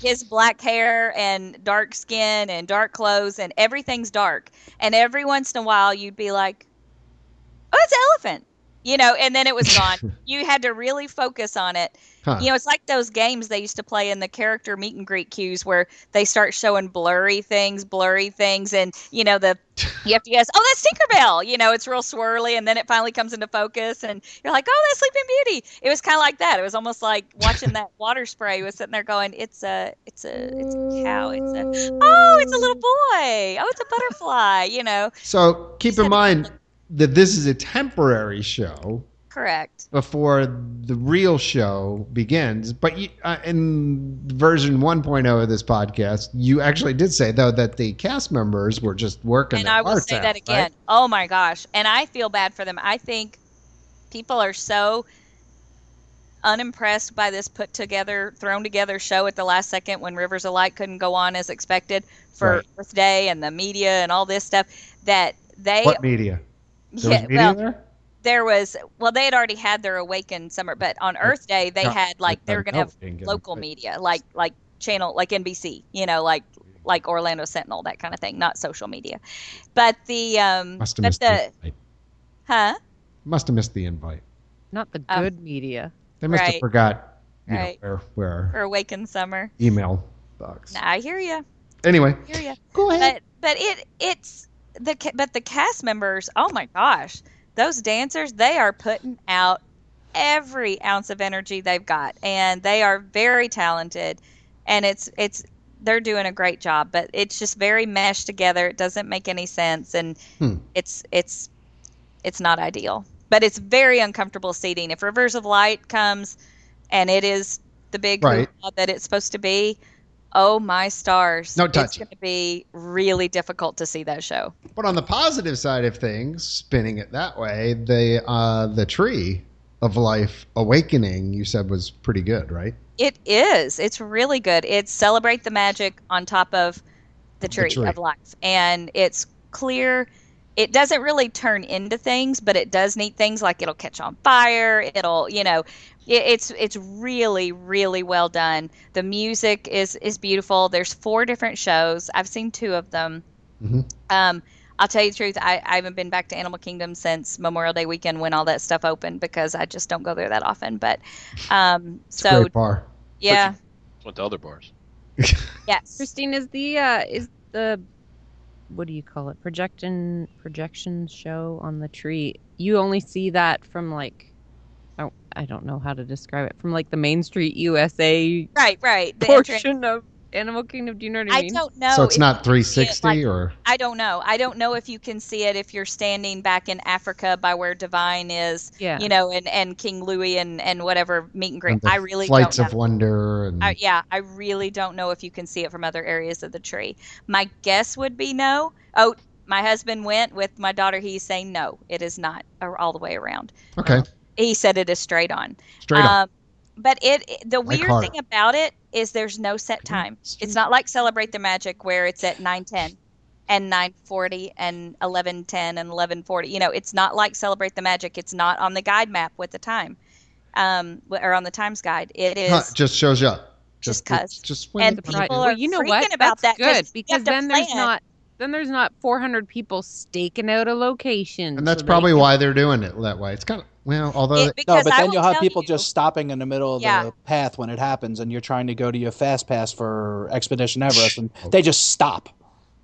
his black hair and dark skin and dark clothes and everything's dark. And every once in a while, you'd be like, "Oh, it's an elephant," you know, and then it was gone. you had to really focus on it.
Huh.
You know, it's like those games they used to play in the character meet and greet cues where they start showing blurry things, blurry things, and you know the you have to guess. Oh, that's Tinkerbell. You know, it's real swirly, and then it finally comes into focus, and you're like, oh, that's Sleeping Beauty. It was kind of like that. It was almost like watching that water spray. Was sitting there going, it's a, it's a, it's a cow. It's a, oh, it's a little boy. Oh, it's a butterfly. You know,
So keep
Just had
in
a
mind that this is a temporary show.
Correct.
before the real show begins. But you, uh, in version 1.0 of this podcast, you actually did say though that the cast members were just working.
and
their
I will
hearts
say
out,
that again.
right?
Oh my gosh. And I feel bad for them. I think people are so unimpressed by this put together, thrown together show at the last second when Rivers of Light couldn't go on as expected for
Right.
Earth Day and the media and all this stuff that they
What media? There
yeah,
was media
well
there?
there was well they had already had their awakened summer but on Earth Day they
No,
had like they were going to
No,
have
we didn't get it.
local media like like channel like NBC, you know, like like Orlando Sentinel that kind of thing, not social media. But the um
Must have
but
missed
the
the invite.
huh?
Must have missed the invite.
Not the
Um,
good media.
They must have
Right.
forgot you know,
Right.
where, where
Or
our
Awakened Summer.
email box.
Nah, I hear you.
Anyway,
Hear you.
go ahead.
But but it it's the ca- but the cast members, oh my gosh. Those dancers, they are putting out every ounce of energy they've got and they are very talented and it's it's they're doing a great job, but it's just very meshed together. It doesn't make any sense and
Hmm.
it's it's it's not ideal. But it's very uncomfortable seating. If Rivers of Light comes and it is the big
Right.
hoopla that it's supposed to be, oh my stars.
No touch.
It's going to be really difficult to see that show.
But on the positive side of things, spinning it that way, the uh, the tree of life awakening you said was pretty good, right?
It is. It's really good. It's Celebrate the Magic on top of the tree,
tree.
of life. And it's clear. It doesn't really turn into things, but it does neat things like it'll catch on fire. It'll, you know, it, it's it's really really well done. The music is is beautiful. There's four different shows. I've seen two of them.
Mhm.
Um, I'll tell you the truth. I, I haven't been back to Animal Kingdom since Memorial Day weekend when all that stuff opened because I just don't go there that often. But um,
It's
so
great bar.
yeah.
Went to other bars.
Yes.
Christine is the uh, is the what do you call it? Projection projection show on the tree. You only see that from like oh, I don't know how to describe it from like the Main Street USA
Right, right. The entrance.
portion of Animal Kingdom. Do you know what I,
I
mean?
don't know.
so it's
if
not
you can see it,
360
like-
or
I don't know. I don't know if you can see it if you're standing back in Africa by where Divine is,
Yeah.
you know, and, and King Louis and, and whatever meet and greet.
and the
I really
flights
don't
of
know.
wonder and
I, yeah, I really don't know if you can see it from other areas of the tree. My guess would be no. Oh, my husband went with my daughter. He's saying no, it is not a- all the way around.
okay,
He said it is straight on.
straight up.
Um, but it it- the
Like
weird
hard.
thing about it is there's no set
Mm-hmm.
time. It's not like Celebrate the Magic where it's at 9:10 and 9:40 and 11:10 and 11:40. You know, it's not like Celebrate the Magic. It's not on the guide map with the time. Um w- or on the times guide. It is
Huh, just shows up.
Just
it's-
'cause.
Just when
and
it-
people
Well,
are
you know
freaking
what?
about
That's
that 'cause
good
you
because
have to
then there's
plan.
not then there's not 400 people staking out a location.
and that's
so they
probably
can-
why they're doing it that way. It's kind of well, although
It-
No,
because
but
I
then
will
you'll have
tell
people
you-
just stopping in the middle of
Yeah.
the path when it happens, and you're trying to go to your fast pass for Expedition Everest, and they just stop.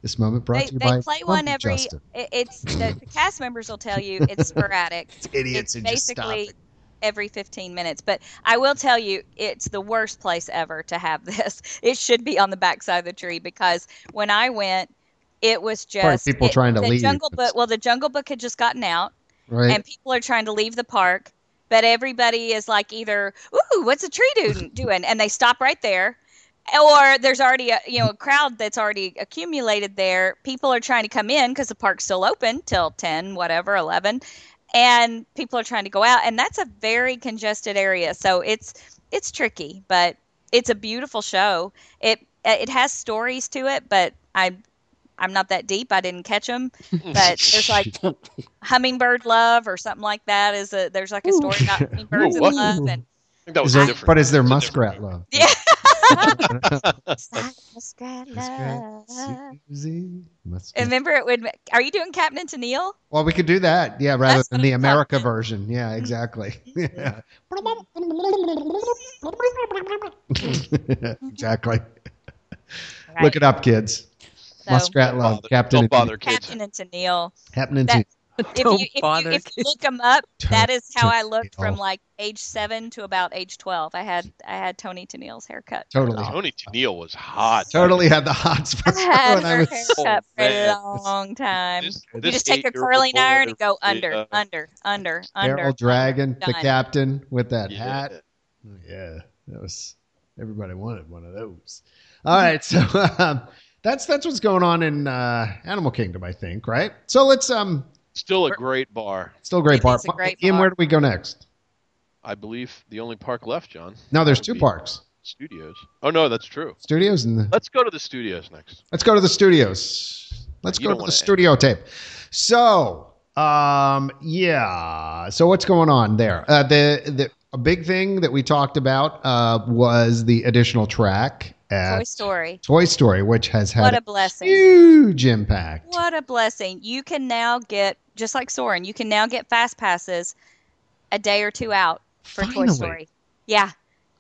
this moment brought
They,
to you
they
by
play one
Bumble
every.
Justin.
it- It's the, the cast members will tell you it's sporadic.
It's idiots
it's
who just stop
basically
it.
every 15 minutes but i will tell you it's the worst place ever to have this it should be on the backside of the tree because when i went it was
Probably
just
people
it-
trying to
the
leave.
jungle
It's-
book well the jungle book had just gotten out
right?
and people are trying to leave the park but everybody is like either ooh what's a tree doing doing and they stop right there or there's already a you know a crowd that's already accumulated there people are trying to come in because the park's still open till 10 whatever 11 and people are trying to go out and that's a very congested area so it's it's tricky but it's a beautiful show it it has stories to it but i i'm not that deep i didn't catch them but there's like hummingbird love or something like that is a there's like a story about hummingbirds
Ooh, what?
and love and
I think that was
Is there-
different.
but is there
It's a
muskrat
different-
love?
yeah Ah.
Muskrat, Susie, muskrat.
remember it would are you doing captain to neil
Well, we could do that, yeah, rather
That's
than
what
the
I'm
America
talking. Mm-hmm.
version. Yeah, exactly. Yeah. exactly. Look it up, kids.
so,
Muskrat
Don't
love,
bother-
Captain.
Don't bother kids.
captain and to neil
Happening
That-
to
if you
Don't
if, you
bother,
if
kid.
you look them up, that
Tony
is how I
Tennille.
looked from like age seven to about age twelve. I had I had Tony Tennille's haircut.
Totally,
Tony Tennille was hot.
totally had the hots for
I
her
had
when I
her
was.
haircut for a
Oh, man.
long time.
This-
Um, you
this
just take a
eight-year-old
curling iron and
boy
go under,
uh,
under, under, under.
Daryl Dragon, the
Done.
captain with that
yeah.
hat. Yeah, that was everybody wanted one of those. All right, so um, that's that's what's going on in uh, Animal Kingdom, I think. Right. So let's um,
Still a great bar.
still great
It
bar.
is a great
Ian,
bar.
where do we go next?
I believe the only park left, John.
No, there's
That would
two
be
parks,
Studios. Oh no, that's true.
studios, and the,
Let's go to the studios next.
let's go to the studios. Let's
You
go
don't
to the
wanna-
studio tape. So, um, yeah. So what's going on there? Uh, the the a big thing that we talked about uh, was the additional track at
Toy Story.
Toy Story, which has had
What
a
a blessing.
huge impact.
What a blessing. You can now get, just like Soren, you can now get fast passes a day or two out for Toy
Finally.
Story. Yeah.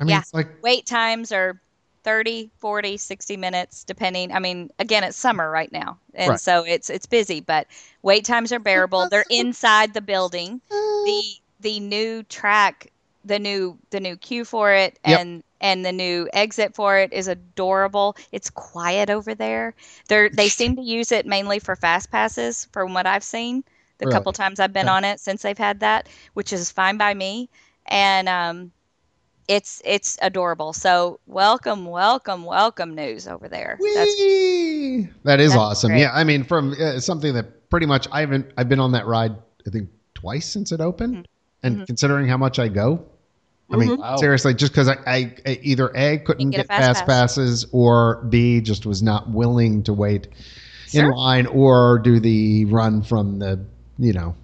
I mean,
Yeah.
it's like
Wait times are 30, 40, 60 minutes, depending. I mean, again, it's summer right now. And
Right.
so it's it's busy, but wait times are bearable. They're inside the building.
ah,
The the new track, the new the new cue for it
Yep.
and and the new exit for it is adorable. It's quiet over there. They they seem to use it mainly for fast passes from what I've seen the
Really?
couple times I've been
Okay.
on it since they've had that, which is fine by me. And um it's it's adorable. So welcome, welcome, welcome news over there. That's
Whee! That is
that's
awesome.
great.
Yeah, I mean, from uh, something that pretty much I haven't. I've been on that ride, I think, twice since it opened, and
Mhm.
considering how much I go, I mean,
Mhm.
Wow.
seriously, just because I, I, I either a couldn't
get a
get
fast
fast
pass.
passes, or b just was not willing to wait in
Sure.
line or do the run from the you know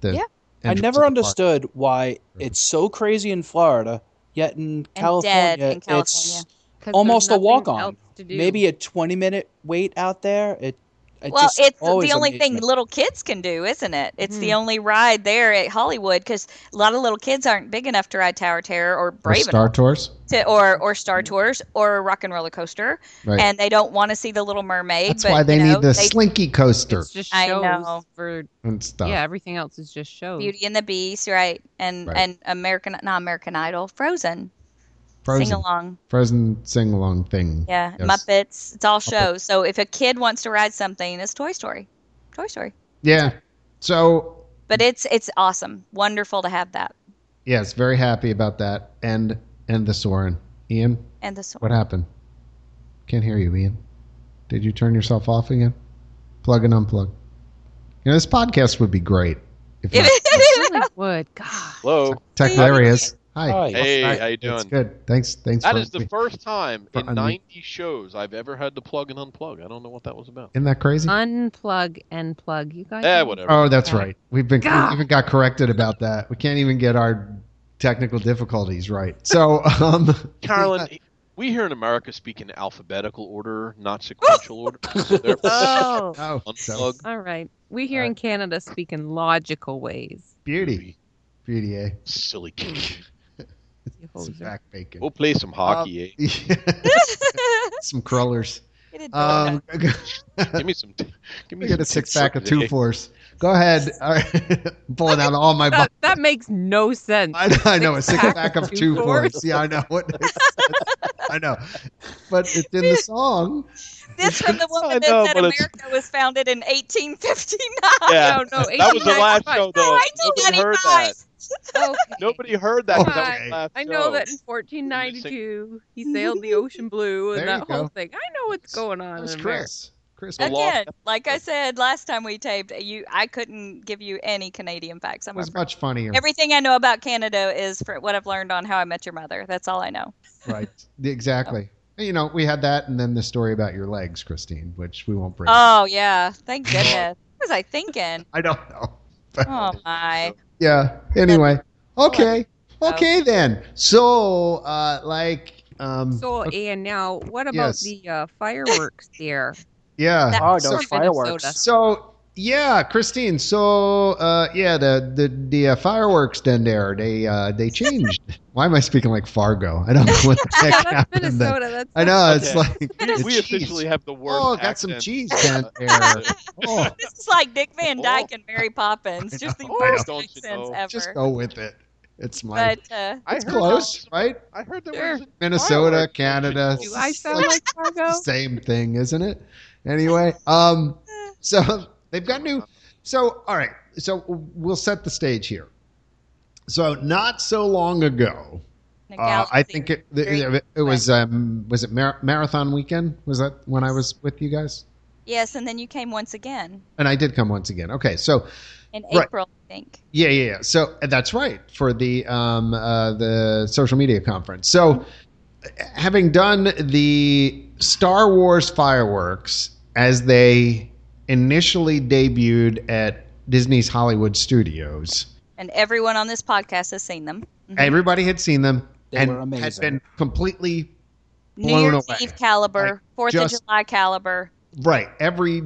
the.
Yeah.
I
entrance
never
of the park.
understood why it's so crazy in Florida, yet in California,
dead in
it's
California.
'Cause there's
Almost a
nothing
walk-on.
else to do.
maybe a 20 minute wait out there. It, it
well,
just
it's
always
the only
amazed
thing
me. Mm.
little kids can do, isn't it? It's the
Mhm.
only ride there at Hollywood because a lot of little kids aren't big enough to ride Tower Terror or
Or
brave
Star
enough
Tours,
to, or or Star Tours or Rock and Roller Coaster,
right?
and they don't want to see the Little Mermaid.
That's
but,
why they
you know,
need the
they-
slinky coaster
It's just
I
shows
know.
for
and stuff.
yeah. Everything else is just shows.
Beauty and the Beast, right? And
Right.
and American, not American Idol, Frozen, sing
Frozen,
along.
Frozen sing along thing.
Yeah,
Yes.
Muppets. It's all shows. So if a kid wants to ride something, it's Toy Story. Toy Story.
Yeah. So
But it's it's awesome. Wonderful to have that.
yes, very happy about that. And and the Soren. Ian,
And the Soren.
what happened? Can't hear you, Ian. Did you turn yourself off again? Plug and unplug. You know, this podcast would be great if not.
It really would. God.
Hello.
Tech, there he is. Hi.
Hi.
Hey, how you
That's
doing?
good. Thanks. Thanks
That
for
is the first time
for
in
unmute.
90 shows I've ever had to plug and unplug. I don't know what that was about.
Isn't that crazy?
Unplug and plug. You guys.
Eh,
are-
whatever.
Oh, that's
Yeah.
right. We've been
God.
we even got corrected about that. We can't even get our technical difficulties right. So, um,
Carolyn, we here in America speak in alphabetical order, not sequential order. So there-
Oh.
oh, so
Unplug.
All right. We here
All
in Canada speak in logical ways.
beauty, beauty, eh?
Silly kid.
You
Some
hoser.
back bacon.
We'll play some hockey, eh?
Oh. Some crullers.
Get it done.
Um,
eh? Give me some. Give me
we
some
got a six
tips
pack
for
of two
today.
fours. Go ahead. All right. Pulling out all my.
That,
bu-
that makes no sense.
I know, I know a six
Six-pack
pack
of
of two
two fours.
fours. Yeah, I know what. I know, but it's in the song.
this from the
I
woman that
know,
said
but it's-
America was founded in 1859.
Yeah.
No, no.
That was the last show, though.
I do
Nobody heard that.
95.
Oh, Okay.
Nobody heard that. 'cause that was
Okay.
the last
I know
show.
that in 1492 he sailed the ocean blue and
There you
that whole
go.
thing. I know what's going on.
That was
in America.
Chris. Chris.
The law-
Again, like I said last time we taped, you I couldn't give you any Canadian facts. I'm
was
afraid.
much funnier.
Everything I know about Canada is for what I've learned on How I Met Your Mother. That's all I know.
Right. Exactly. You know, we had that, and then the story about your legs, Christine, which we won't bring. up.
Oh yeah, thank goodness. what was I thinking?
I don't know. But,
Oh my.
Yeah. Anyway. Okay. Okay then. So, uh, like, um,
So,
okay,
and now what about
Yes.
the uh, fireworks there?
yeah.
That-
Oh,
So,
those
Minnesota.
fireworks.
so Yeah, Christine. So, uh, yeah, the the, the uh, fireworks then there they uh, they changed. Why am I speaking like Fargo? I don't know what the heck
That's
happened. then.
Minnesota. That's
I know
Okay.
it's like the
we
cheese.
officially have the worst.
Oh, got some
accent.
cheese down there. Oh,
This is like Dick Van
Oh.
Dyke and Mary Poppins, just the
know.
worst
Don't you
accents
know.
ever.
just go with it. It's my
but uh,
I
it's
heard
close,
that-
right?
I heard there
Sure.
was a
Minnesota,
fireworks
Canada.
festival.
Do I sound
It's
like Fargo?
the same thing, isn't it? Anyway, um, so they've got new. So all right, so we'll set the stage here. So not so long ago,
the
Uh, I
galaxy-
think it, it, it was um, was it mar- marathon weekend? Was that when I was with you guys?
yes, and then you came once again
And I did come once again. Okay, so
in
Right.
April, I think.
yeah, yeah, yeah. So uh, that's right for the um, uh, the social media conference. So having done the Star Wars fireworks as they initially debuted at Disney's Hollywood Studios.
And everyone on this podcast has seen them. Mhm.
Everybody had seen them
They
and
were
had
amazing.
been completely
New
blown
Year's
away.
Eve caliber,
Like,
Fourth
just-
of July caliber,
Right. Every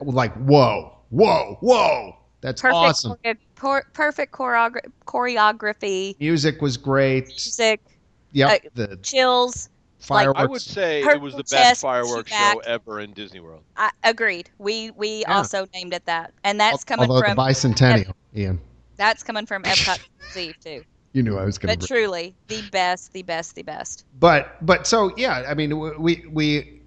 like, whoa, whoa, whoa. That's
perfect,
awesome.
choreo- por- perfect choreogra- choreography,
Music was great.
music,
Yep.
uh,
the
chills. like-
fireworks.
I would say
Her
it was the
chest,
best fireworks
she back.
show ever in Disney World.
I agreed. We we
Yeah.
also named it that, and that's coming
Although
from
the bicentennial, Ian,
that's coming from Epcot Z too.
you knew I was going
But
to.
truly, the best, the best, the best.
But but so yeah, I mean w- we we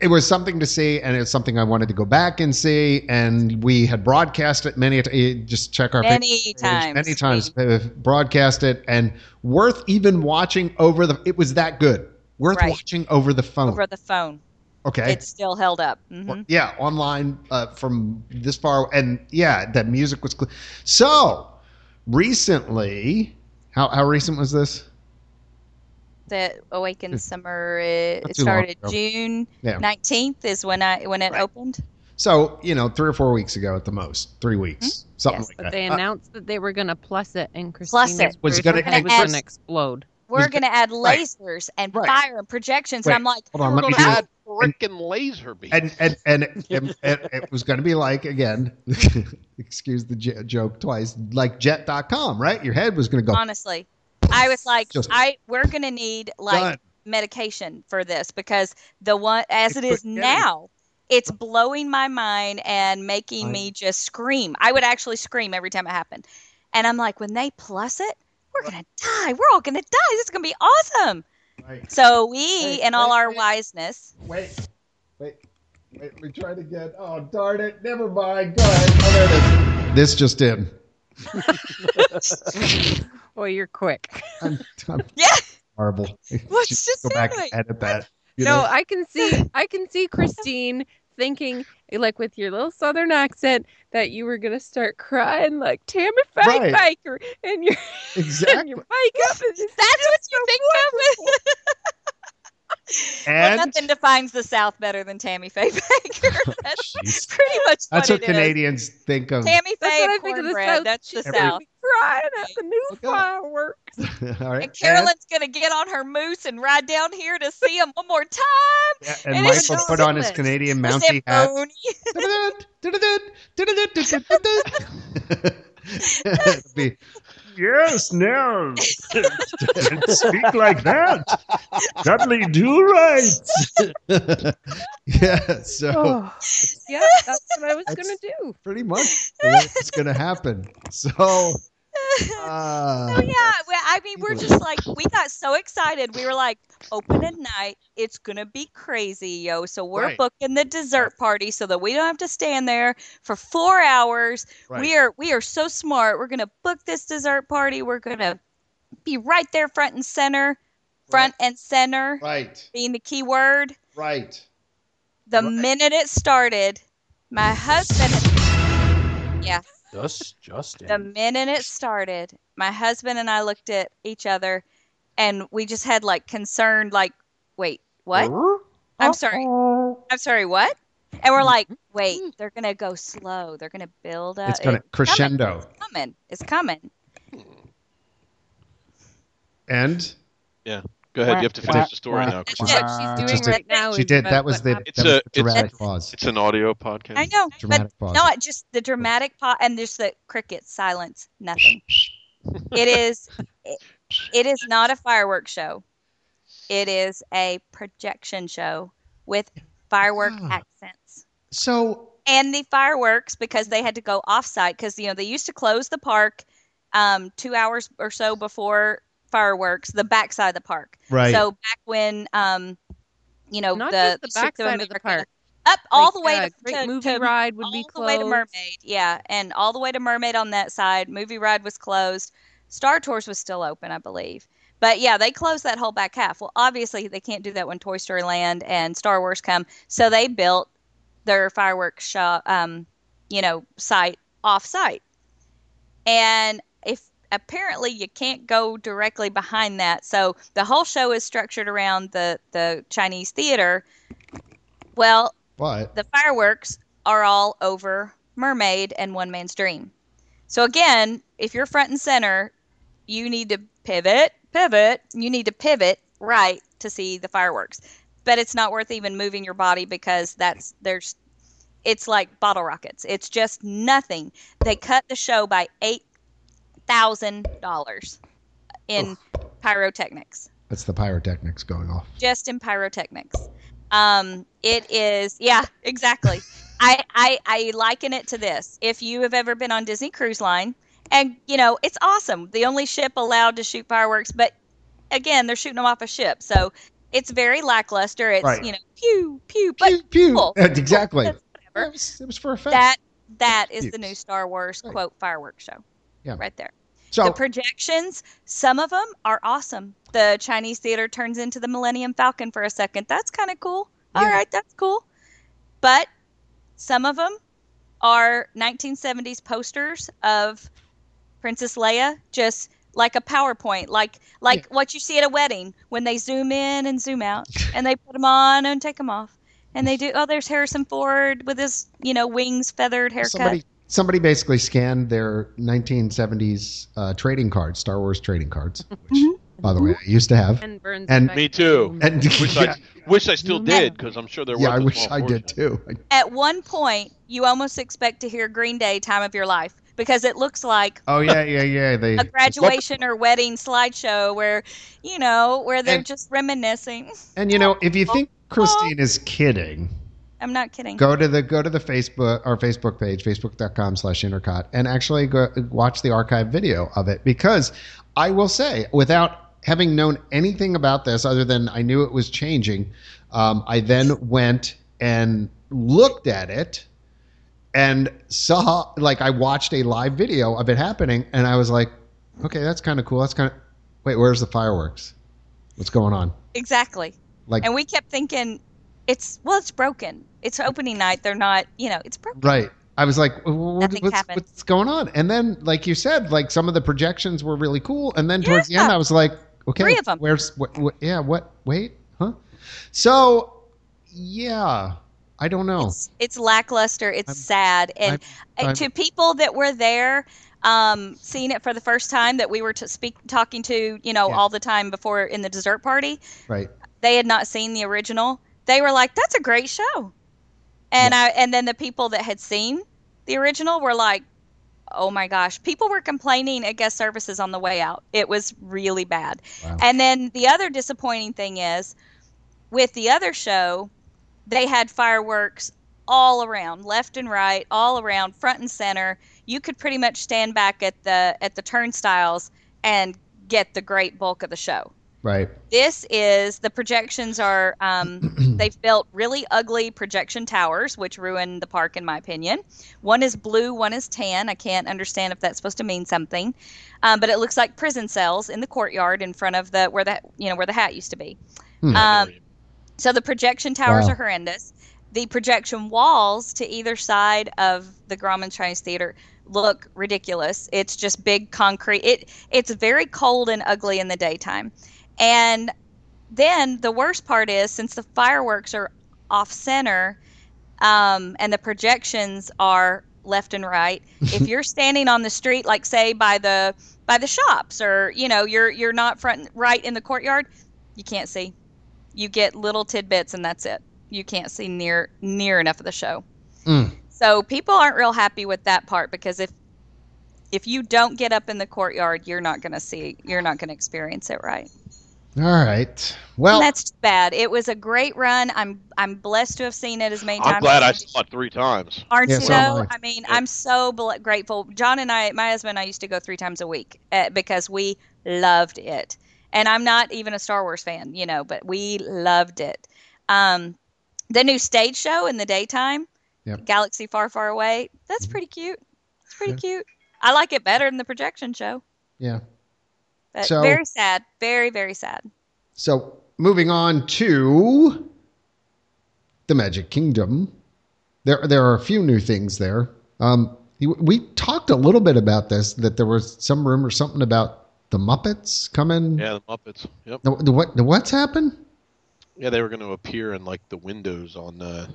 it was something to see, and it's something I wanted to go back and see, and we had broadcast it many. a t- Just check our Facebook
Many
page,
times,
many times have broadcast it, and worth even watching over the. It was that good. Worth
Right.
watching over the phone.
over the phone.
okay,
It's still held up. hmm
Or- yeah online uh, from this far and yeah that music was cl- so recently how, how recent was this
That Awaken Summer it,
Not too
it
long
started
ago.
June
Yeah.
nineteenth is when I when it
Right.
opened.
so you know three or four weeks ago at the most three weeks something
Mm-hmm. Yes,
like
But
that
they
Uh,
announced that they were going to plus it, and
Plus
Christina's
it.
Was
roof
gonna
was
ex-
gonna explode.
We're
Was-
gonna add
right.
lasers and
Right.
fire and projections. and
Wait,
I'm like,
hold on
We're
let me
gonna
do it
add frickin' laser beams.
and and and it, it, it, it was going to be like again excuse the j- joke twice like jet.com right your head was going to go
honestly, I was like,
Just-
I we're gonna need like
done.
medication for this because the one as
It
it is
couldn't get any.
now, it's blowing my mind and making
Right.
me just scream. I would actually scream every time it happened, and I'm like, when they plus it, we're gonna die. We're all gonna die. This is gonna be awesome.
Right.
So we,
Wait,
in all
wait,
our
wait.
wiseness,
Wait, wait, wait. We tried again. Oh, darn it. Never mind. Go ahead. Oh, there it is. This just in.
Boy, you're quick.
I'm, I'm
Yeah.
horrible.
Well, it's
Just
just
go back
in,
and
like,
edit that. you
no,
know?
I can see I can see Christine thinking like with your little southern accent that you were gonna start crying like Tammy Fike
Right.
Biker and your and
exactly.
your bike up and
that's what you think of it. well,
And
nothing defines the South better than Tammy Faye Baker. that's
Jeez.
pretty much
that's
what,
what
it is.
Canadians think of.
Tammy
that's
Faye
what I
and
think of the
cornbread.
South.
That's the
She's
Every-
gonna
South.
be crying at the new
Look out.
fireworks.
All right.
And Carolyn's gonna get on her moose and ride down here to see him one more time.
And, and
and it's
Michael put on his
ridiculous.
Canadian
Was
Mountie
it
hat.
Boone?
It'd be, yes, now speak like that. Dudley Do Right. yeah, so
Oh. yeah, that's what I was
That's-
gonna do.
pretty much that's going to happen. So, uh,
So Oh, yeah, well, I mean, we're just like we got so excited. We were like, open at night. It's gonna be crazy, yo. So we're
Right.
booking the dessert party so that we don't have to stand there for four hours.
Right.
We are we are so smart. We're gonna book this dessert party. We're gonna be right there, front and center, front and center
right,
being the key word.
right.
The
Right.
minute it started, my husband
Just, just.
The minute it started, my husband and I looked at each other and we just had like concerned, like, wait, what? I'm sorry. I'm sorry, what? And
Mm-hmm.
we're like, wait, they're going to go slow. They're going to build up.
It's going to crescendo.
It's coming. It's coming.
And
Go ahead. You have to
Wah,
finish
wah,
the story
wah.
now.
That's
Chris.
it.
What she's doing
Just-
right
Oh,
now.
She
is
did.
about
That was
what
the
happened.
It's
that was
a-
the
it's-
dramatic pause.
It's an audio podcast.
I know,
Dramatic
but
pause.
not just the dramatic pause and there's the cricket silence, nothing. it is it, it is not a fireworks show. It is a projection show with firework
Ah.
accents.
So
And the fireworks because they had to go offsite because you know they used to close the park um, two hours or so before fireworks, the backside of the park.
right.
So back when um, you know
Not
the
just the
Sixth
backside of
Amendment
the
were
park.
kinda up all
Like,
the way
uh,
to,
Great
to-
Movie
to
Ride would be
all the
closed.
way to Mermaid, yeah, and all the way to Mermaid on that side. Movie Ride was closed. Star Tours was still open, I believe. But yeah, they closed that whole back half. Well, obviously they can't do that when Toy Story Land and Star Wars come, so they built their fireworks shop, um, you know, site off site. And if apparently you can't go directly behind that, so the whole show is structured around the the Chinese theater. Well,
But
the fireworks are all over Mermaid and One Man's Dream. So again, if you're front and center, you need to pivot, pivot, you need to pivot right to see the fireworks. But it's not worth even moving your body because that's there's it's like bottle rockets. It's just nothing. They cut the show by eight thousand dollars in pyrotechnics
that's the pyrotechnics going off.
just in pyrotechnics. Um, it is, yeah, exactly. I, I I liken it to this. If you have ever been on Disney Cruise Line, and you know it's awesome, the only ship allowed to shoot fireworks, but again, they're shooting them off a ship, so it's very lackluster. It's
Right.
you know pew pew, but
pew, pew.
cool.
Exactly.
That's whatever.
It was, it was for effect.
that that is the
Cute.
new Star Wars
Right.
quote fireworks show.
Yeah.
Right there
so
the projections some of them are awesome the chinese theater turns into the millennium falcon for a second that's kind of cool all
Yeah.
right that's cool but some of them are 1970s posters of princess leia just like a powerpoint like like what you see at a wedding when they zoom in and zoom out and they put them on and take them off and they do oh there's harrison ford with his you know wings feathered haircut
somebody somebody basically scanned their 1970s uh, trading cards, Star Wars trading cards,
Mm-hmm.
which by the way I used to have.
And burns
And-
the
Me
back
too.
room.
And
Wish
yeah,
I wish I still
No.
did because I'm sure there was.
yeah, I wish I did too.
at one point you almost expect to hear green day time of your life because it looks like
Oh yeah, yeah, yeah. They
a graduation or wedding slideshow where you know where they're
And-
just reminiscing
And you know, if you think
Oh.
Christine is kidding,
i'm not kidding
go to the go to the Facebook our Facebook page, facebook.com slash intercot, and actually go watch the archive video of it. Because I will say, without having known anything about this other than I knew it was changing, um, I then went and looked at it and saw like I watched a live video of it happening and I was like, Okay, that's kinda cool. That's kinda wait, where's the fireworks? What's going on?
exactly
Like
and we kept thinking it's well it's broken it's opening night they're not you know it's broken
Right. I was like, "Wh- wh-
Nothing
what's,
happened.
what's going on? And then, like you said, like some of the projections were really cool. And then towards the end,
Yeah.
I was like, okay,
Three of 'em.
where's, wh- wh- yeah, what, wait, huh? So, yeah, I don't know.
it's, it's lackluster it's
I'm-
sad and
I'm-
uh, to people that were there um, seeing it for the first time that we were to speak talking to you know
Yeah.
all the time before in the dessert party
right.
they had not seen the original they were like that's a great show and i and then the people that had seen the original were like oh my gosh people were complaining at guest services on the way out it was really bad
Wow.
and then the other disappointing thing is with the other show they had fireworks all around left and right all around front and center you could pretty much stand back at the at the turnstiles and get the great bulk of the show
Right.
this is the projections are um, they've built really ugly projection towers which ruin the park in my opinion one is blue one is tan i can't understand if that's supposed to mean something um, but it looks like prison cells in the courtyard in front of the where the you know where the hat used to be
Hmm.
um, so the projection towers
Wow.
are horrendous. The projection walls to either side of the Grauman Chinese Theater look ridiculous. It's just big concrete. It it's very cold and ugly in the daytime. And then the worst part is since the fireworks are off center um, and the projections are left and right, if you're standing on the street, like say by the by the shops or you know you're you're not front right in the courtyard, You can't see. You get little tidbits and that's it. You can't see near near enough of the show.
Mm.
So people aren't real happy with that part because if if you don't get up in the courtyard, you're not going to see, you're not going to experience it right.
All right. Well,
And that's too bad. It was a great run. I'm I'm blessed to have seen it as many times.
I'm glad I
as
saw it three times.
Aren't
Yeah,
you
so am
though?
I.
I mean, I'm so bl- grateful. John and I, my husband and I used to go three times a week uh, because we loved it. And I'm not even a Star Wars fan, you know, but we loved it. Um, the new stage show in the daytime,
Yep. Mm-hmm.
Galaxy Far, Far Away, that's pretty cute. It's pretty cute. I like it better than the projection show.
yeah.
But
So-
very sad. Very, very sad.
So moving on to the Magic Kingdom, there there are a few new things there. Um, you- we talked a little bit about this that there was some rumor something about the Muppets coming.
Yeah, the Muppets. Yep.
The, the what? The what's happened?
Yeah, they were going to appear in like the windows on uh,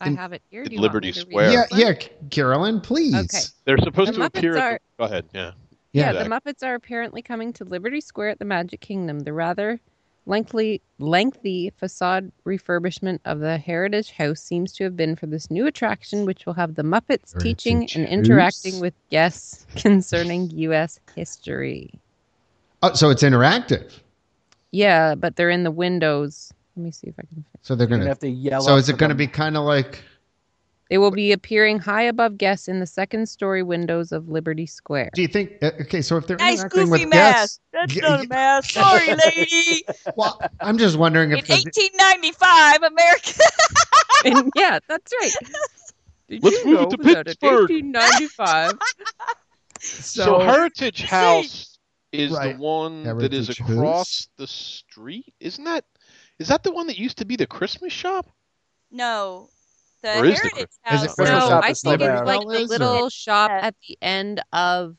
I have it here.
In
Do you want
Liberty
me to read
Square.
it?
Yeah, yeah, C- Carolyn, please.
Okay.
They're supposed
The
to
Muppets
appear.
are-
At the, go ahead. Yeah.
Yeah,
Yeah.
the Muppets are apparently coming to Liberty Square at the Magic Kingdom. The rather lengthy, lengthy facade refurbishment of the Heritage House seems to have been for this new attraction, which will have the Muppets
Heritage
teaching and
House?
interacting with guests concerning U.S. history.
Oh, so it's interactive.
Yeah, but they're in the windows. Let me see if I can.
So they're
You're gonna
gonna.
have to yell.
So
out
is it
for
gonna
them.
be kind of like?
They will be appearing high above guests in the second story windows of Liberty Square.
Do you think? uh, Okay, so if they're
Nice
interacting
goofy
with
mask.
guests,
That's
Yeah,
not
yeah.
a mask. Sorry, lady.
well, I'm just wondering
In
if the,
1895, America.
And yeah, that's right. Did you
Let's move
know
to
that in
Pittsburgh.
1895?
So,
so
Heritage House is
Right.
the one that is
Heritage House.
across the street. Isn't that? Is that the one that used to be the Christmas shop?
No. The
Or is the
Heritage
Is
House.
it Christmas
No,
shop
I
is still
think it's
there.
like
Well,
the
is
little shop
Yeah.
at the end of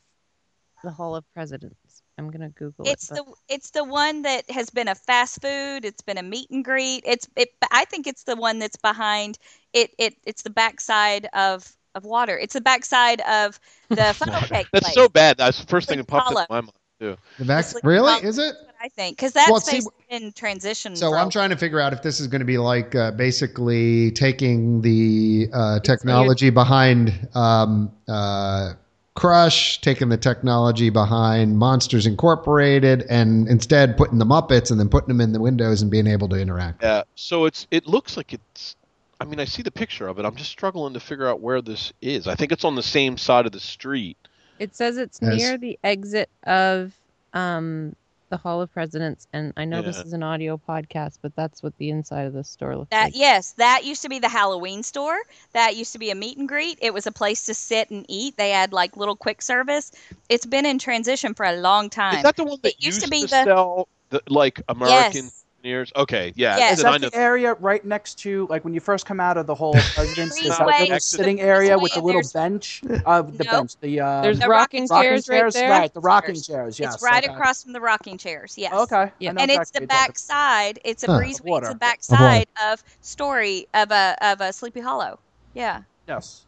the Hall of Presidents. I'm gonna Google
It's
it.
the it's the one that has been a fast food. It's been a meet and greet. It's it. I think it's the one that's behind it. It it's the backside of of water. It's the backside of the funnel cake
That's
place.
so bad. That's the first thing that popped
Hollow.
into my mind.
the vac-
Just like-
really is it?
That's what I think because that
Well, see,
space has been transitioned.
So
for a
I'm trying to figure out if this is going to be like uh, basically taking the uh, technology behind um, uh, Crush, taking the technology behind Monsters Incorporated, and instead putting the Muppets and then putting them in the windows and being able to interact.
Yeah. So it's it looks like it's. I mean, I see the picture of it. I'm just struggling to figure out where this is. I think it's on the same side of the street.
it says it's
Yes.
near the exit of um the Hall of Presidents, and I know this
Yeah.
is an audio podcast, but that's what the inside of the store looks
That
like.
yes, that used to be the Halloween store. That used to be a meet and greet. It was a place to sit and eat. They had like little quick service. It's been in transition for a long time.
Is that the one that
It used to be the-
sell the like American
yes.
souvenirs? Okay, yeah.
Yes.
Is
then I
that
know.
the area right next to, like when you first come out of the whole presidents? is that
Breezeway.
the little sitting area with the little bench? Uh, the
No.
bench, the uh,
There's
The
rocking,
rocking
chairs, right there.
Right, the rocking chairs. Yes,
it's right
okay.
across from the rocking chairs. Yes.
Okay, I
Yeah.
know
And it's the
exactly what you're talking
back side. It's a
Huh.
breezeway.
Water.
It's the
Of water.
backside of story of a of a Sleepy Hollow. Yeah.
about. Yes.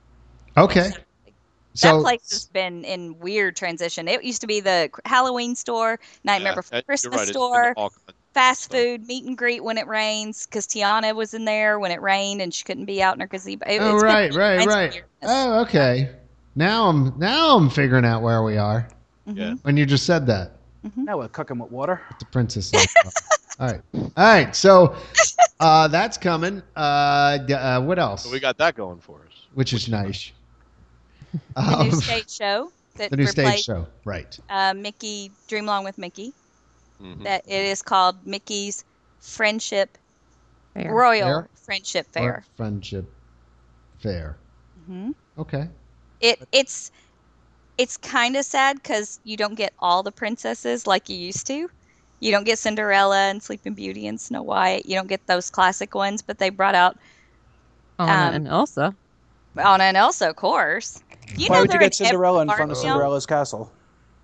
Okay.
that
So
place has been in weird transition. It used to be the Halloween store, Nightmare
Yeah, that-
Before
you're
Christmas
right, it's been
store,
all kinds of
fast
stuff.
food, meet and greet when it rains, because Tiana was in there when it rained and she couldn't be out in her gazebo. It,
oh
it's been
right,
all
right,
kinds of
right.
weirdness.
Oh okay. Now I'm now I'm figuring out where we are.
Mm-hmm.
Yeah.
When you just said that.
Now we're cooking with water.
the princess. and stuff. All right, all right. So uh, that's coming. Uh, d- uh, what else?
So we got that going for us.
which is nice.
The new
Um,
stage show that
the new stage
replaced
show, right?
Uh, Mickey Dreamlong with Mickey.
Mhm.
That it is called Mickey's Friendship
Fair.
Royal
Fair?
Friendship
Or
Fair.
friendship fair.
hmm
Okay.
It it's it's kind of sad because you don't get all the princesses like you used to. You don't get Cinderella and Sleeping Beauty and Snow White. You don't get those classic ones, but they brought out
Anna
Um,
Oh, and Elsa.
Anna and Elsa, of course. You
Why
know
would you
they're in
get Cinderella in
every
front of
park now
Cinderella's castle?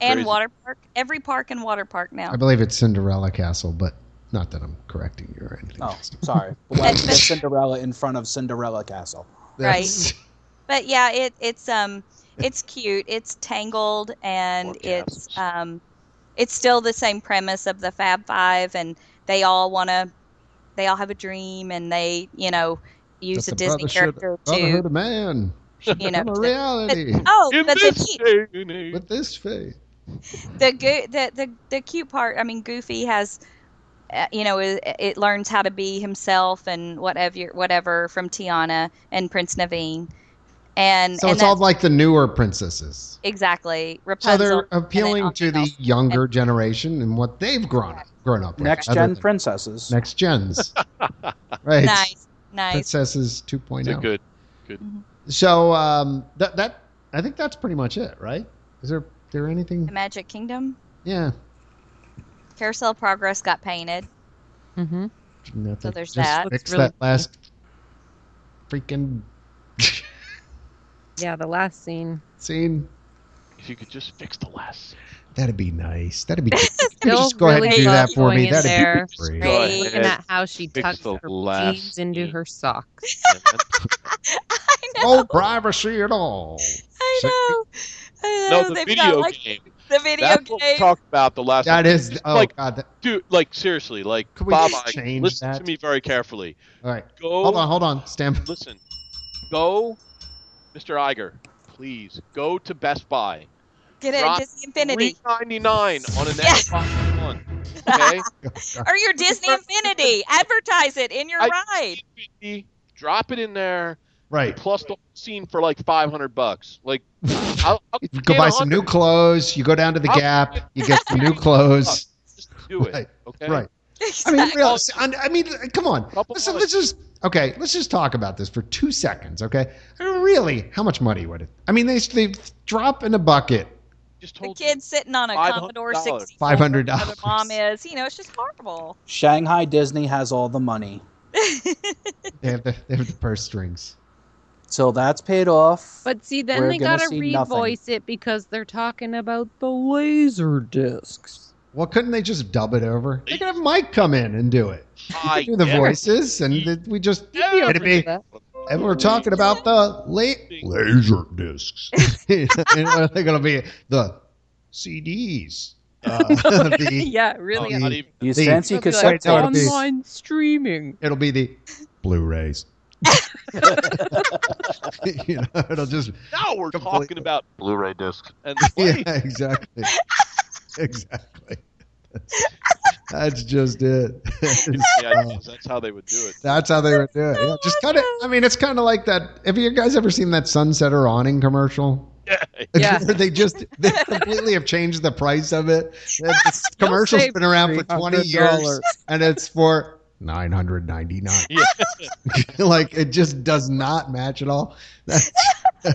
and
Crazy.
water park? Every park and water park now.
I believe it's Cinderella Castle, but not that I'm correcting you or anything.
Oh, sorry. But Why would you get Cinderella in front of Cinderella castle?
That's-
But yeah, it it's um it's cute. It's tangled and
Or
it's
castles.
um it's still the same premise of the Fab Five, and they all want to, they all have a dream, and they, you know, use
That's
a
the
Disney
brotherhood-
character
Brotherhood
to,
of man.
you know,
I'm a
to-
reality
but, oh,
In
but the
this
key,
day and age.
with this face.
the goo the, the the cute part. I mean, Goofy has, uh, you know, it, it learns how to be himself and whatever whatever from Tiana and Prince Naveen, and
So
and
it's all
that's
like the newer princesses.
exactly
So
Rapunzel.
they're
and then
appealing to
everything
the
else.
younger generation and what they've grown up, grown up with.
Next
other
gen
than-
princesses.
next gens, right?
nice, nice.
Princesses
They're
2.0.
good.
So um, that that I think that's pretty much it, right? Is there there
The
anything?
Magic Kingdom.
Yeah.
Carousel of Progress got painted.
Mm-hmm.
Nothing.
So there's
Just
that.
Fix
Looks really
that last freaking
Yeah, the last scene.
scene.
If you could just fix the last scene.
That'd be nice. That'd be. Good.
Still
just go ahead and
really
do that
love
for me.
going in
That'd
there.
be great.
Great.
Go
Looking
Looking
ahead.
at how she
Fix
tucks
the
her
last
jeans into
scene.
her socks.
I know.
No privacy at all.
I
Sick.
know. I know.
no, the
they
video
felt like
game.
the video
That's what we
game.
talked about the last
That
time.
is. Oh
like-
God. That,
Dude, like seriously, like
Could we
Bob,
just
I-
change
listen
that?
to me very carefully.
all right.
Go
Hold on. Hold on. Stand.
listen, go, Mr. Iger, please go to Best Buy.
Get it at
Drop
Disney Infinity.
Three ninety nine on an
Yeah.
Xbox One. Okay,
or your Disney Infinity. Advertise it in your
I-
ride.
50, drop it in there.
Right.
Plus the whole scene for like five hundred bucks. Like, I'll, I'll
You go buy some new clothes. You go down to the
I'll-
Gap. You get some new clothes.
Just do it.
Right,
Okay.
Right. I mean,
Exactly.
real, I mean, come on.
Couple
Listen, let's
bullets.
just okay. Let's just talk about this for two seconds, okay? I mean, really, how much money would it? I mean, they they drop in a bucket
Just
The
told you.
kid's sitting on a
$500.
Commodore 64.
five hundred dollars.
The mom is. You know, it's just horrible.
Shanghai Disney has all the money.
They have the they have the purse strings.
So that's paid off.
But see, then
We're
they
gonna
gotta
see nothing.
revoice it because they're talking about the laser discs.
Well, couldn't they just dub it over? They could have Mike come in and do it.
I
Do the
guess.
voices, and th- we just
You'd be open
It'd be-
to that.
and we're talking about the late laser discs. you know, are they going to be the CDs? Uh, the,
yeah, really.
Oh,
Not even-
you
the-
fancy
It'll be
cassette
like
no, it'll
tapes.
be-
online streaming.
It'll be the Blu-rays. you know, it'll just
Now we're
Completely.
talking about Blu-ray disc and
yeah, exactly, exactly. That's just it.
Yeah, that's how they would do it.
That's how they would do it. Yeah, just kind of. I mean, it's kind of like that. Have you guys ever seen that sunsetter awning commercial?
Yeah.
Yeah.
they just they completely have changed the price of it. This commercial's
save
been around for twenty years,
$300.
and it's for nine hundred ninety nine.
Yeah.
like it just does not match at all. That's,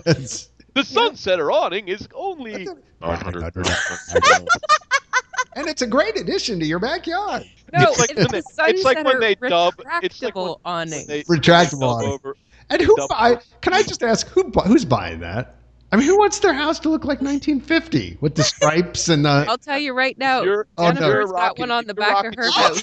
that's
The sunsetter awning is only
and it's a great addition to your backyard.
No,
It's like when they-
the
it's like when
sunsetter
they dub- it's like when-
retractable awning.
They-
Retractable
they
awning.
dub over-
And who
Double.
buy? Can I just ask who bu- who's buying that? I mean, who wants their house to look like 1950 with the stripes and the?
I'll tell you right now.
You're-
Oh, no.
Jennifer's
You're
got
rocking-
one on the
you're
back of
rocking
her
shit.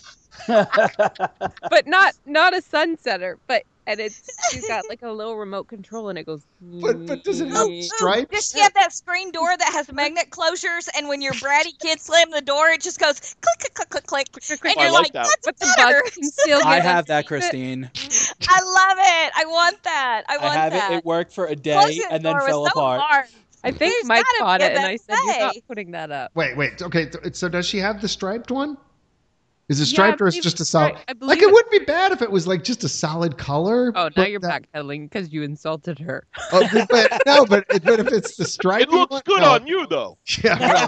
house, but not not a sunsetter. But and it's she's got like a little remote control, and it goes.
But but does it have
Does
stripes?
she have that screen door that has magnet closures? And when your bratty kid slam the door, it just goes click, click, click, click, click. And
I
you're
like
like,
that.
But
that's
the
better.
bugs can still
I
get
have that,
underneath it.
Christine.
I love it. I want that. I
I
want
have
that.
it. It worked for a day
Closing
and then
door was
fell
so
apart.
hard.
I think
There's
Mike
gotta
caught
be a
it, and
better
I said, "You're not
way."
putting that up."
Wait wait okay. th- So does she have the striped one? Is it
Yeah, I
striped or it's
believe
just a
it's
solid?
striped. I
Like
believe
it
it's-
wouldn't be bad if it was like just a solid color.
Oh, now
but
you're
that-
backpedaling because you insulted her.
oh, but- but, no, but, but if it's the striped,
It looks good on you though.
Yeah.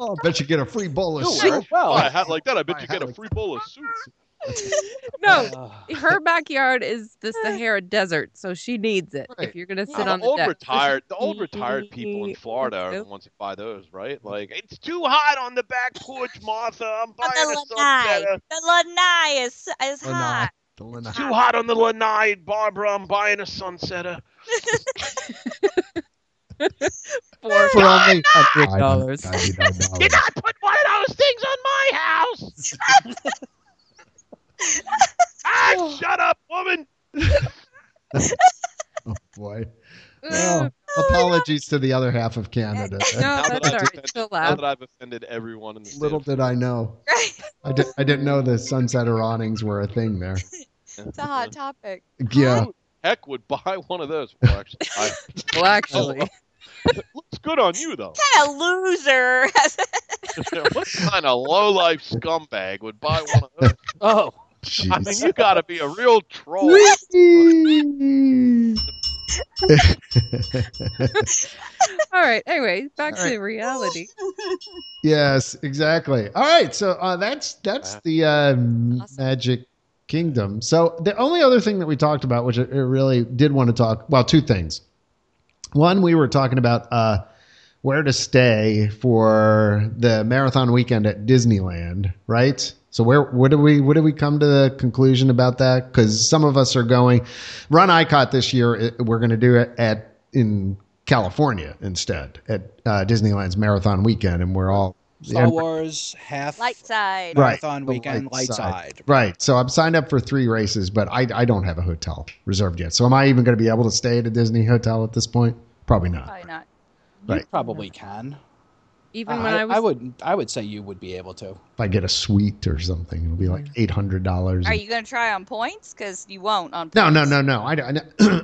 oh, I bet you get a free bowl of
You
soup.
wear
well.
Oh, a hat like that, I
Buy
bet
a
you
hat
get a
like
free bowl of soup.
No,
Ugh.
her backyard is the Sahara Desert, so she needs it.
Right.
If you're gonna sit
Yeah,
on
the
the
old
deck, Mm-hmm.
retired, the old retired people in
eat
Florida are the
soup.
ones that buy those, right? Like it's too hot on the back porch, Martha. I'm
But
buying a
the lanai,
sunsetter.
the lanai is is
Lanai.
hot.
The Lanai.
It's too hot on the lanai, Barbara. I'm buying a sunsetter.
for
For only
$100.
Did not put one of those things on my house. ah, shut up, woman.
Oh boy.
Ugh. Oh,
Well, apologies to the other half of Canada.
No,
Now that
that's
I've
all right.
offended
She'll
Now
collab.
that I've offended everyone in the
Little
state.
did I know.
Right.
I, di- I didn't know the sunset awnings were a thing there.
It's a hot topic.
Yeah.
Heck would buy one of those. Well, actually, I,
Well, actually,
looks good on you though.
Kind of loser.
what kind of low-life scumbag would buy one of those?
Oh,
I mean,
Jeez.
you got to be a real troll.
all right. Anyway, back
All right.
to reality.
yes, exactly. All right, so uh, that's that's the uh, Magic Kingdom. So the only other thing that we talked about, which I I really did want to talk, well, two things. One, we were talking about uh, where to stay for the marathon weekend at Disneyland, right? So where what did we what did we come to the conclusion about that? Because some of us are going Run ICOT this year. it- We're going to do it at in California instead at uh, Disneyland's Marathon Weekend, and we're all
Star
and-
Wars half
Light side.
Right.
marathon
the
weekend,
light
light,
side.
side.
Right. So I'm signed up for three races, but I, I don't have a hotel reserved yet. So am I even going to be able to stay at a Disney hotel at this point? Probably not.
Probably not.
Right.
You probably can.
Even
I,
when I was
I would, I would say you would be able to.
If I get a suite or something, it'll be like eight hundred dollars.
Mm-hmm. Are you going to try on points? Because you won't on points.
No, no, no, no. I, I,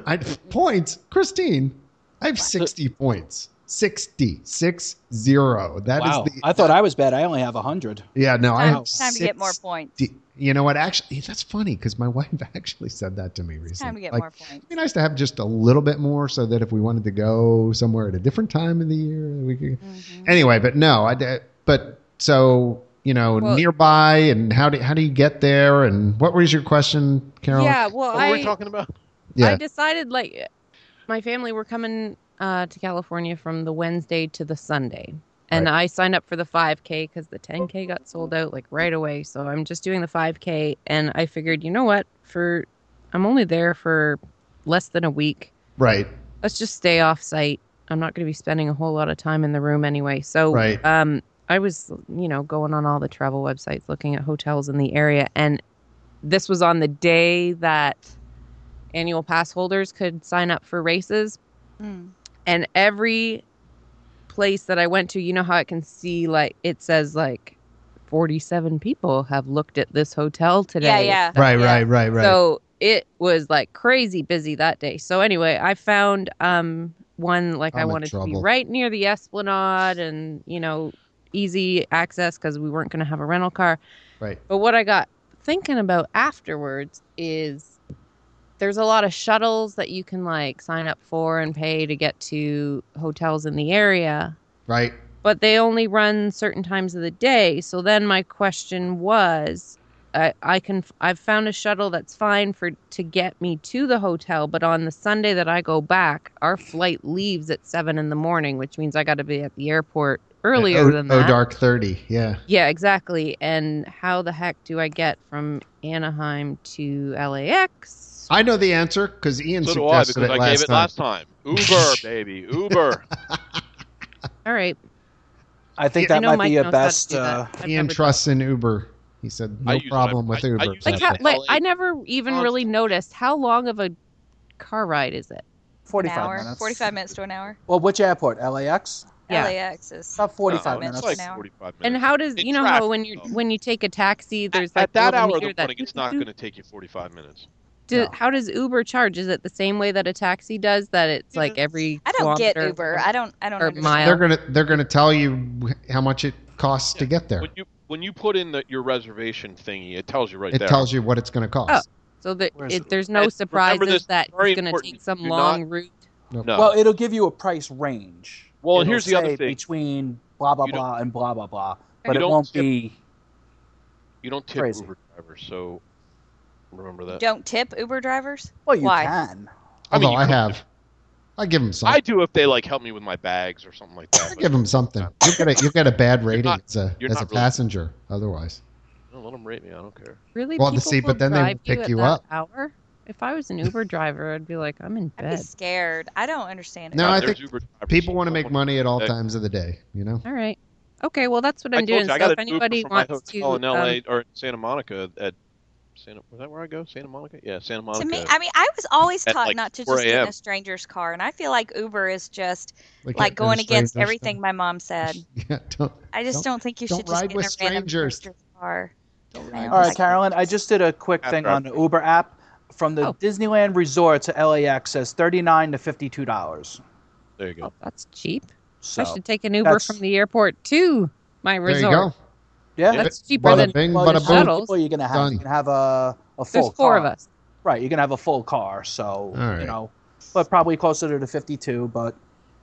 I points, Christine. I have sixty points. 60, six zero. That is
wow,
the.
I thought I was bad. I only have hundred.
yeah, no, I
Time,
have
time to get more points.
60 You know what? Actually, that's funny because my wife actually said that to me recently.
Time to get
Like,
more points.
It'd be nice to have just a little bit more so that if we wanted to go somewhere at a different time of the year, we could.
Mhm.
Anyway, but no, I, d- but so, you know,
Well-
nearby and how do, how do you get there? And what was your question, Carol?
yeah. Well,
What were we
I
talking about?
Yeah.
I decided like my family were coming uh, to California from the Wednesday to the Sunday. And I signed up for the 5K because the 10K got sold out like right away. So I'm just doing the 5K. And I figured, you know what? For I'm only there for less than a week.
Right.
Let's just stay off site. I'm not going to be spending a whole lot of time in the room anyway. So
Right.
um, I was, you know, going on all the travel websites, looking at hotels in the area, and this was on the day that annual pass holders could sign up for races.
Mm.
And every place that I went to, you know how it can see like it says like 47 people have looked at this hotel today.
Yeah, yeah.
Right,
Yeah.
right, right, right.
So it was like crazy busy that day. So anyway, I found um one like i
I'm in
wanted to be
trouble.
right near the Esplanade and you know easy access because we weren't going to have a rental car.
right.
But what I got thinking about afterwards is there's a lot of shuttles that you can like sign up for and pay to get to hotels in the area
Right.
but they only run certain times of the day. So then my question was, I, I can I've found a shuttle that's fine for to get me to the hotel, but on the Sunday that I go back, our flight leaves at seven in the morning, which means I got to be at the airport earlier
oh,
than that.
Oh, dark 30. Yeah.
Yeah, exactly. And how the heck do I get from Anaheim to LAX?
I know the answer because Ian
So do I
suggested
because
it,
I
last
gave it
time.
last time. Uber, baby, Uber.
All right,
I think
Yeah,
I
that
know
might
Mike
be a
knows how to
best.
do that.
Uh,
I've never
Ian
done it.
trusts in Uber. He said
I
no
use it.
problem
I-
with
I
Uber.
use
Like
that
how?
thing.
Like
LA
I never even
constant.
really noticed how long of a car ride is it?
An
Forty-five
hour.
minutes.
45 minutes to an hour.
Well, which airport? LAX.
Yeah.
LAX is.
About forty-five
No,
minutes.
It's like
an hour.
45 minutes.
And how does
In
you know
traffic,
how when you
though.
when you take a taxi, there's
at,
like
at that
little
hour of
meter
the
that
morning, it's not going to take you 45 minutes.
do,
No.
how does Uber charge? Is it the same way that a taxi does? That it's
Yeah.
like every
I don't get
kilometer?
Uber. I don't. I don't
or
understand.
they're
Well-
gonna they're gonna tell you how much it costs to get there.
When you when you put in the, your reservation thingy, it tells you right
it
there.
tells you what it's gonna
Oh.
cost.
So that
Where's
it,
it?
there's no
And remember this,
surprises that
very
it's going to
important,
take some
do
long route.
no.
Well, it'll give you a price range.
Well, and
It'll
here's the other
say
thing.
Between blah blah
You don't-
blah and blah blah blah,
You
but it
don't
won't
tip-
be.
You don't tip
Crazy.
Uber drivers, so remember that.
Don't tip Uber drivers.
Well, you
Why?
can.
I mean,
Although
you
I,
could-
have, I give them
I
something.
do if they like help me with my bags or something like that.
I
but
give them something. You get a you get a bad rating
not-
as a
you're
as a
not really-
passenger. Otherwise,
no, let them rate me. I don't care.
Really,
Well, to
people
see, but
will
then they
drive
will pick
at
you
that
up.
Hour? If I was an Uber driver, I'd be like, I'm in
I'd be
bed.
scared. I don't understand.
No,
it.
God,
I
there's
think
Uber drivers.
people want to
I
make
wanna-
money at all
Hey.
times of the day. You know.
All right. Okay. Well, that's what
I
I'm
told
doing.
you,
so
I got
if
an Uber
anybody
from my
wants to,
hotel in
um,
L.A. or Santa Monica at Santa, was that where I go? Santa Monica? Yeah, Santa
To
Monica.
me, I mean, I was always
At,
taught
like,
not to
4
just get in
a.m..
a stranger's car, and I feel like Uber is just
Like,
like
uh,
going against
stranger's
everything
stuff.
my mom said.
Yeah, don't,
I just
Don't-
don't, think you
don't
should just
ride
get
with
in a random
strangers.
stranger's car. I don't
All right,
like that.
Carolyn, I just did a quick
That's
thing
right.
on the Uber app. From the
Oh.
Disneyland Resort to LAX says thirty-nine to fifty-two dollars.
there you go.
Oh, that's cheap.
So
I should take an Uber
that's-
from the airport to my
there
resort.
you go.
yeah,
That's cheaper
Bada
than
bing,
well,
bada
there's
boom.
a
how many
Shuttles.
people you're gonna have.
Done.
You can have a, a full
there's four
car.
of us.
Right, you can have a full car. So
All right.
you know, but probably closer to fifty-two. But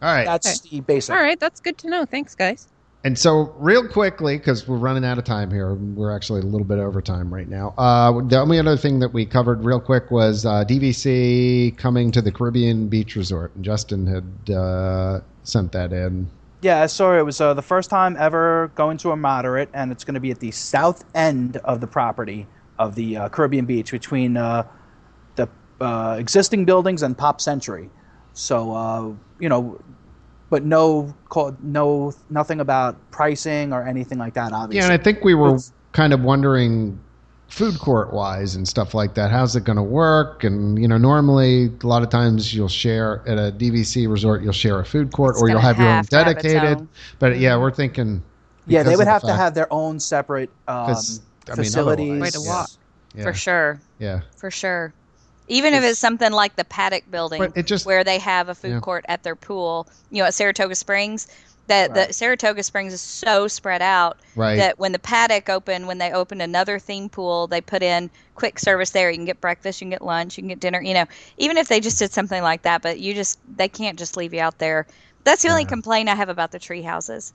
All right.
that's the basic.
All right, that's good to know. Thanks, guys.
And so, real quickly, because we're running out of time here, we're actually a little bit over time right now. Uh, the only other thing that we covered real quick was uh, DVC coming to the Caribbean Beach Resort. And Justin had uh, sent that in.
Yeah, I saw it was uh, the first time ever going to a moderate, and it's going to be at the south end of the property of the uh, Caribbean beach between uh, the uh, existing buildings and Pop Century. So uh, you know, but no, call, no, nothing about pricing or anything like that. Obviously,
Yeah, and I think we were
It's-
kind of wondering food court wise and stuff like that. How's it going to work? And you know, normally a lot of times you'll share at a DVC resort, you'll share a food court
It's
or you'll
gonna
have your own
have to have its
dedicated.
own. Mm-hmm.
But yeah, we're thinking.
yeah,
because
they
of
would
the
have to
fact-
have their own separate um,
'Cause, I mean,
facilities.
otherwise,
Way to
yeah,
walk.
Yeah,
For sure.
Yeah.
For sure. Even if it's something like the Paddock building
But it just-
where they have a food
Yeah.
court at their pool, you know, at Saratoga Springs, that the Saratoga Springs is so spread out
Right.
that when the Paddock opened, when they opened another theme pool, they put in quick service there. You can get breakfast, you can get lunch, you can get dinner, you know, even if they just did something like that, but you just they can't just leave you out there. That's the only
Yeah.
complaint I have about the tree houses.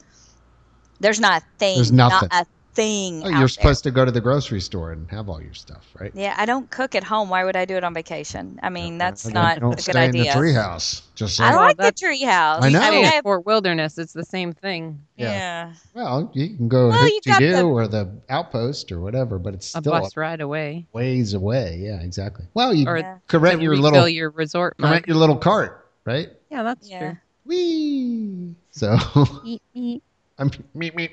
There's not a thing.
There's nothing.
Not a thing.
Oh,
out
you're
there.
supposed to go to the grocery store and have all your stuff, right?
Yeah, I don't cook at home. Why would I do it on vacation? I mean, that's
Okay.
not
Don't
a
stay
good idea.
in the treehouse. Just
I
like,
Well,
like the
that's-
treehouse.
I know.
I mean, I have-
Fort Wilderness, it's the same thing.
yeah.
yeah.
well, you can go
Well,
to
you
to
got
do
the-
or the outpost or whatever, but it's
A
still
bus ride away.
ways away. Yeah, exactly. Well, you
Or
Yeah.
could rent
to
your
refill
little
your resort
could
mug.
rent your little cart, right?
Yeah, that's
Yeah.
true.
Wee. So I'm meep meep.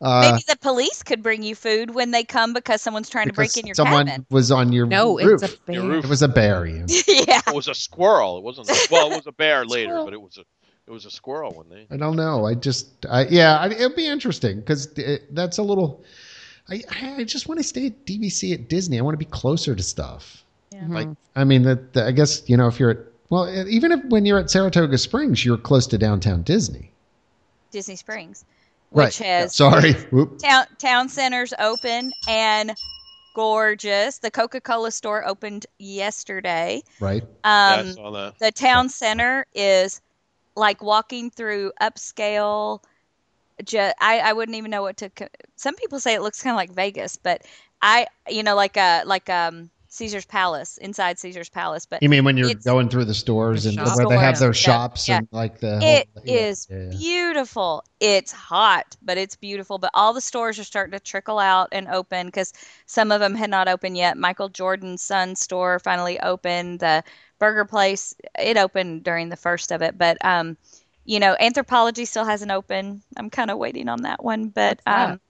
Uh,
Maybe the police could bring you food when they come because someone's trying to break
because
in your
someone
cabin.
was on your
No,
roof.
it's a
Your
bear.
roof.
it was a bear. Ian.
yeah.
It was a squirrel. It wasn't. A, well, it was a bear later,
Squirrel.
but it was a it was a squirrel when they.
I don't know. I just, I, yeah, I, it'll be interesting because that's a little. I, I I just want to stay at DVC at Disney. I want to be closer to stuff.
Mhm.
Like, I mean, that that- I guess you know if you're at well, e, even if when you're at Saratoga Springs, you're close to downtown Disney.
Disney Springs,
Right.
which has
Sorry, Whoop.
town town centers open and gorgeous. The Coca Cola store opened yesterday.
right?
Um,
yeah, I saw that.
the town center is like walking through upscale ju- I, I wouldn't even know what to co- some people say it looks kind of like vegas but i you know like a like um caesar's palace inside caesar's palace but
You mean when you're
It's-
going through the stores
The
and
shop
where they have their
stores and stuff,
shops and like the
It
whole, yeah,
is
yeah, yeah.
beautiful. It's hot, but it's beautiful. But all the stores are starting to trickle out and open because some of them had not opened yet. Michael Jordan's son's store finally opened. The burger place it opened during the first of it, but um, you know, anthropology still hasn't opened. I'm kind of waiting on that one, but
What's that?
um,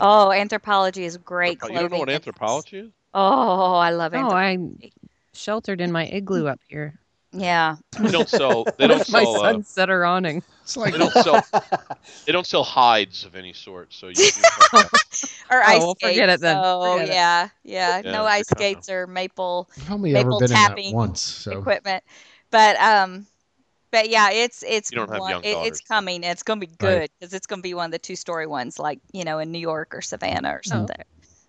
oh, anthropology is great.
Oh, You don't know
clothing
what
and-
anthropology is?
Oh, I love
No,
anthropology.
I'm sheltered in my igloo up here.
yeah,
They don't sell. They don't
With my
sell. Uh,
sunset or awning.
It's like
they don't sell. They don't sell hides of any sort. So you. you can't-
or
Oh,
ice
well,
skates.
forget it then.
Oh,
Forget it.
yeah, yeah,
Yeah,
No
they're
ice
kinda-
skates or maple.
I've only ever
maple
been in that
tapping
once. So
equipment. But um, but yeah, it's it's
You don't have
one-
young
it-
daughters.
it's coming. It's gonna be
Right.
good because it's gonna be one of the two story ones, like you know, in New York or Savannah
Oh.
or something.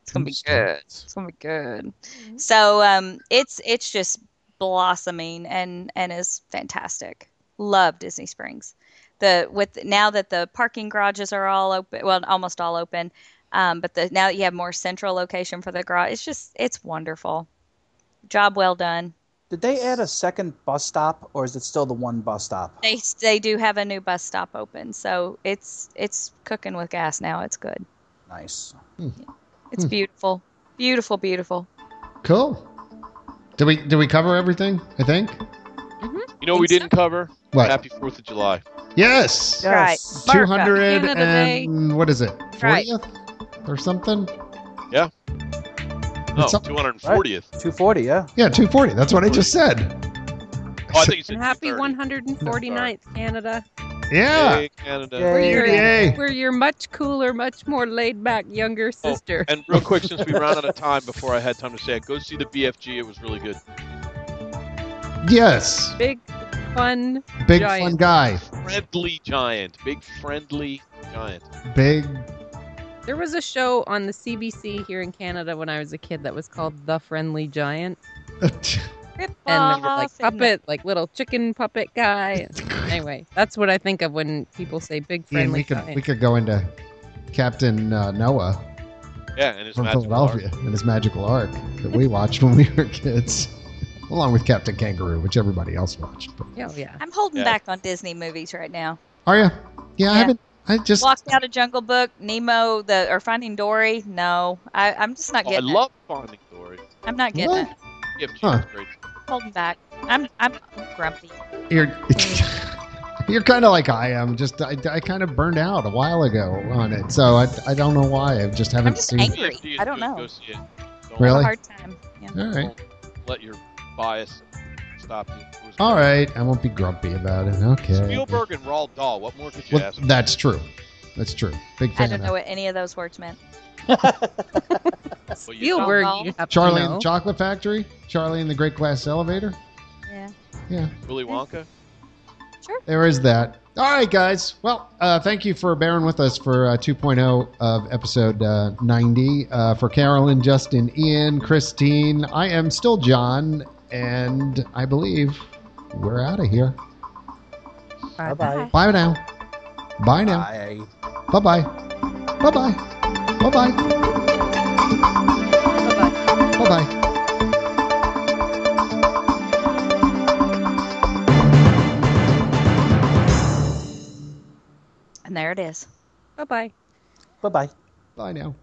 It's gonna be good. It's gonna be good. So um, it's it's just blossoming and and is fantastic. Love Disney Springs. The with now that the parking garages are all open, well, almost all open. Um, but the now that you have more central location for the garage, it's just it's wonderful. Job well done.
Did they add a second bus stop, or is it still the one bus stop?
They they do have a new bus stop open, so it's it's cooking with gas now. It's good.
Nice.
It's beautiful, beautiful, beautiful.
cool. Did we did we cover everything? I think.
You know what we
Think so?
didn't cover.
What?
Happy Fourth of July.
Yes.
Right.
Yes.
Mark
Two
up.
hundred
End of the day.
and what is it?
Right.
Fortieth or something?
Yeah. Oh,
It's up-
240th.
240, yeah.
Yeah, 240. That's what I just said.
Oh, I think you said
Happy
230.
149th, Canada.
Yeah.
Yay, Canada.
Yeah.
We're your,
Yay.
we're your much cooler, much more laid back younger sister.
And real quick, since we ran out of time before I had time to say it, go see the BFG. It was really good.
Yes.
Big, fun.
Big
Giant.
fun guy.
Friendly giant. Big friendly giant.
Big.
There was a show on the CBC here in Canada when I was a kid that was called The Friendly Giant.
Rip
And there were like
off and-
puppet, like little chicken puppet guy. anyway, that's what I think of when people say big
Ian,
friendly
we could
giant.
we could go into Captain uh, Noah
Yeah, and it's
from
magical.
Philadelphia and his magical arc that we watched when we were kids, along with Captain Kangaroo, which everybody else watched.
Oh, yeah.
I'm holding
Yeah.
back on Disney movies right now.
Are you? Yeah, I
Yeah.
haven't. I just
Walked out of Jungle Book, Nemo, the or Finding Dory. No, I, I'm just not
Oh, I
getting
love Finding Dory.
it. I'm not getting
What?
it.
BFG
Huh.
is great.
Holding back. I'm I'm grumpy.
you're you're kind of like I am. Just I, I kind of burned out a while ago on it, so I, I don't know why. I just haven't
just
seen.
angry.
BFG is
I don't
good.
know.
Go see it. Don't
I have
Really?
a hard time. Yeah.
All right.
let your bias stop you. It was
All
great.
right, I won't be grumpy about it. Okay.
Spielberg and Roald Dahl. What more could you
Well,
ask?
that's true. That's true. Big
I
fan
don't
of
know
that.
what any of those words meant.
Well, you
Spielberg,
don't know.
you have
Charlie
to
and
know.
the Chocolate Factory. Charlie and the Great Glass Elevator.
Yeah.
Yeah.
don't- Willy Wonka.
There is that. All right, guys. Well, uh, thank you for bearing with us for uh, 2.0 of episode uh, 90. Uh, for Carolyn, Justin, Ian, Christine, I am still John, and I believe we're out of here.
Bye
Bye.
bye.
Bye now. Bye now.
Bye.
Bye bye. Bye bye. Bye bye.
Bye-bye.
Bye bye.
And there it is.
Bye-bye.
Bye bye.
Bye now.